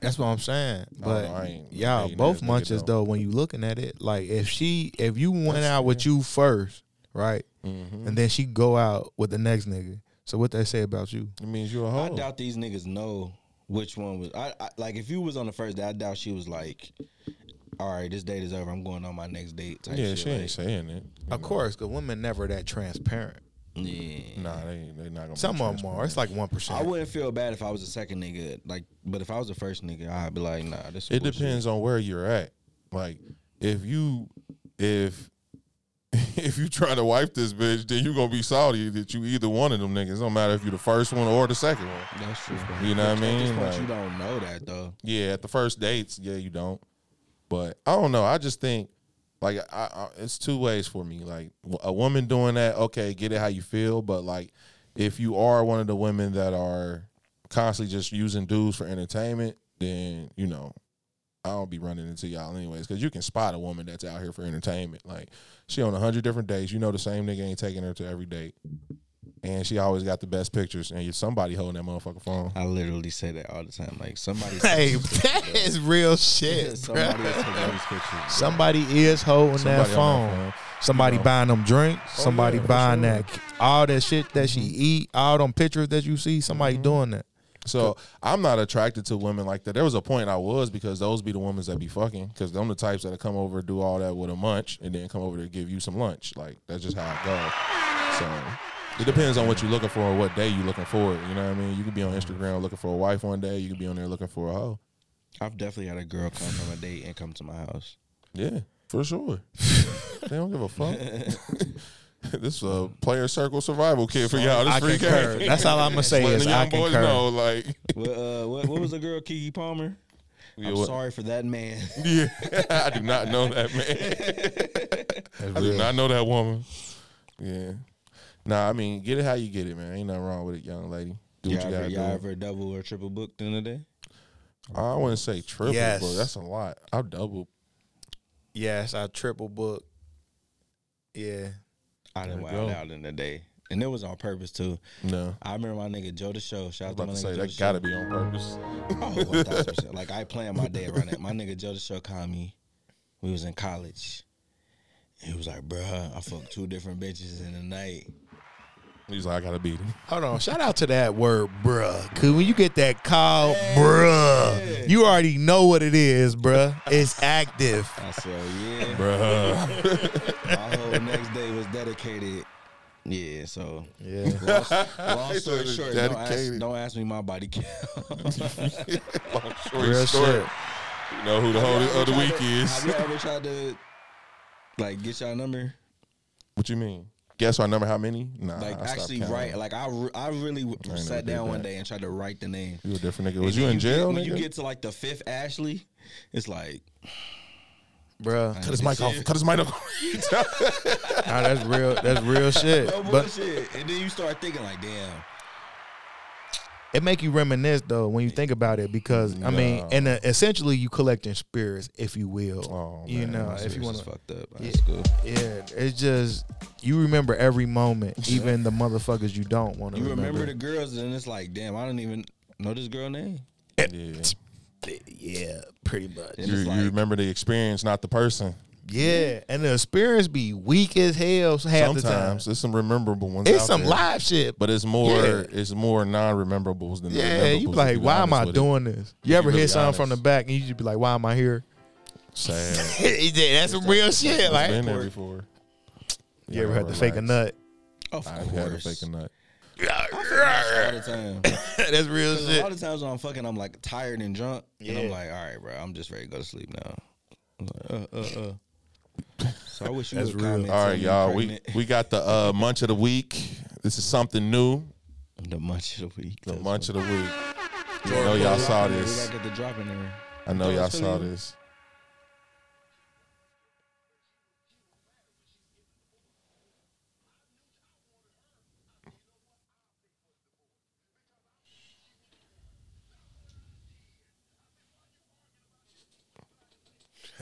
[SPEAKER 4] That's what I'm saying. But
[SPEAKER 2] Oh, I ain't
[SPEAKER 4] y'all
[SPEAKER 2] hating
[SPEAKER 4] both
[SPEAKER 2] this nigga,
[SPEAKER 4] munches
[SPEAKER 2] though.
[SPEAKER 4] though. When you looking at it, like if she, if
[SPEAKER 2] Mm-hmm.
[SPEAKER 4] you went out with you first, right, and then she go out with the next nigga, So what they say about you?
[SPEAKER 2] It means you're a
[SPEAKER 3] I
[SPEAKER 2] hoe.
[SPEAKER 3] doubt these niggas know which one was. I, I like if you was on the first date. I doubt she was like, "All right, this date is over. I'm going on my next date." Type
[SPEAKER 2] yeah,
[SPEAKER 3] shit.
[SPEAKER 2] she
[SPEAKER 3] like,
[SPEAKER 2] ain't saying it.
[SPEAKER 4] Of course, because women never that transparent.
[SPEAKER 3] Yeah.
[SPEAKER 2] Nah, they they not gonna.
[SPEAKER 4] Some
[SPEAKER 2] be
[SPEAKER 4] of them are. It's like one
[SPEAKER 3] I
[SPEAKER 4] percent.
[SPEAKER 3] wouldn't feel bad if I was the second nigga. Like, but if I was the first nigga, I'd be like, "Nah, this."
[SPEAKER 2] It
[SPEAKER 3] bullshit.
[SPEAKER 2] depends on where you're at. Like if you if if you trying to wipe this bitch, then you gonna be salty that you either one of them niggas. Don't matter if you the first one or the second one.
[SPEAKER 3] That's true.
[SPEAKER 2] You know what I
[SPEAKER 3] At this
[SPEAKER 2] mean?
[SPEAKER 3] point,
[SPEAKER 2] Like-
[SPEAKER 3] you don't know that though.
[SPEAKER 2] Yeah, at the first dates, yeah, you don't. But I don't know. I just think like I, I, it's two ways for me. Like w- a woman doing that, okay, get it how you feel. But like if you are one of the women that are constantly just using dudes for entertainment, then you know I don't be running into y'all anyways because you can spot a woman that's out here for entertainment. Like she on a hundred different dates. You know the same nigga ain't taking her to every date. And she always got the best pictures, and you somebody holding that motherfucking phone.
[SPEAKER 3] I literally say that all the time. Like somebody.
[SPEAKER 4] Hey, that is real
[SPEAKER 3] Yeah,
[SPEAKER 4] shit. bruh.
[SPEAKER 3] somebody is taking these pictures.
[SPEAKER 4] Somebody is holding that
[SPEAKER 2] Somebody on
[SPEAKER 4] phone.
[SPEAKER 2] that phone.
[SPEAKER 4] Somebody
[SPEAKER 2] You know.
[SPEAKER 4] buying them drinks.
[SPEAKER 2] Oh,
[SPEAKER 4] somebody
[SPEAKER 2] yeah, for
[SPEAKER 4] buying
[SPEAKER 2] sure. Mm-hmm.
[SPEAKER 4] that all that shit that she eat. All them pictures that you see. Somebody doing that.
[SPEAKER 2] So I'm not attracted to women like that. There was a point I was because those be the women that be fucking because them the types that come over do all that with a munch and then come over to give you some lunch. Like that's just how it goes. So it depends on what you're looking for and what day you're looking for. it. You know what I mean? You could be on Instagram looking for a wife one day. You could be on there looking for a hoe.
[SPEAKER 3] I've definitely had a girl come from a date and come to my house.
[SPEAKER 2] Yeah, for sure. they don't give a fuck. this is a player circle survival kit for y'all. This
[SPEAKER 4] I
[SPEAKER 2] free
[SPEAKER 4] concur.
[SPEAKER 2] game.
[SPEAKER 4] That's all I'm gonna say
[SPEAKER 2] Letting
[SPEAKER 4] is
[SPEAKER 2] the
[SPEAKER 4] I
[SPEAKER 2] young boys know,
[SPEAKER 4] concur.
[SPEAKER 2] like,
[SPEAKER 3] What, uh, what, what was the girl, Kiki Palmer?
[SPEAKER 2] Yeah,
[SPEAKER 3] I'm
[SPEAKER 2] what-
[SPEAKER 3] sorry for that man.
[SPEAKER 2] yeah, I do not know that man. I do not know that woman. Yeah. Nah, I mean, get it how you get it, man. Ain't nothing wrong with it, young lady. Do
[SPEAKER 3] Y'all
[SPEAKER 2] what you
[SPEAKER 3] ever,
[SPEAKER 2] gotta
[SPEAKER 3] y'all
[SPEAKER 2] do.
[SPEAKER 3] ever double or triple booked in a day?
[SPEAKER 2] I wouldn't say triple,
[SPEAKER 4] Yes.
[SPEAKER 2] but that's a lot. I'll double.
[SPEAKER 4] Yes, I triple book. Yeah.
[SPEAKER 3] I done
[SPEAKER 2] There we
[SPEAKER 3] wild
[SPEAKER 2] go.
[SPEAKER 3] out in a day. And it was on purpose too.
[SPEAKER 2] No.
[SPEAKER 3] I remember my nigga Joe the Show. Shout
[SPEAKER 2] I was
[SPEAKER 3] out to
[SPEAKER 2] about
[SPEAKER 3] my
[SPEAKER 2] to say,
[SPEAKER 3] nigga Joe
[SPEAKER 2] that gotta
[SPEAKER 3] the
[SPEAKER 2] be on purpose.
[SPEAKER 3] Show. Oh, 1000%. like I plan my day around it. My nigga Joe the Show called me. We was in college. He was like, bruh, I fucked two different bitches in the night.
[SPEAKER 2] He's like, I gotta beat him.
[SPEAKER 4] Hold on. Shout out to that word, bruh. Cause when you get that call, bruh, you already know what it is, bruh. It's active.
[SPEAKER 3] I said, yeah.
[SPEAKER 2] Bruh.
[SPEAKER 3] My whole next day was dedicated. Yeah, so
[SPEAKER 4] Yeah.
[SPEAKER 3] long story
[SPEAKER 2] was
[SPEAKER 3] short, don't ask,
[SPEAKER 2] dedicated.
[SPEAKER 3] don't ask me my body count.
[SPEAKER 2] Long story
[SPEAKER 4] Real
[SPEAKER 2] short,
[SPEAKER 4] shit.
[SPEAKER 2] you know who the whole of the week
[SPEAKER 3] Have
[SPEAKER 2] is.
[SPEAKER 3] you ever tried to like get y'all number?
[SPEAKER 2] What you mean? Guess our number, how many? Nah,
[SPEAKER 3] Like
[SPEAKER 2] I stopped
[SPEAKER 3] actually
[SPEAKER 2] counting.
[SPEAKER 3] write. Like I, re- I really w-
[SPEAKER 2] never
[SPEAKER 3] sat
[SPEAKER 2] did
[SPEAKER 3] down one
[SPEAKER 2] that.
[SPEAKER 3] day and tried to write the name.
[SPEAKER 2] You a different nigga. Was
[SPEAKER 3] And
[SPEAKER 2] you
[SPEAKER 3] then
[SPEAKER 2] in jail,
[SPEAKER 3] Get, when
[SPEAKER 2] nigga?
[SPEAKER 3] you get to like the fifth Ashley, it's like
[SPEAKER 4] Bruh.
[SPEAKER 2] Cut his mic off. Cut his mic off.
[SPEAKER 4] Nah, that's real that's real shit.
[SPEAKER 3] no
[SPEAKER 4] But
[SPEAKER 3] bullshit. and then you start thinking like, damn,
[SPEAKER 4] it make you reminisce though when you think about it because I mean
[SPEAKER 2] No.
[SPEAKER 4] and uh, essentially you collecting spirits if you will
[SPEAKER 2] Oh,
[SPEAKER 4] you
[SPEAKER 2] man,
[SPEAKER 4] know
[SPEAKER 2] my
[SPEAKER 4] if you
[SPEAKER 2] spirits
[SPEAKER 4] want
[SPEAKER 3] it's
[SPEAKER 4] to
[SPEAKER 3] fucked up.
[SPEAKER 4] Yeah.
[SPEAKER 3] That's good.
[SPEAKER 4] yeah it's just you remember every moment even the motherfuckers you don't want to
[SPEAKER 3] You
[SPEAKER 4] remember,
[SPEAKER 3] remember the girls, and it's like, damn, I don't even know this girl name.
[SPEAKER 2] yeah.
[SPEAKER 4] yeah pretty much
[SPEAKER 3] And
[SPEAKER 2] You,
[SPEAKER 3] it's
[SPEAKER 2] you
[SPEAKER 3] like,
[SPEAKER 2] remember the experience, not the person.
[SPEAKER 4] yeah and the experience be weak as hell half the time
[SPEAKER 2] Sometimes there's some rememberable ones.
[SPEAKER 4] it's
[SPEAKER 2] out
[SPEAKER 4] some
[SPEAKER 2] there,
[SPEAKER 4] live shit but
[SPEAKER 2] but it's more
[SPEAKER 4] Yeah.
[SPEAKER 2] it's more non-rememberables than
[SPEAKER 4] yeah
[SPEAKER 2] The
[SPEAKER 4] you
[SPEAKER 2] rememberables,
[SPEAKER 4] be
[SPEAKER 2] if
[SPEAKER 4] like
[SPEAKER 2] you're
[SPEAKER 4] why
[SPEAKER 2] honest
[SPEAKER 4] am I
[SPEAKER 2] with it.
[SPEAKER 4] doing this you ever
[SPEAKER 2] really
[SPEAKER 4] hear something from the
[SPEAKER 2] honest.
[SPEAKER 4] back and you just be like why am I here
[SPEAKER 2] Sad.
[SPEAKER 4] Yeah, that's some real shit
[SPEAKER 2] I've been
[SPEAKER 4] like
[SPEAKER 2] there before.
[SPEAKER 4] you ever had to
[SPEAKER 2] relax.
[SPEAKER 4] fake a nut
[SPEAKER 3] of
[SPEAKER 2] I've had to
[SPEAKER 3] course,
[SPEAKER 2] fake a nut.
[SPEAKER 3] all the time.
[SPEAKER 4] that's real
[SPEAKER 3] Because
[SPEAKER 4] shit
[SPEAKER 3] all the times when I'm fucking, I'm like tired and drunk, and
[SPEAKER 4] Yeah.
[SPEAKER 3] I'm like, all right, bro, I'm just ready to go to sleep now. I'm like, uh, uh, uh. So I wish you
[SPEAKER 4] That's
[SPEAKER 3] would
[SPEAKER 4] real.
[SPEAKER 3] comment.
[SPEAKER 2] All right, y'all. We
[SPEAKER 3] We,
[SPEAKER 2] we got the uh, munch of the week. This is something new.
[SPEAKER 3] the munch of the week.
[SPEAKER 2] The
[SPEAKER 3] That's
[SPEAKER 2] munch of the week.
[SPEAKER 3] what-
[SPEAKER 2] I know y'all saw
[SPEAKER 3] We
[SPEAKER 2] this.
[SPEAKER 3] gotta get the drop in there.
[SPEAKER 2] I know y'all saw this.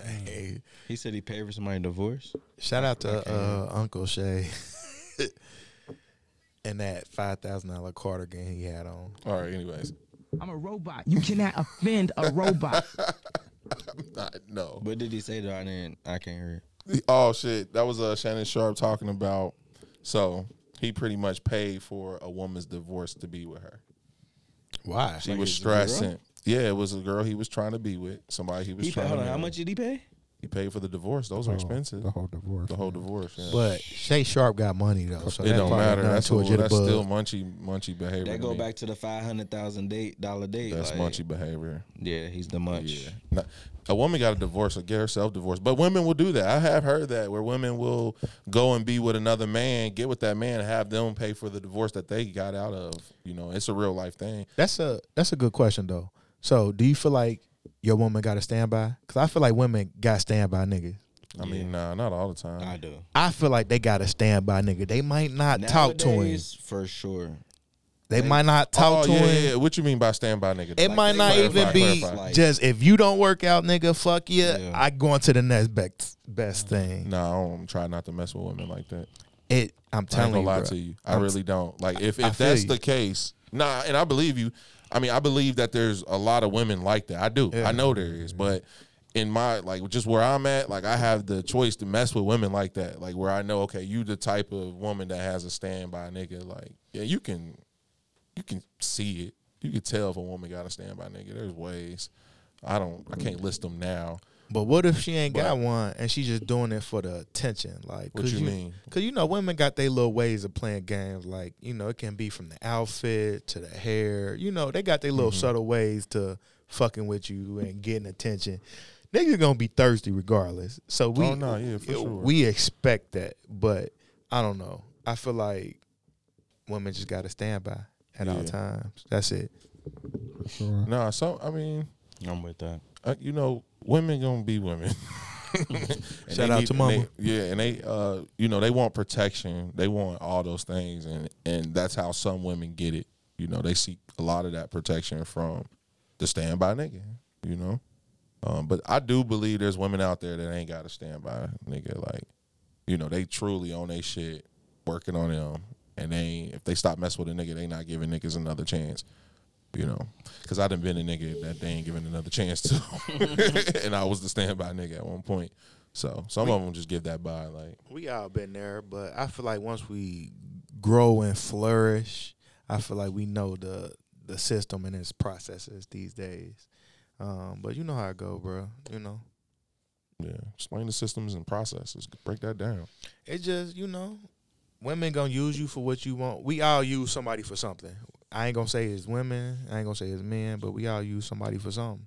[SPEAKER 4] Hey.
[SPEAKER 3] He said he paid for somebody's divorce.
[SPEAKER 4] Shout out to uh, Uncle Shay and that five thousand dollar Carter game he had on.
[SPEAKER 2] All right. Anyways,
[SPEAKER 8] I'm a robot. You cannot offend a robot.
[SPEAKER 2] I, no.
[SPEAKER 3] What did he say though? I didn't. I can't hear it.
[SPEAKER 2] Oh shit, that was uh, Shannon Sharp talking about. So He pretty much paid for a woman's divorce to be with her.
[SPEAKER 9] Why?
[SPEAKER 2] She was
[SPEAKER 3] a girl?
[SPEAKER 2] stressing. Yeah, it was a girl he was trying to be with. Somebody he was
[SPEAKER 3] He paid,
[SPEAKER 2] trying
[SPEAKER 3] hold
[SPEAKER 2] to
[SPEAKER 3] on, how
[SPEAKER 2] marry.
[SPEAKER 3] much did he pay?
[SPEAKER 2] He paid for the divorce. Those are expensive.
[SPEAKER 7] The whole divorce.
[SPEAKER 2] The whole divorce. Yeah.
[SPEAKER 9] But Shay Sharp got money though, so
[SPEAKER 2] it
[SPEAKER 9] that
[SPEAKER 2] don't
[SPEAKER 9] probably
[SPEAKER 2] matter.
[SPEAKER 9] nothing
[SPEAKER 2] That's,
[SPEAKER 9] to
[SPEAKER 2] a,
[SPEAKER 9] a
[SPEAKER 2] that's
[SPEAKER 9] jitterbug.
[SPEAKER 2] still munchy munchy behavior.
[SPEAKER 3] That
[SPEAKER 2] to
[SPEAKER 3] go
[SPEAKER 2] me.
[SPEAKER 3] back to the five hundred thousand date dollar date.
[SPEAKER 2] That's
[SPEAKER 3] like,
[SPEAKER 2] munchy behavior.
[SPEAKER 3] Yeah, he's the munch.
[SPEAKER 2] Yeah. Not- a woman got a divorce or get herself divorced. But women will do that. I have heard that where women will go and be with another man, get with that man, have them pay for the divorce that they got out of. You know, it's a real life thing.
[SPEAKER 4] That's a that's a good question though. So, do you feel like your woman got a standby? Because I feel like women got standby niggas.
[SPEAKER 2] I mean, nah, not all the time.
[SPEAKER 3] I do.
[SPEAKER 4] I feel like they got a standby nigga. They might not talk to him.
[SPEAKER 3] Nowadays, for sure.
[SPEAKER 4] They might not talk
[SPEAKER 2] oh,
[SPEAKER 4] to
[SPEAKER 2] yeah,
[SPEAKER 4] him.
[SPEAKER 2] yeah. What you mean by standby nigga?
[SPEAKER 4] It might
[SPEAKER 3] they
[SPEAKER 4] not
[SPEAKER 3] might
[SPEAKER 4] even
[SPEAKER 3] not
[SPEAKER 4] be
[SPEAKER 2] clarify.
[SPEAKER 3] Like-
[SPEAKER 4] just if you don't work out, nigga. Fuck you.
[SPEAKER 3] Yeah.
[SPEAKER 4] I go on to the next best best thing.
[SPEAKER 2] no, I don't try not to mess with women like that.
[SPEAKER 4] It. I'm
[SPEAKER 2] I ain't
[SPEAKER 4] telling
[SPEAKER 2] gonna
[SPEAKER 4] you,
[SPEAKER 2] lie
[SPEAKER 4] bro.
[SPEAKER 2] to you. I really don't. Like if,
[SPEAKER 4] I
[SPEAKER 2] if
[SPEAKER 4] feel
[SPEAKER 2] that's
[SPEAKER 4] you.
[SPEAKER 2] the case, nah, and I believe you. I mean, I believe that there's a lot of women like that. I do. I know there is, but in my like just where I'm at, like I have the choice to mess with women like that. Like where I know, okay, you the type of woman that has a standby nigga. Like, yeah, you can you can see it. You can tell if a woman got a standby nigga. There's ways. I don't I can't list them now.
[SPEAKER 4] But what if she ain't got one and she just doing it for the attention? Like,
[SPEAKER 2] What
[SPEAKER 4] 'cause
[SPEAKER 2] you mean?
[SPEAKER 4] Cause you know, women got their little ways of playing games. Like, you know, it can be from the outfit to the hair. You know, they got their little
[SPEAKER 2] Mm-hmm.
[SPEAKER 4] subtle ways to fucking with you and getting attention. Niggas gonna be thirsty regardless. So we,
[SPEAKER 2] Oh, no, yeah, for
[SPEAKER 4] we-
[SPEAKER 2] sure.
[SPEAKER 4] we expect that. But I don't know. I feel like women just got to stand by at all
[SPEAKER 2] Yeah.
[SPEAKER 4] times. That's it.
[SPEAKER 7] Sure.
[SPEAKER 2] Nah, so I mean
[SPEAKER 3] I'm with that.
[SPEAKER 2] uh, you know, women gonna be women. And
[SPEAKER 4] Shout
[SPEAKER 2] they
[SPEAKER 4] out
[SPEAKER 2] need-
[SPEAKER 4] to
[SPEAKER 2] and
[SPEAKER 4] mama.
[SPEAKER 2] they- yeah, and they, uh, you know, they want protection. They want all those things, and and that's how some women get it. You know, they seek a lot of that protection from the standby nigga. You know, um, but I do believe there's women out there that ain't got a standby nigga. Like, you know, they truly on their shit, working on them, and they ain't- if they stop messing with a nigga, they not giving niggas another chance. You know, because I done been a nigga that they ain't giving another chance to, and I was the standby nigga at one point. So some of them just give that by like,
[SPEAKER 4] we all been there, but I feel like once we grow and flourish, I feel like we know the the system and its processes these days. Um, but you know how it go, bro. You know,
[SPEAKER 2] yeah, explain the systems and processes, break that down.
[SPEAKER 4] it just you know, women gonna use you for what you want. We all use somebody for something. I ain't gonna say it's women. I ain't gonna say it's men, but we all use somebody for something.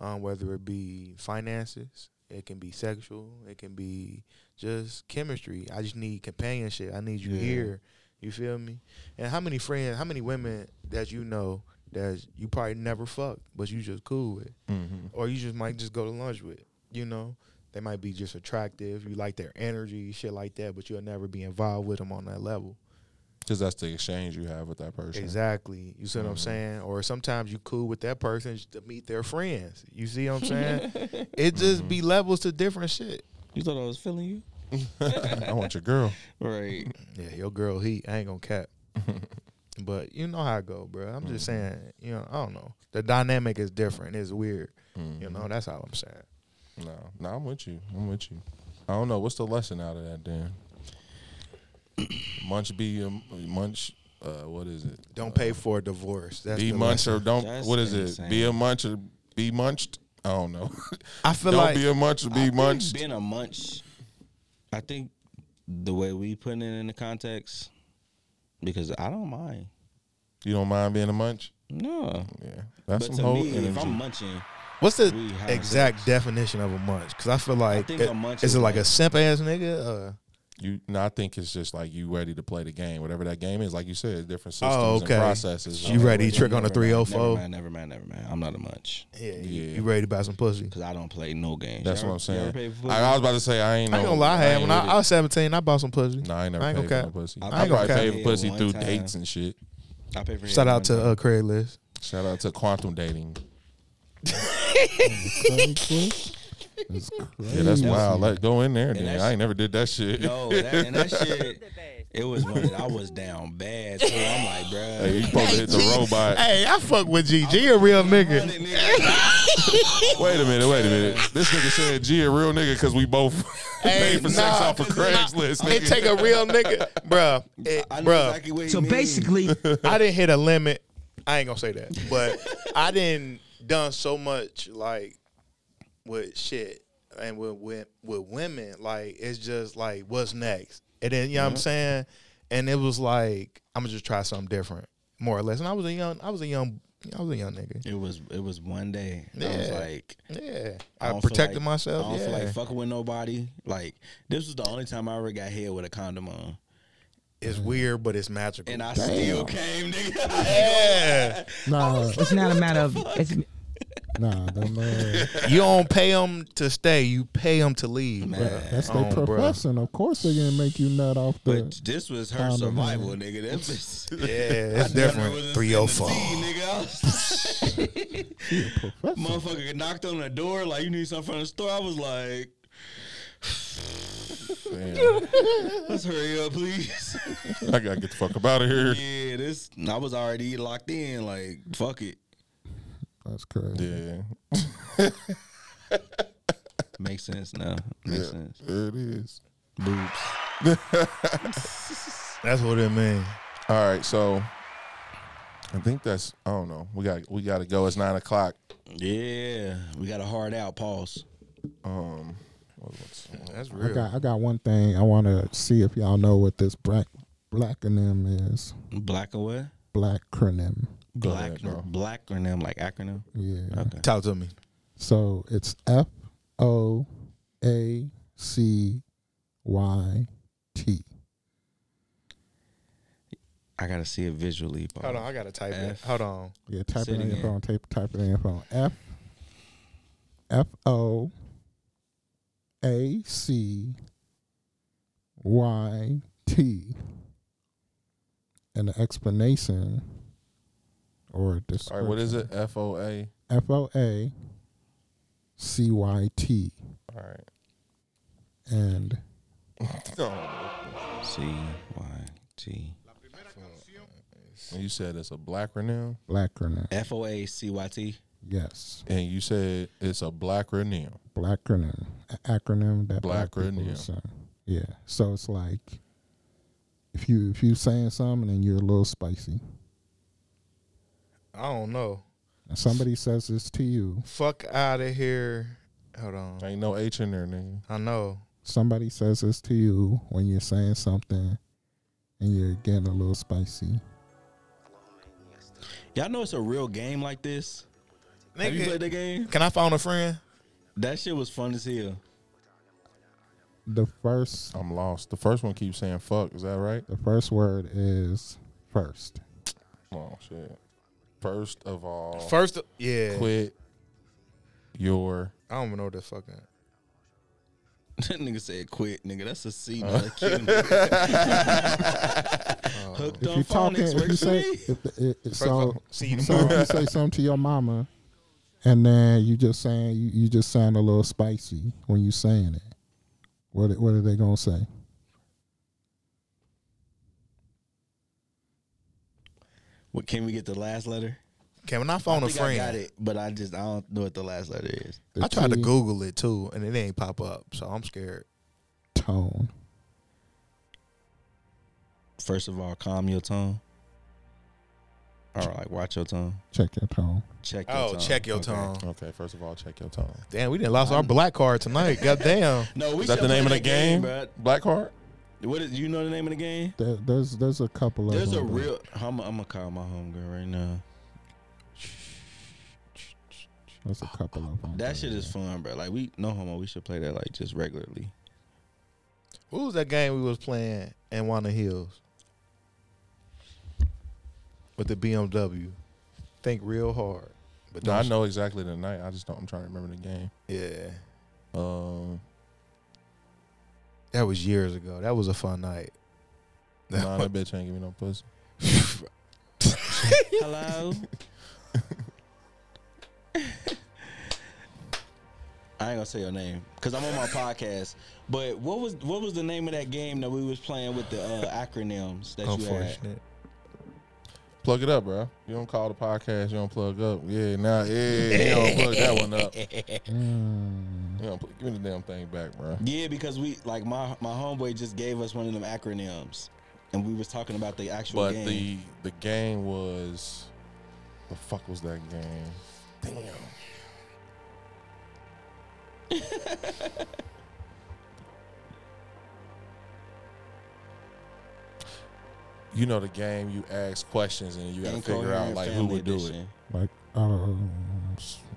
[SPEAKER 4] Um, whether it be finances, it can be sexual, it can be just chemistry. I just need companionship. I need you here. You feel me? And how many friends, how many women that you know that you probably never fucked, but you just cool with, or you just might just go to lunch with. You know, they might be just attractive. You like their energy, shit like that, but you'll never be involved with them on that level.
[SPEAKER 2] Because that's the exchange you have with that person.
[SPEAKER 4] Exactly. You see what I'm
[SPEAKER 2] Mm-hmm.
[SPEAKER 4] saying? Or sometimes you cool with that person just to meet their friends. You see what I'm saying? it just
[SPEAKER 2] Mm-hmm.
[SPEAKER 4] be levels to different shit.
[SPEAKER 3] You thought I was feeling you?
[SPEAKER 2] I want your girl.
[SPEAKER 3] Right.
[SPEAKER 4] Yeah, your girl heat. I ain't gonna cap. but you know how it go, bro. I'm just
[SPEAKER 2] Mm-hmm.
[SPEAKER 4] saying, you know, I don't know. The dynamic is different. It's weird. You
[SPEAKER 2] Mm-hmm.
[SPEAKER 4] know, that's all I'm saying.
[SPEAKER 2] No, no, I'm with you. I'm with you. I don't know what's the lesson out of that, then. munch be um, munch. Uh, what is it? Uh,
[SPEAKER 4] Don't pay for a divorce. That's
[SPEAKER 2] Be
[SPEAKER 4] the
[SPEAKER 2] munch or
[SPEAKER 4] lesson.
[SPEAKER 2] don't.
[SPEAKER 3] That's
[SPEAKER 2] what is
[SPEAKER 3] insane.
[SPEAKER 2] it? Be a munch or be munched. I don't know.
[SPEAKER 4] I feel
[SPEAKER 2] don't
[SPEAKER 4] like
[SPEAKER 2] be a munch or
[SPEAKER 3] I
[SPEAKER 2] be
[SPEAKER 3] think
[SPEAKER 2] munched.
[SPEAKER 3] Being a munch, I think the way we putting it in the context, because I don't mind.
[SPEAKER 2] you don't mind being a munch?
[SPEAKER 3] No,
[SPEAKER 2] Yeah, that's some
[SPEAKER 3] but to
[SPEAKER 2] whole
[SPEAKER 3] me, if
[SPEAKER 2] energy.
[SPEAKER 3] I'm munching,
[SPEAKER 4] what's the
[SPEAKER 3] We have
[SPEAKER 4] exact definition of a munch? Because I feel like
[SPEAKER 3] think
[SPEAKER 4] it-
[SPEAKER 3] a munch
[SPEAKER 4] is
[SPEAKER 3] is
[SPEAKER 4] it like
[SPEAKER 3] like-
[SPEAKER 4] a simp ass nigga? Uh, Or?
[SPEAKER 2] you, no, I think it's just like you ready to play the game, whatever that game is. Like you said, different systems
[SPEAKER 4] Oh, okay.
[SPEAKER 2] and processes.
[SPEAKER 4] You ready to trick on
[SPEAKER 3] Never
[SPEAKER 4] a
[SPEAKER 3] mind,
[SPEAKER 4] 304?
[SPEAKER 3] Never mind, never mind, never mind. I'm not a munch
[SPEAKER 4] Yeah, you,
[SPEAKER 2] Yeah.
[SPEAKER 4] you ready to buy some pussy?
[SPEAKER 3] because I don't play no games.
[SPEAKER 2] That's
[SPEAKER 3] Y'all-
[SPEAKER 2] what I'm saying.
[SPEAKER 3] y'all ever pay for
[SPEAKER 2] I, I was about to say I ain't.
[SPEAKER 4] I ain't
[SPEAKER 2] no-
[SPEAKER 4] gonna lie, I had.
[SPEAKER 2] ain't
[SPEAKER 4] When
[SPEAKER 2] with
[SPEAKER 4] I,
[SPEAKER 2] it.
[SPEAKER 4] I was 17, I bought some pussy.
[SPEAKER 2] No, I ain't never
[SPEAKER 4] I ain't
[SPEAKER 2] paid
[SPEAKER 4] gonna
[SPEAKER 2] for no
[SPEAKER 4] cap.
[SPEAKER 2] pussy.
[SPEAKER 3] I
[SPEAKER 2] I,
[SPEAKER 4] ain't gonna
[SPEAKER 2] probably paid
[SPEAKER 3] cap.
[SPEAKER 2] for pussy
[SPEAKER 3] One
[SPEAKER 2] through
[SPEAKER 3] time.
[SPEAKER 2] dates and shit.
[SPEAKER 3] I pay for
[SPEAKER 4] Shout
[SPEAKER 3] head
[SPEAKER 4] out to
[SPEAKER 3] one
[SPEAKER 4] uh, Craigslist.
[SPEAKER 2] Shout out to quantum dating. Yeah, that's wild. Let go in there. Then
[SPEAKER 3] that's-
[SPEAKER 2] I ain't never did that shit.
[SPEAKER 3] time. No, that, and that shit, it was one that I was down bad. So I'm like, bruh.
[SPEAKER 2] Hey, you supposed to hit the robot.
[SPEAKER 4] Hey, I fuck with GG, a real nigga.
[SPEAKER 3] nigga.
[SPEAKER 2] Wait a minute, wait a minute. This nigga said G a real nigga because we both
[SPEAKER 9] Hey,
[SPEAKER 2] paid for
[SPEAKER 9] nah,
[SPEAKER 2] sex off of Craigslist.
[SPEAKER 4] it
[SPEAKER 2] nigga.
[SPEAKER 4] take a real nigga, bruh. It,
[SPEAKER 3] I know
[SPEAKER 4] bruh,
[SPEAKER 3] exactly what he
[SPEAKER 8] So
[SPEAKER 3] mean.
[SPEAKER 8] basically,
[SPEAKER 4] I didn't hit a limit. I ain't gonna say that, but I didn't done so much like with shit and with with, with women. Like it's just like what's next, and then you
[SPEAKER 3] Mm-hmm.
[SPEAKER 4] know what I'm saying. And it was like I'm gonna just try something different, more or less. And I was a young, I was a young, I was a young nigga.
[SPEAKER 3] it was it was one day. I was
[SPEAKER 4] Yeah.
[SPEAKER 3] like,
[SPEAKER 4] Yeah,
[SPEAKER 3] I
[SPEAKER 4] I,
[SPEAKER 3] don't feel
[SPEAKER 4] protected
[SPEAKER 3] like-
[SPEAKER 4] myself.
[SPEAKER 3] I don't
[SPEAKER 4] yeah.
[SPEAKER 3] feel like fucking with nobody. Like this was the only time I ever got hit with a condom on,
[SPEAKER 4] it's weird, but it's magical.
[SPEAKER 3] mm-hmm. and I still came, nigga.
[SPEAKER 4] yeah,
[SPEAKER 7] Nah,
[SPEAKER 8] it's not a matter of it's
[SPEAKER 7] nah, them, uh,
[SPEAKER 4] you don't pay them to stay. You pay them to leave. bruh.
[SPEAKER 7] that's
[SPEAKER 4] Oh,
[SPEAKER 7] their
[SPEAKER 4] bruh.
[SPEAKER 7] profession. Of course, they gonna make you nut off
[SPEAKER 3] But
[SPEAKER 7] the.
[SPEAKER 3] this was her
[SPEAKER 7] Condom,
[SPEAKER 3] survival, nigga. That was
[SPEAKER 4] Yeah, it's
[SPEAKER 3] I was
[SPEAKER 4] different.
[SPEAKER 3] in
[SPEAKER 4] Three
[SPEAKER 3] the
[SPEAKER 4] oh
[SPEAKER 3] tea,
[SPEAKER 4] four.
[SPEAKER 3] nigga. I was- Motherfucker knocked on the door like you need something from the store. I was like, let's hurry up, please.
[SPEAKER 2] I gotta get the fuck up out of here.
[SPEAKER 3] yeah, this I was already locked in. Like fuck it,
[SPEAKER 7] That's crazy.
[SPEAKER 2] Yeah,
[SPEAKER 3] makes sense now. Makes sense.
[SPEAKER 2] there it is.
[SPEAKER 3] Boobs.
[SPEAKER 4] That's what it means.
[SPEAKER 2] All right, so I think that's. I don't know. We got we got to go. It's nine o'clock.
[SPEAKER 3] Yeah, we got a hard out. Pause.
[SPEAKER 2] Um, what- what's-
[SPEAKER 4] That's
[SPEAKER 7] I
[SPEAKER 4] real.
[SPEAKER 7] got, I got one thing. I want to see if y'all know what this black blackonym is.
[SPEAKER 3] Black and what?
[SPEAKER 7] Blackronym.
[SPEAKER 2] Go
[SPEAKER 3] Black,
[SPEAKER 2] ahead, bro.
[SPEAKER 3] black acronym, like acronym.
[SPEAKER 7] Yeah.
[SPEAKER 3] Okay.
[SPEAKER 4] Talk to me.
[SPEAKER 7] So it's F O A C Y T.
[SPEAKER 3] I gotta see it visually. Pause.
[SPEAKER 4] Hold on, I gotta type it.
[SPEAKER 3] F.
[SPEAKER 4] Hold on.
[SPEAKER 7] Yeah, type
[SPEAKER 3] Say it
[SPEAKER 7] it in your
[SPEAKER 3] again.
[SPEAKER 7] phone. Type, type it in your phone. F F O A C Y T. And the explanation or
[SPEAKER 2] All right, what
[SPEAKER 7] description.
[SPEAKER 2] is it? F O A.
[SPEAKER 7] F O A C Y T.
[SPEAKER 2] All right.
[SPEAKER 7] And
[SPEAKER 2] No.
[SPEAKER 3] C Y T
[SPEAKER 2] And you said it's a black renown,
[SPEAKER 7] blacronym.
[SPEAKER 3] F O A C Y T.
[SPEAKER 7] Yes.
[SPEAKER 2] and you said it's a black renown.
[SPEAKER 7] Blacronym. A acronym that black people
[SPEAKER 2] Blacronym.
[SPEAKER 7] use. Yeah. So it's like if you if you saying something and you're a little spicy.
[SPEAKER 4] I don't know.
[SPEAKER 7] And somebody says this to you.
[SPEAKER 4] Fuck out of here. Hold on.
[SPEAKER 2] Ain't no H in there, nigga.
[SPEAKER 4] I know.
[SPEAKER 7] Somebody says this to you when you're saying something and you're getting a little spicy.
[SPEAKER 3] Y'all know it's a real game like this. Have you played
[SPEAKER 4] Nigga,
[SPEAKER 3] the game?
[SPEAKER 4] can I phone a friend?
[SPEAKER 3] That shit was fun as hell.
[SPEAKER 7] The first
[SPEAKER 2] I'm lost. The first one keeps saying fuck. Is that right?
[SPEAKER 7] the first word is first.
[SPEAKER 2] Oh shit. First of all,
[SPEAKER 3] Oh.
[SPEAKER 4] First, yeah.
[SPEAKER 2] quit your.
[SPEAKER 4] I don't even know what the fucking.
[SPEAKER 3] that nigga said quit, nigga. That's a C, not a Q. nigga. Hooked
[SPEAKER 7] Uh. If
[SPEAKER 3] on phonics
[SPEAKER 7] you talking, if you
[SPEAKER 3] works for
[SPEAKER 7] say
[SPEAKER 3] me.
[SPEAKER 7] if, it, it,
[SPEAKER 4] First of
[SPEAKER 7] so
[SPEAKER 4] all, see you
[SPEAKER 7] So if you say something to your mama, and then you just saying you, you just sound a little spicy when you saying it. What what are they gonna say?
[SPEAKER 3] What can we get the last letter?
[SPEAKER 4] Can I phone
[SPEAKER 3] I
[SPEAKER 4] a
[SPEAKER 3] think
[SPEAKER 4] friend?
[SPEAKER 3] I got it, but I just I don't know what the last letter is.
[SPEAKER 7] The
[SPEAKER 4] I tried to
[SPEAKER 7] T
[SPEAKER 4] Google it too, and it ain't pop up, so I'm scared.
[SPEAKER 7] tone.
[SPEAKER 3] First of all, calm your tongue. Or like watch your tongue.
[SPEAKER 7] Check your tone.
[SPEAKER 3] Check your
[SPEAKER 4] Oh,
[SPEAKER 3] tongue.
[SPEAKER 4] check your
[SPEAKER 3] Okay.
[SPEAKER 4] tongue.
[SPEAKER 2] Okay, first of all, check your tongue.
[SPEAKER 4] Damn, we didn't lost our black card tonight. Goddamn.
[SPEAKER 3] No, we
[SPEAKER 2] Is that
[SPEAKER 3] should
[SPEAKER 2] the name of
[SPEAKER 3] play
[SPEAKER 2] the
[SPEAKER 3] that game,
[SPEAKER 2] game? Black Heart?
[SPEAKER 3] bruh. What is you know the name of the game?
[SPEAKER 7] There, there's there's a couple of
[SPEAKER 3] There's a
[SPEAKER 7] them, but
[SPEAKER 3] real. I'm, I'm gonna call my homegirl right now.
[SPEAKER 7] There's a couple of them.
[SPEAKER 3] That shit is fun, bro. Like we no homo. We should play that like just regularly.
[SPEAKER 4] What was that game we was playing in Wanda Hills with the BMW? Think real hard, but
[SPEAKER 2] No, I
[SPEAKER 4] don't.
[SPEAKER 2] know exactly the night. I just don't. I'm trying to remember the game.
[SPEAKER 4] Yeah,
[SPEAKER 2] Um,
[SPEAKER 4] that was years ago. That was a fun night.
[SPEAKER 2] nah, that bitch ain't give me no pussy.
[SPEAKER 3] Hello. I ain't gonna say your name because I'm on my podcast. But what was what was the name of that game that we was playing with the uh, acronyms that you had?
[SPEAKER 4] Unfortunate.
[SPEAKER 2] Plug it up, bro. You don't call the podcast. You don't plug up. Yeah, nah, yeah, you don't plug that one up. You don't pl- give me the damn thing back, bro.
[SPEAKER 3] Yeah, because we like my my homeboy just gave us one of them acronyms, and we was talking about the actual
[SPEAKER 2] But
[SPEAKER 3] game.
[SPEAKER 2] the the game was, the fuck was that game? Damn. you know the game. You ask questions and you got to figure out
[SPEAKER 3] Incoherent
[SPEAKER 2] like who
[SPEAKER 3] Family
[SPEAKER 2] would do it.
[SPEAKER 3] Edition.
[SPEAKER 7] Like, um,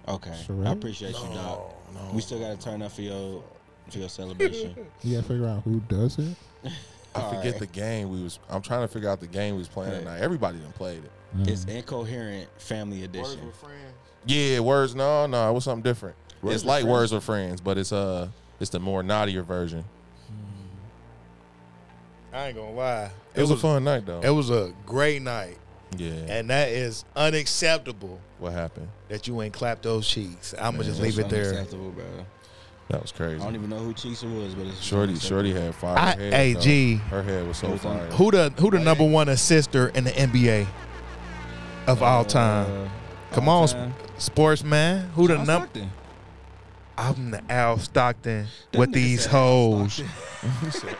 [SPEAKER 3] Okay,
[SPEAKER 7] Charade?
[SPEAKER 3] I appreciate you, Doc. we still got to turn up for your for your celebration.
[SPEAKER 7] you gotta figure out who does it.
[SPEAKER 2] I forget
[SPEAKER 3] Alright.
[SPEAKER 2] the game we was. I'm trying to figure out the game we was playing tonight. Everybody done played it.
[SPEAKER 3] It's incoherent family edition.
[SPEAKER 2] Yeah, words. No, no, it was something different. it's
[SPEAKER 3] with
[SPEAKER 2] like
[SPEAKER 3] Friends.
[SPEAKER 2] words with friends, but it's uh, it's the more naughtier version.
[SPEAKER 4] I ain't gonna lie.
[SPEAKER 2] It, was, a fun night though.
[SPEAKER 4] It was a great night,
[SPEAKER 2] yeah.
[SPEAKER 4] and that is unacceptable
[SPEAKER 2] What happened?
[SPEAKER 4] that you ain't clap those cheeks. I'm gonna just
[SPEAKER 3] That's
[SPEAKER 4] leave it there.
[SPEAKER 3] unacceptable, bro.
[SPEAKER 2] That was crazy.
[SPEAKER 3] I don't even know who Cheeks was, but it's uh,
[SPEAKER 2] Shorty, Shorty had fire.
[SPEAKER 4] I-
[SPEAKER 2] head,
[SPEAKER 4] hey,
[SPEAKER 2] though.
[SPEAKER 4] G.
[SPEAKER 2] her head was so
[SPEAKER 3] was on-
[SPEAKER 2] fire.
[SPEAKER 4] Who the who the number one assister in the NBA of
[SPEAKER 2] Uh,
[SPEAKER 4] all
[SPEAKER 3] uh,
[SPEAKER 4] time? Come on, sp- sports man. Who the number? I'm the Al Stockton with these hoes.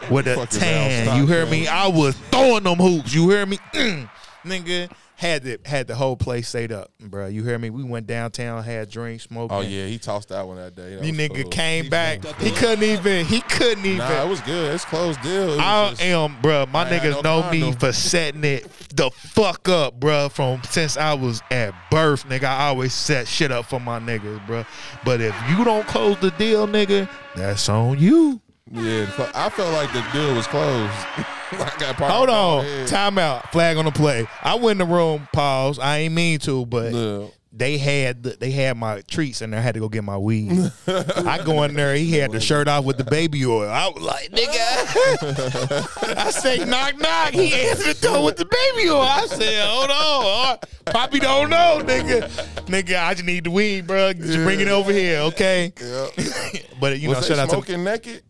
[SPEAKER 4] with a
[SPEAKER 2] Fuck is Al
[SPEAKER 4] tan. You hear
[SPEAKER 2] Stockton?
[SPEAKER 4] me? I was throwing them hoops. You hear me? Mm, nigga. Had the had the whole place stayed up, bro. You hear me? We went downtown, had drinks, smoking.
[SPEAKER 2] Oh yeah, he tossed that one that day. That
[SPEAKER 4] You
[SPEAKER 2] was
[SPEAKER 4] nigga
[SPEAKER 2] cool.
[SPEAKER 4] came back. He couldn't even. He couldn't even.
[SPEAKER 2] Nah, it was good. It's closed deal. It was
[SPEAKER 4] I
[SPEAKER 2] just-
[SPEAKER 4] am, bruh. My
[SPEAKER 2] I ain't
[SPEAKER 4] niggas
[SPEAKER 2] had no
[SPEAKER 4] know me
[SPEAKER 2] condom.
[SPEAKER 4] for setting it the fuck up, bruh. From since I was at birth, nigga, I always set shit up for my niggas, bruh. But if you don't close the deal, nigga, that's on you.
[SPEAKER 2] Yeah, the cl- I felt like the deal was closed. I got part
[SPEAKER 4] Hold on,
[SPEAKER 2] Yeah.
[SPEAKER 4] time out. Flag on the play. I went in the room. Pause. I ain't mean to, but
[SPEAKER 2] Look.
[SPEAKER 4] they had the, they had my treats and I had to go get my weed. I go in there. He had the shirt off with the baby oil. I was like, nigga. I say knock knock. He answered the door with the baby oil. I said, hold on, uh, Poppy don't know, nigga. Nigga, I just need the weed, bro. Just bring it over here, okay? But you
[SPEAKER 2] was
[SPEAKER 4] know,
[SPEAKER 2] they
[SPEAKER 4] shout out to Oh,
[SPEAKER 2] smoking naked?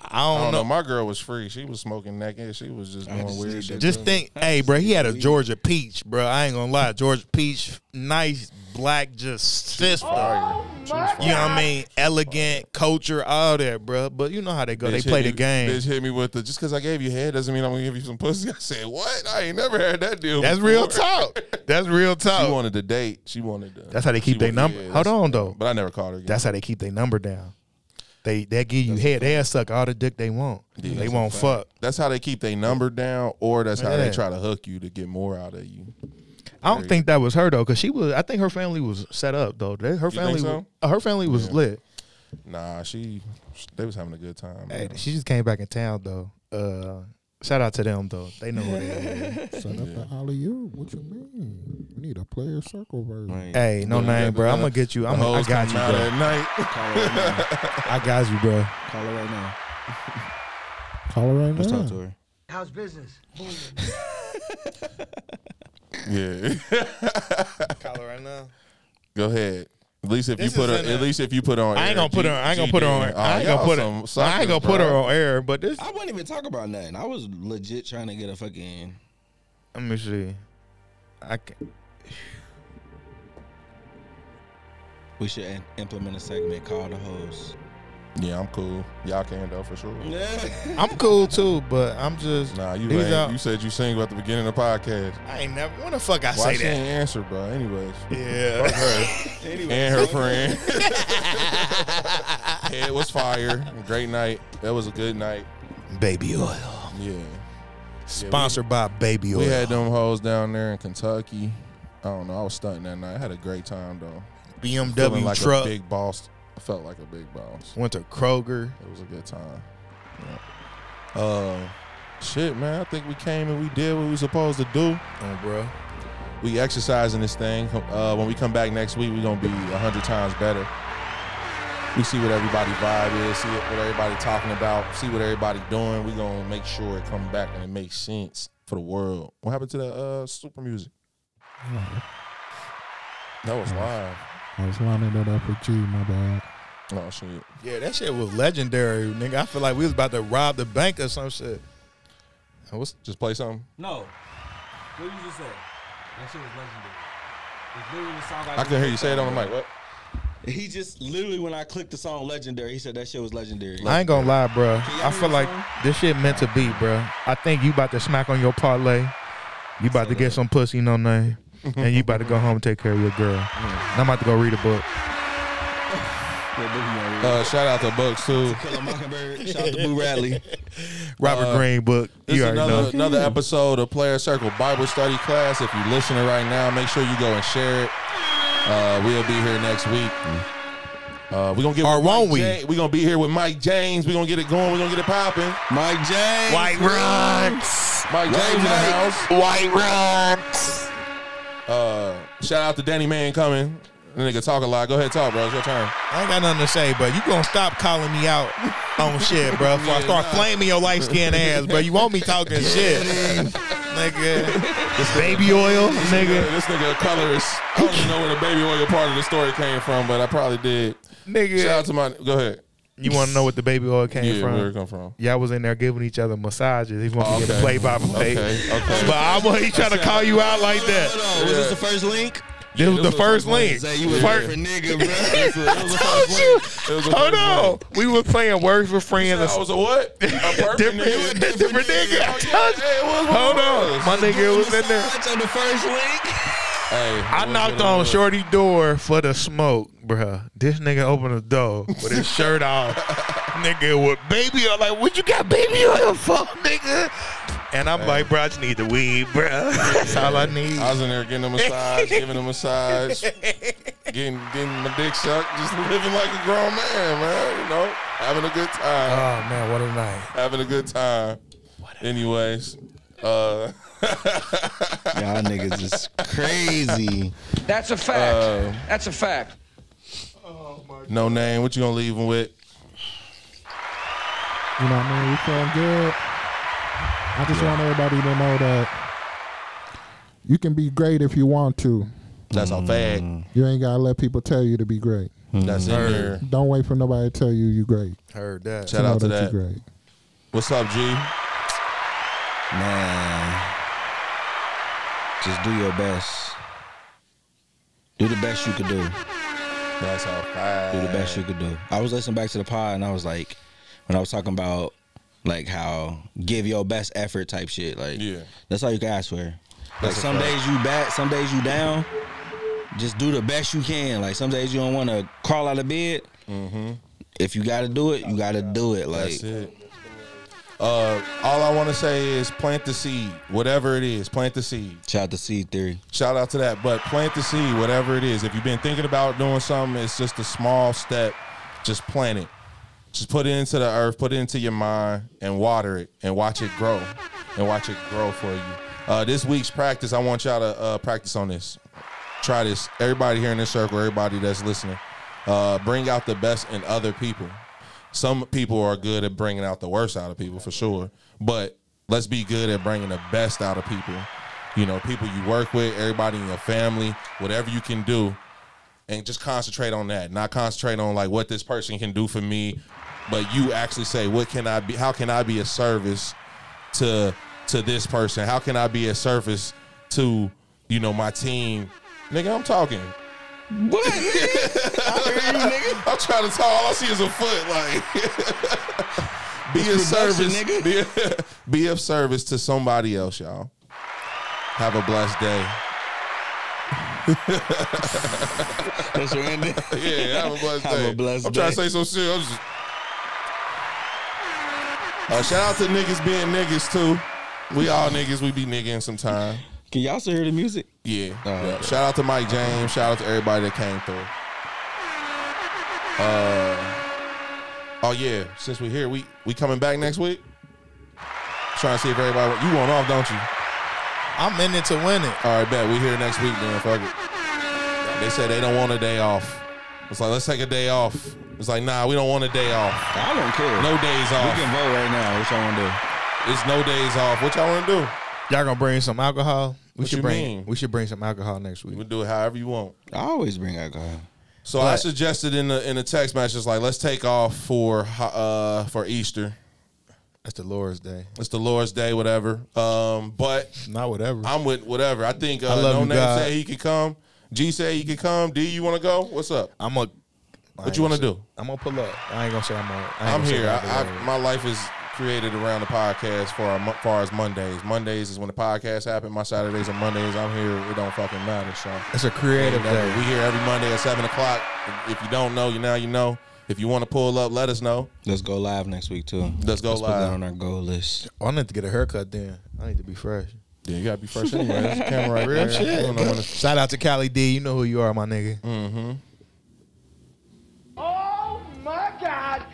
[SPEAKER 4] I
[SPEAKER 2] I
[SPEAKER 4] don't
[SPEAKER 2] don't
[SPEAKER 4] know.
[SPEAKER 2] know. My girl was free. She was smoking naked. She was just doing
[SPEAKER 3] just
[SPEAKER 2] weird
[SPEAKER 3] need
[SPEAKER 2] shit.
[SPEAKER 3] to
[SPEAKER 4] Just
[SPEAKER 2] too.
[SPEAKER 4] think, hey, bro, he had a Georgia peach, bro. I ain't gonna lie, Georgia peach, nice black, just sister.
[SPEAKER 2] Fire. She was
[SPEAKER 4] You know what I mean? Elegant culture, all that, bro. But you know how they go.
[SPEAKER 2] Bitch
[SPEAKER 4] they play
[SPEAKER 2] hit
[SPEAKER 4] the
[SPEAKER 2] me-
[SPEAKER 4] game.
[SPEAKER 2] Bitch hit me with the just because I gave you head doesn't mean I'm gonna give you some pussy. I said what? I ain't never had that deal.
[SPEAKER 4] That's real
[SPEAKER 2] before.
[SPEAKER 4] talk. That's real
[SPEAKER 2] She
[SPEAKER 4] talk.
[SPEAKER 2] wanted to date. She wanted to.
[SPEAKER 4] That's how they
[SPEAKER 2] she
[SPEAKER 4] keep their
[SPEAKER 2] wanted-
[SPEAKER 4] number.
[SPEAKER 2] yeah,
[SPEAKER 4] Hold
[SPEAKER 2] that's-
[SPEAKER 4] on though.
[SPEAKER 2] But I never called her. Again.
[SPEAKER 4] That's how they keep their number down. They they give you head, they suck all the dick they want. they
[SPEAKER 2] that's
[SPEAKER 4] won't fuck.
[SPEAKER 2] that's how they keep their number down, or that's how they
[SPEAKER 4] Yeah.
[SPEAKER 2] try to hook you to get more out of you.
[SPEAKER 4] I don't think that was her though, cause she was. I think her family was set up though. They- her
[SPEAKER 2] think
[SPEAKER 4] family,
[SPEAKER 2] so?
[SPEAKER 4] was, uh, her family was lit.
[SPEAKER 2] Nah, she. They was having a good time.
[SPEAKER 4] Hey,
[SPEAKER 2] man.
[SPEAKER 4] she just came back in town though. Uh, shout out to them though. They know what they are.
[SPEAKER 7] Set up the alley oop. What you mean? We need a player circle version.
[SPEAKER 4] Hey, no name, bro. I'm gonna get you.
[SPEAKER 2] uh, The
[SPEAKER 4] I'm. I
[SPEAKER 2] hoes
[SPEAKER 4] got you,
[SPEAKER 2] come out
[SPEAKER 4] bro.
[SPEAKER 2] at night.
[SPEAKER 3] Call her right now.
[SPEAKER 4] I got you, bro.
[SPEAKER 3] Call her right now.
[SPEAKER 7] Call her right
[SPEAKER 3] Let's
[SPEAKER 7] now.
[SPEAKER 3] talk to her.
[SPEAKER 5] How's business?
[SPEAKER 2] Yeah.
[SPEAKER 4] Call her right now.
[SPEAKER 2] Go ahead. At least if
[SPEAKER 4] This
[SPEAKER 2] you put
[SPEAKER 4] is
[SPEAKER 2] her.
[SPEAKER 4] in
[SPEAKER 2] At
[SPEAKER 4] a-
[SPEAKER 2] least if you put her on.
[SPEAKER 4] I ain't gonna put her. I ain't gonna put her on.
[SPEAKER 2] Oh,
[SPEAKER 4] I ain't gonna put her. I ain't gonna put her on air. But this.
[SPEAKER 3] I wouldn't even talk about nothing. I was legit trying to get a fucking.
[SPEAKER 4] Let me see. I can.
[SPEAKER 3] We should in- implement a segment called the host.
[SPEAKER 2] Yeah, I'm cool. Y'all can though for sure.
[SPEAKER 4] I'm cool too, but I'm just.
[SPEAKER 2] Nah, you
[SPEAKER 4] These
[SPEAKER 2] lame.
[SPEAKER 4] are-
[SPEAKER 2] You said you single at the beginning of the podcast.
[SPEAKER 4] I ain't never. When the fuck I
[SPEAKER 2] Why
[SPEAKER 4] say
[SPEAKER 2] she
[SPEAKER 4] that?
[SPEAKER 2] ain't answer, bro? Anyways,
[SPEAKER 4] Yeah.
[SPEAKER 2] her and her friend. it was fire. Great night. That was a good night.
[SPEAKER 4] Baby oil.
[SPEAKER 2] Yeah,
[SPEAKER 4] Sponsored by Baby Oil.
[SPEAKER 2] we had them hoes down there in Kentucky. I don't know. I was stunting that night. I had a great time though. Feeling
[SPEAKER 4] BMW
[SPEAKER 2] like
[SPEAKER 4] truck.
[SPEAKER 2] a big boss. I felt like a big boss.
[SPEAKER 4] Went to Kroger.
[SPEAKER 2] It was a good time. Yeah. Uh, shit, man. I think we came and we did what we was supposed to do.
[SPEAKER 4] Oh, bro.
[SPEAKER 2] We exercising this thing. Uh, when we come back next week, we're gonna be hundred times better. We see what everybody vibe is, see what everybody talking about, see what everybody doing. We gonna make sure it come back and it makes sense for the world. What happened to the uh, super music? Mm. That was live.
[SPEAKER 7] I was lining that up with G, my bad.
[SPEAKER 2] Oh shit.
[SPEAKER 4] Yeah, that shit was legendary, nigga. I feel like we was about to rob the bank or some shit. And What's
[SPEAKER 2] Just Oh, play something.
[SPEAKER 5] No. What did you just say?
[SPEAKER 10] That shit was legendary. It literally sound like
[SPEAKER 2] I can hear you say it on the mic. What?
[SPEAKER 3] He just literally when I clicked the song Legendary, he said that shit was legendary.
[SPEAKER 4] I ain't gonna lie, bro.
[SPEAKER 3] Can y'all
[SPEAKER 4] I
[SPEAKER 3] hear
[SPEAKER 4] feel
[SPEAKER 3] the
[SPEAKER 4] like
[SPEAKER 3] song?
[SPEAKER 4] this shit meant to be, bro. I think you about to smack on your parlay. You about to get some pussy, no name, and you about to go home and take care of your girl. And I'm about to go read a book.
[SPEAKER 2] Uh, shout out to Bucks too.
[SPEAKER 3] Kill a Mockingbird. Shout out to Boo Radley.
[SPEAKER 4] Robert Greene book.
[SPEAKER 2] Uh, This
[SPEAKER 4] You
[SPEAKER 2] is
[SPEAKER 4] already
[SPEAKER 2] another
[SPEAKER 4] know.
[SPEAKER 2] another episode of Player Circle Bible Study class. If you're listening right now, make sure you go and share it. Uh, we'll be here next week. Uh, we're gonna get
[SPEAKER 4] Or
[SPEAKER 2] with
[SPEAKER 4] won't
[SPEAKER 2] Mike
[SPEAKER 4] we?
[SPEAKER 2] James. We're gonna be here with Mike James. We're gonna get it going. We're gonna get it popping.
[SPEAKER 3] Mike James.
[SPEAKER 4] White runs.
[SPEAKER 2] Mike James in the house.
[SPEAKER 4] White runs.
[SPEAKER 2] Uh, shout out to Danny Man coming. That nigga talk a lot. Go ahead, talk, bro. It's your turn.
[SPEAKER 4] I ain't got nothing to say, but you gonna stop calling me out on shit, bro. Before I start flaming your light skinned ass, bro. You want me talking shit, nigga? This baby oil, nigga.
[SPEAKER 2] This nigga a colorist. I don't even know where the baby oil part of the story came from, but I probably did. Shout out
[SPEAKER 4] Nigga,
[SPEAKER 2] to my. Go ahead.
[SPEAKER 4] you want to know what the baby oil came
[SPEAKER 2] yeah, where it
[SPEAKER 4] from?
[SPEAKER 2] come from?
[SPEAKER 4] Y'all was in there giving each other massages. He wanted to get
[SPEAKER 2] Okay.
[SPEAKER 4] a play by play.
[SPEAKER 2] Okay, okay.
[SPEAKER 4] But I was he trying to call you out like that.
[SPEAKER 3] Was this the first link?
[SPEAKER 4] This was the first link.
[SPEAKER 3] Say you was
[SPEAKER 4] First-
[SPEAKER 3] for nigga, bro.
[SPEAKER 2] It was a- it was a
[SPEAKER 4] Told
[SPEAKER 2] first
[SPEAKER 4] you.
[SPEAKER 2] link. It was a
[SPEAKER 4] Hold
[SPEAKER 2] first
[SPEAKER 4] on.
[SPEAKER 2] link.
[SPEAKER 4] We were playing words with friends.
[SPEAKER 2] I was a what? A perfect
[SPEAKER 4] different,
[SPEAKER 2] nigga.
[SPEAKER 4] different nigga. I
[SPEAKER 2] Oh, yeah.
[SPEAKER 4] told you.
[SPEAKER 2] Hey, it was what
[SPEAKER 4] Hold
[SPEAKER 2] it
[SPEAKER 4] on,
[SPEAKER 2] was.
[SPEAKER 4] my nigga was in there.
[SPEAKER 3] Touch on the first link.
[SPEAKER 2] Hey,
[SPEAKER 4] I
[SPEAKER 2] it was
[SPEAKER 4] knocked
[SPEAKER 2] what it
[SPEAKER 4] on
[SPEAKER 2] was.
[SPEAKER 4] Shorty door for the smoke, bruh. This nigga opened the door with his shirt off. nigga with baby oil. Like, what you got baby oil for, nigga? And I'm like, bruh, I just need the weed, bruh. That's all I need.
[SPEAKER 2] I was in there getting a massage, giving a massage, getting getting my dick sucked, just living like a grown man, man. You know, having a good
[SPEAKER 4] oh,
[SPEAKER 2] time,
[SPEAKER 4] man, what a night.
[SPEAKER 2] having a good time. Anyways, uh,
[SPEAKER 3] Y'all niggas is crazy.
[SPEAKER 9] That's a fact.
[SPEAKER 4] Uh,
[SPEAKER 9] That's a fact.
[SPEAKER 2] no name. What you gonna leave him with?
[SPEAKER 7] You know what I mean? We feeling good. I just want everybody to know that you can be great if you want to.
[SPEAKER 2] That's a fact.
[SPEAKER 3] Mm-hmm.
[SPEAKER 7] You ain't gotta let people tell you to be great.
[SPEAKER 2] That's in there.
[SPEAKER 7] Don't wait for nobody to tell you you great.
[SPEAKER 4] Heard that.
[SPEAKER 2] Shout
[SPEAKER 7] know
[SPEAKER 2] out to that.
[SPEAKER 7] that you great.
[SPEAKER 2] What's up, G?
[SPEAKER 3] Man. Just do your best. Do the best you could do.
[SPEAKER 2] That's how
[SPEAKER 3] Do the
[SPEAKER 2] fine.
[SPEAKER 3] best you could do. I was listening back to the pod and I was like, when I was talking about like how give your best effort type shit. Like
[SPEAKER 2] Yeah.
[SPEAKER 3] that's all you can ask for. Like
[SPEAKER 2] That's a
[SPEAKER 3] some
[SPEAKER 2] fact.
[SPEAKER 3] days you bad, some days you down. Just do the best you can. Like some days you don't want to crawl out of bed. If you got to do it, you got to do it. Like
[SPEAKER 2] Mm-hmm. That's it. Uh, all I want to say is plant the seed, whatever it is, plant the seed.
[SPEAKER 3] shout out to C Theory.
[SPEAKER 2] Shout out to that. But plant the seed, whatever it is. If you've been thinking about doing something, it's just a small step. Just plant it. Just put it into the earth, put it into your mind, and water it, and watch it grow, and watch it grow for you. Uh, this week's practice, I want y'all to uh, practice on this. Try this. Everybody here in this circle, everybody that's listening, uh, bring out the best in other people. Some people are good at bringing out the worst out of people for sure, but let's be good at bringing the best out of people. You know, people you work with, everybody in your family, whatever you can do, and just concentrate on that. Not concentrate on like what this person can do for me, but you actually say, what can I be? How can I be a service to to this person? How can I be a service to you know my team? Nigga, I'm talking. I'm trying to talk. All I see is a foot. Like, be a service. Be, a, be of service to somebody else, y'all. Have a blessed day.
[SPEAKER 3] That's your ending.
[SPEAKER 2] Yeah, have a blessed
[SPEAKER 3] Have
[SPEAKER 2] day.
[SPEAKER 3] a blessed
[SPEAKER 2] I'm trying to say
[SPEAKER 3] day.
[SPEAKER 2] some shit. I'm just. Uh, shout out to niggas being niggas too. We all niggas. We be niggas sometime.
[SPEAKER 3] Can y'all still hear the music?
[SPEAKER 2] Yeah.
[SPEAKER 3] Oh,
[SPEAKER 2] yeah.
[SPEAKER 3] okay.
[SPEAKER 2] Shout out to Mike James. Shout out to everybody that came through. Uh, oh yeah. Since we're here, we we coming back next week. Trying to see if everybody you want off, don't you?
[SPEAKER 4] I'm in it to win it.
[SPEAKER 2] All right, bet we here next week then. Fuck it. They said they don't want a day off. It's like let's take a day off. It's like nah, we don't want a day off.
[SPEAKER 3] I don't care.
[SPEAKER 2] No days
[SPEAKER 3] We
[SPEAKER 2] off.
[SPEAKER 3] can vote right now. What y'all want to do?
[SPEAKER 2] It's no days off. What y'all want to do?
[SPEAKER 4] Y'all gonna bring some alcohol? We
[SPEAKER 2] What
[SPEAKER 4] should
[SPEAKER 2] you
[SPEAKER 4] bring.
[SPEAKER 2] mean?
[SPEAKER 4] We should bring some alcohol next
[SPEAKER 2] We
[SPEAKER 4] week.
[SPEAKER 2] can do it however you want.
[SPEAKER 3] I always bring alcohol.
[SPEAKER 2] So I suggested in the in the text message like let's take off for uh for Easter.
[SPEAKER 4] That's the Lord's Day.
[SPEAKER 2] It's the Lord's Day, whatever. Um, but
[SPEAKER 4] Not whatever.
[SPEAKER 2] I'm with whatever. I think uh,
[SPEAKER 4] I love
[SPEAKER 2] No
[SPEAKER 4] you,
[SPEAKER 2] Name
[SPEAKER 4] God.
[SPEAKER 2] said he could come. G said he could come. D, you want to go? What's up?
[SPEAKER 4] I'm a.
[SPEAKER 2] What you want to do?
[SPEAKER 4] I'm gonna pull up. I ain't gonna say I'm on.
[SPEAKER 2] I'm here. I, I, my life is created around the podcast for our, mo- far as Mondays. Mondays is when the podcast happen. My Saturdays and Mondays, I'm here. It don't fucking matter. So
[SPEAKER 4] It's a creative
[SPEAKER 2] Whatever.
[SPEAKER 4] day.
[SPEAKER 2] We here every Monday at seven o'clock. If you don't know, you now you know. If you want to pull up, let us know.
[SPEAKER 3] Let's go live next week too.
[SPEAKER 2] Let's go
[SPEAKER 3] Put that
[SPEAKER 2] live.
[SPEAKER 3] on our goal list.
[SPEAKER 4] Oh, I need to get a haircut then. I need to be fresh.
[SPEAKER 2] Yeah, you gotta be fresh anyway. There's a camera right
[SPEAKER 4] Real
[SPEAKER 2] there. I don't know when it's-
[SPEAKER 4] Shout out to Cali D. You know who you are, my nigga.
[SPEAKER 2] Mm-hmm.
[SPEAKER 5] Oh my God!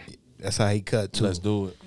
[SPEAKER 4] That's how he cut too.
[SPEAKER 2] Let's do it.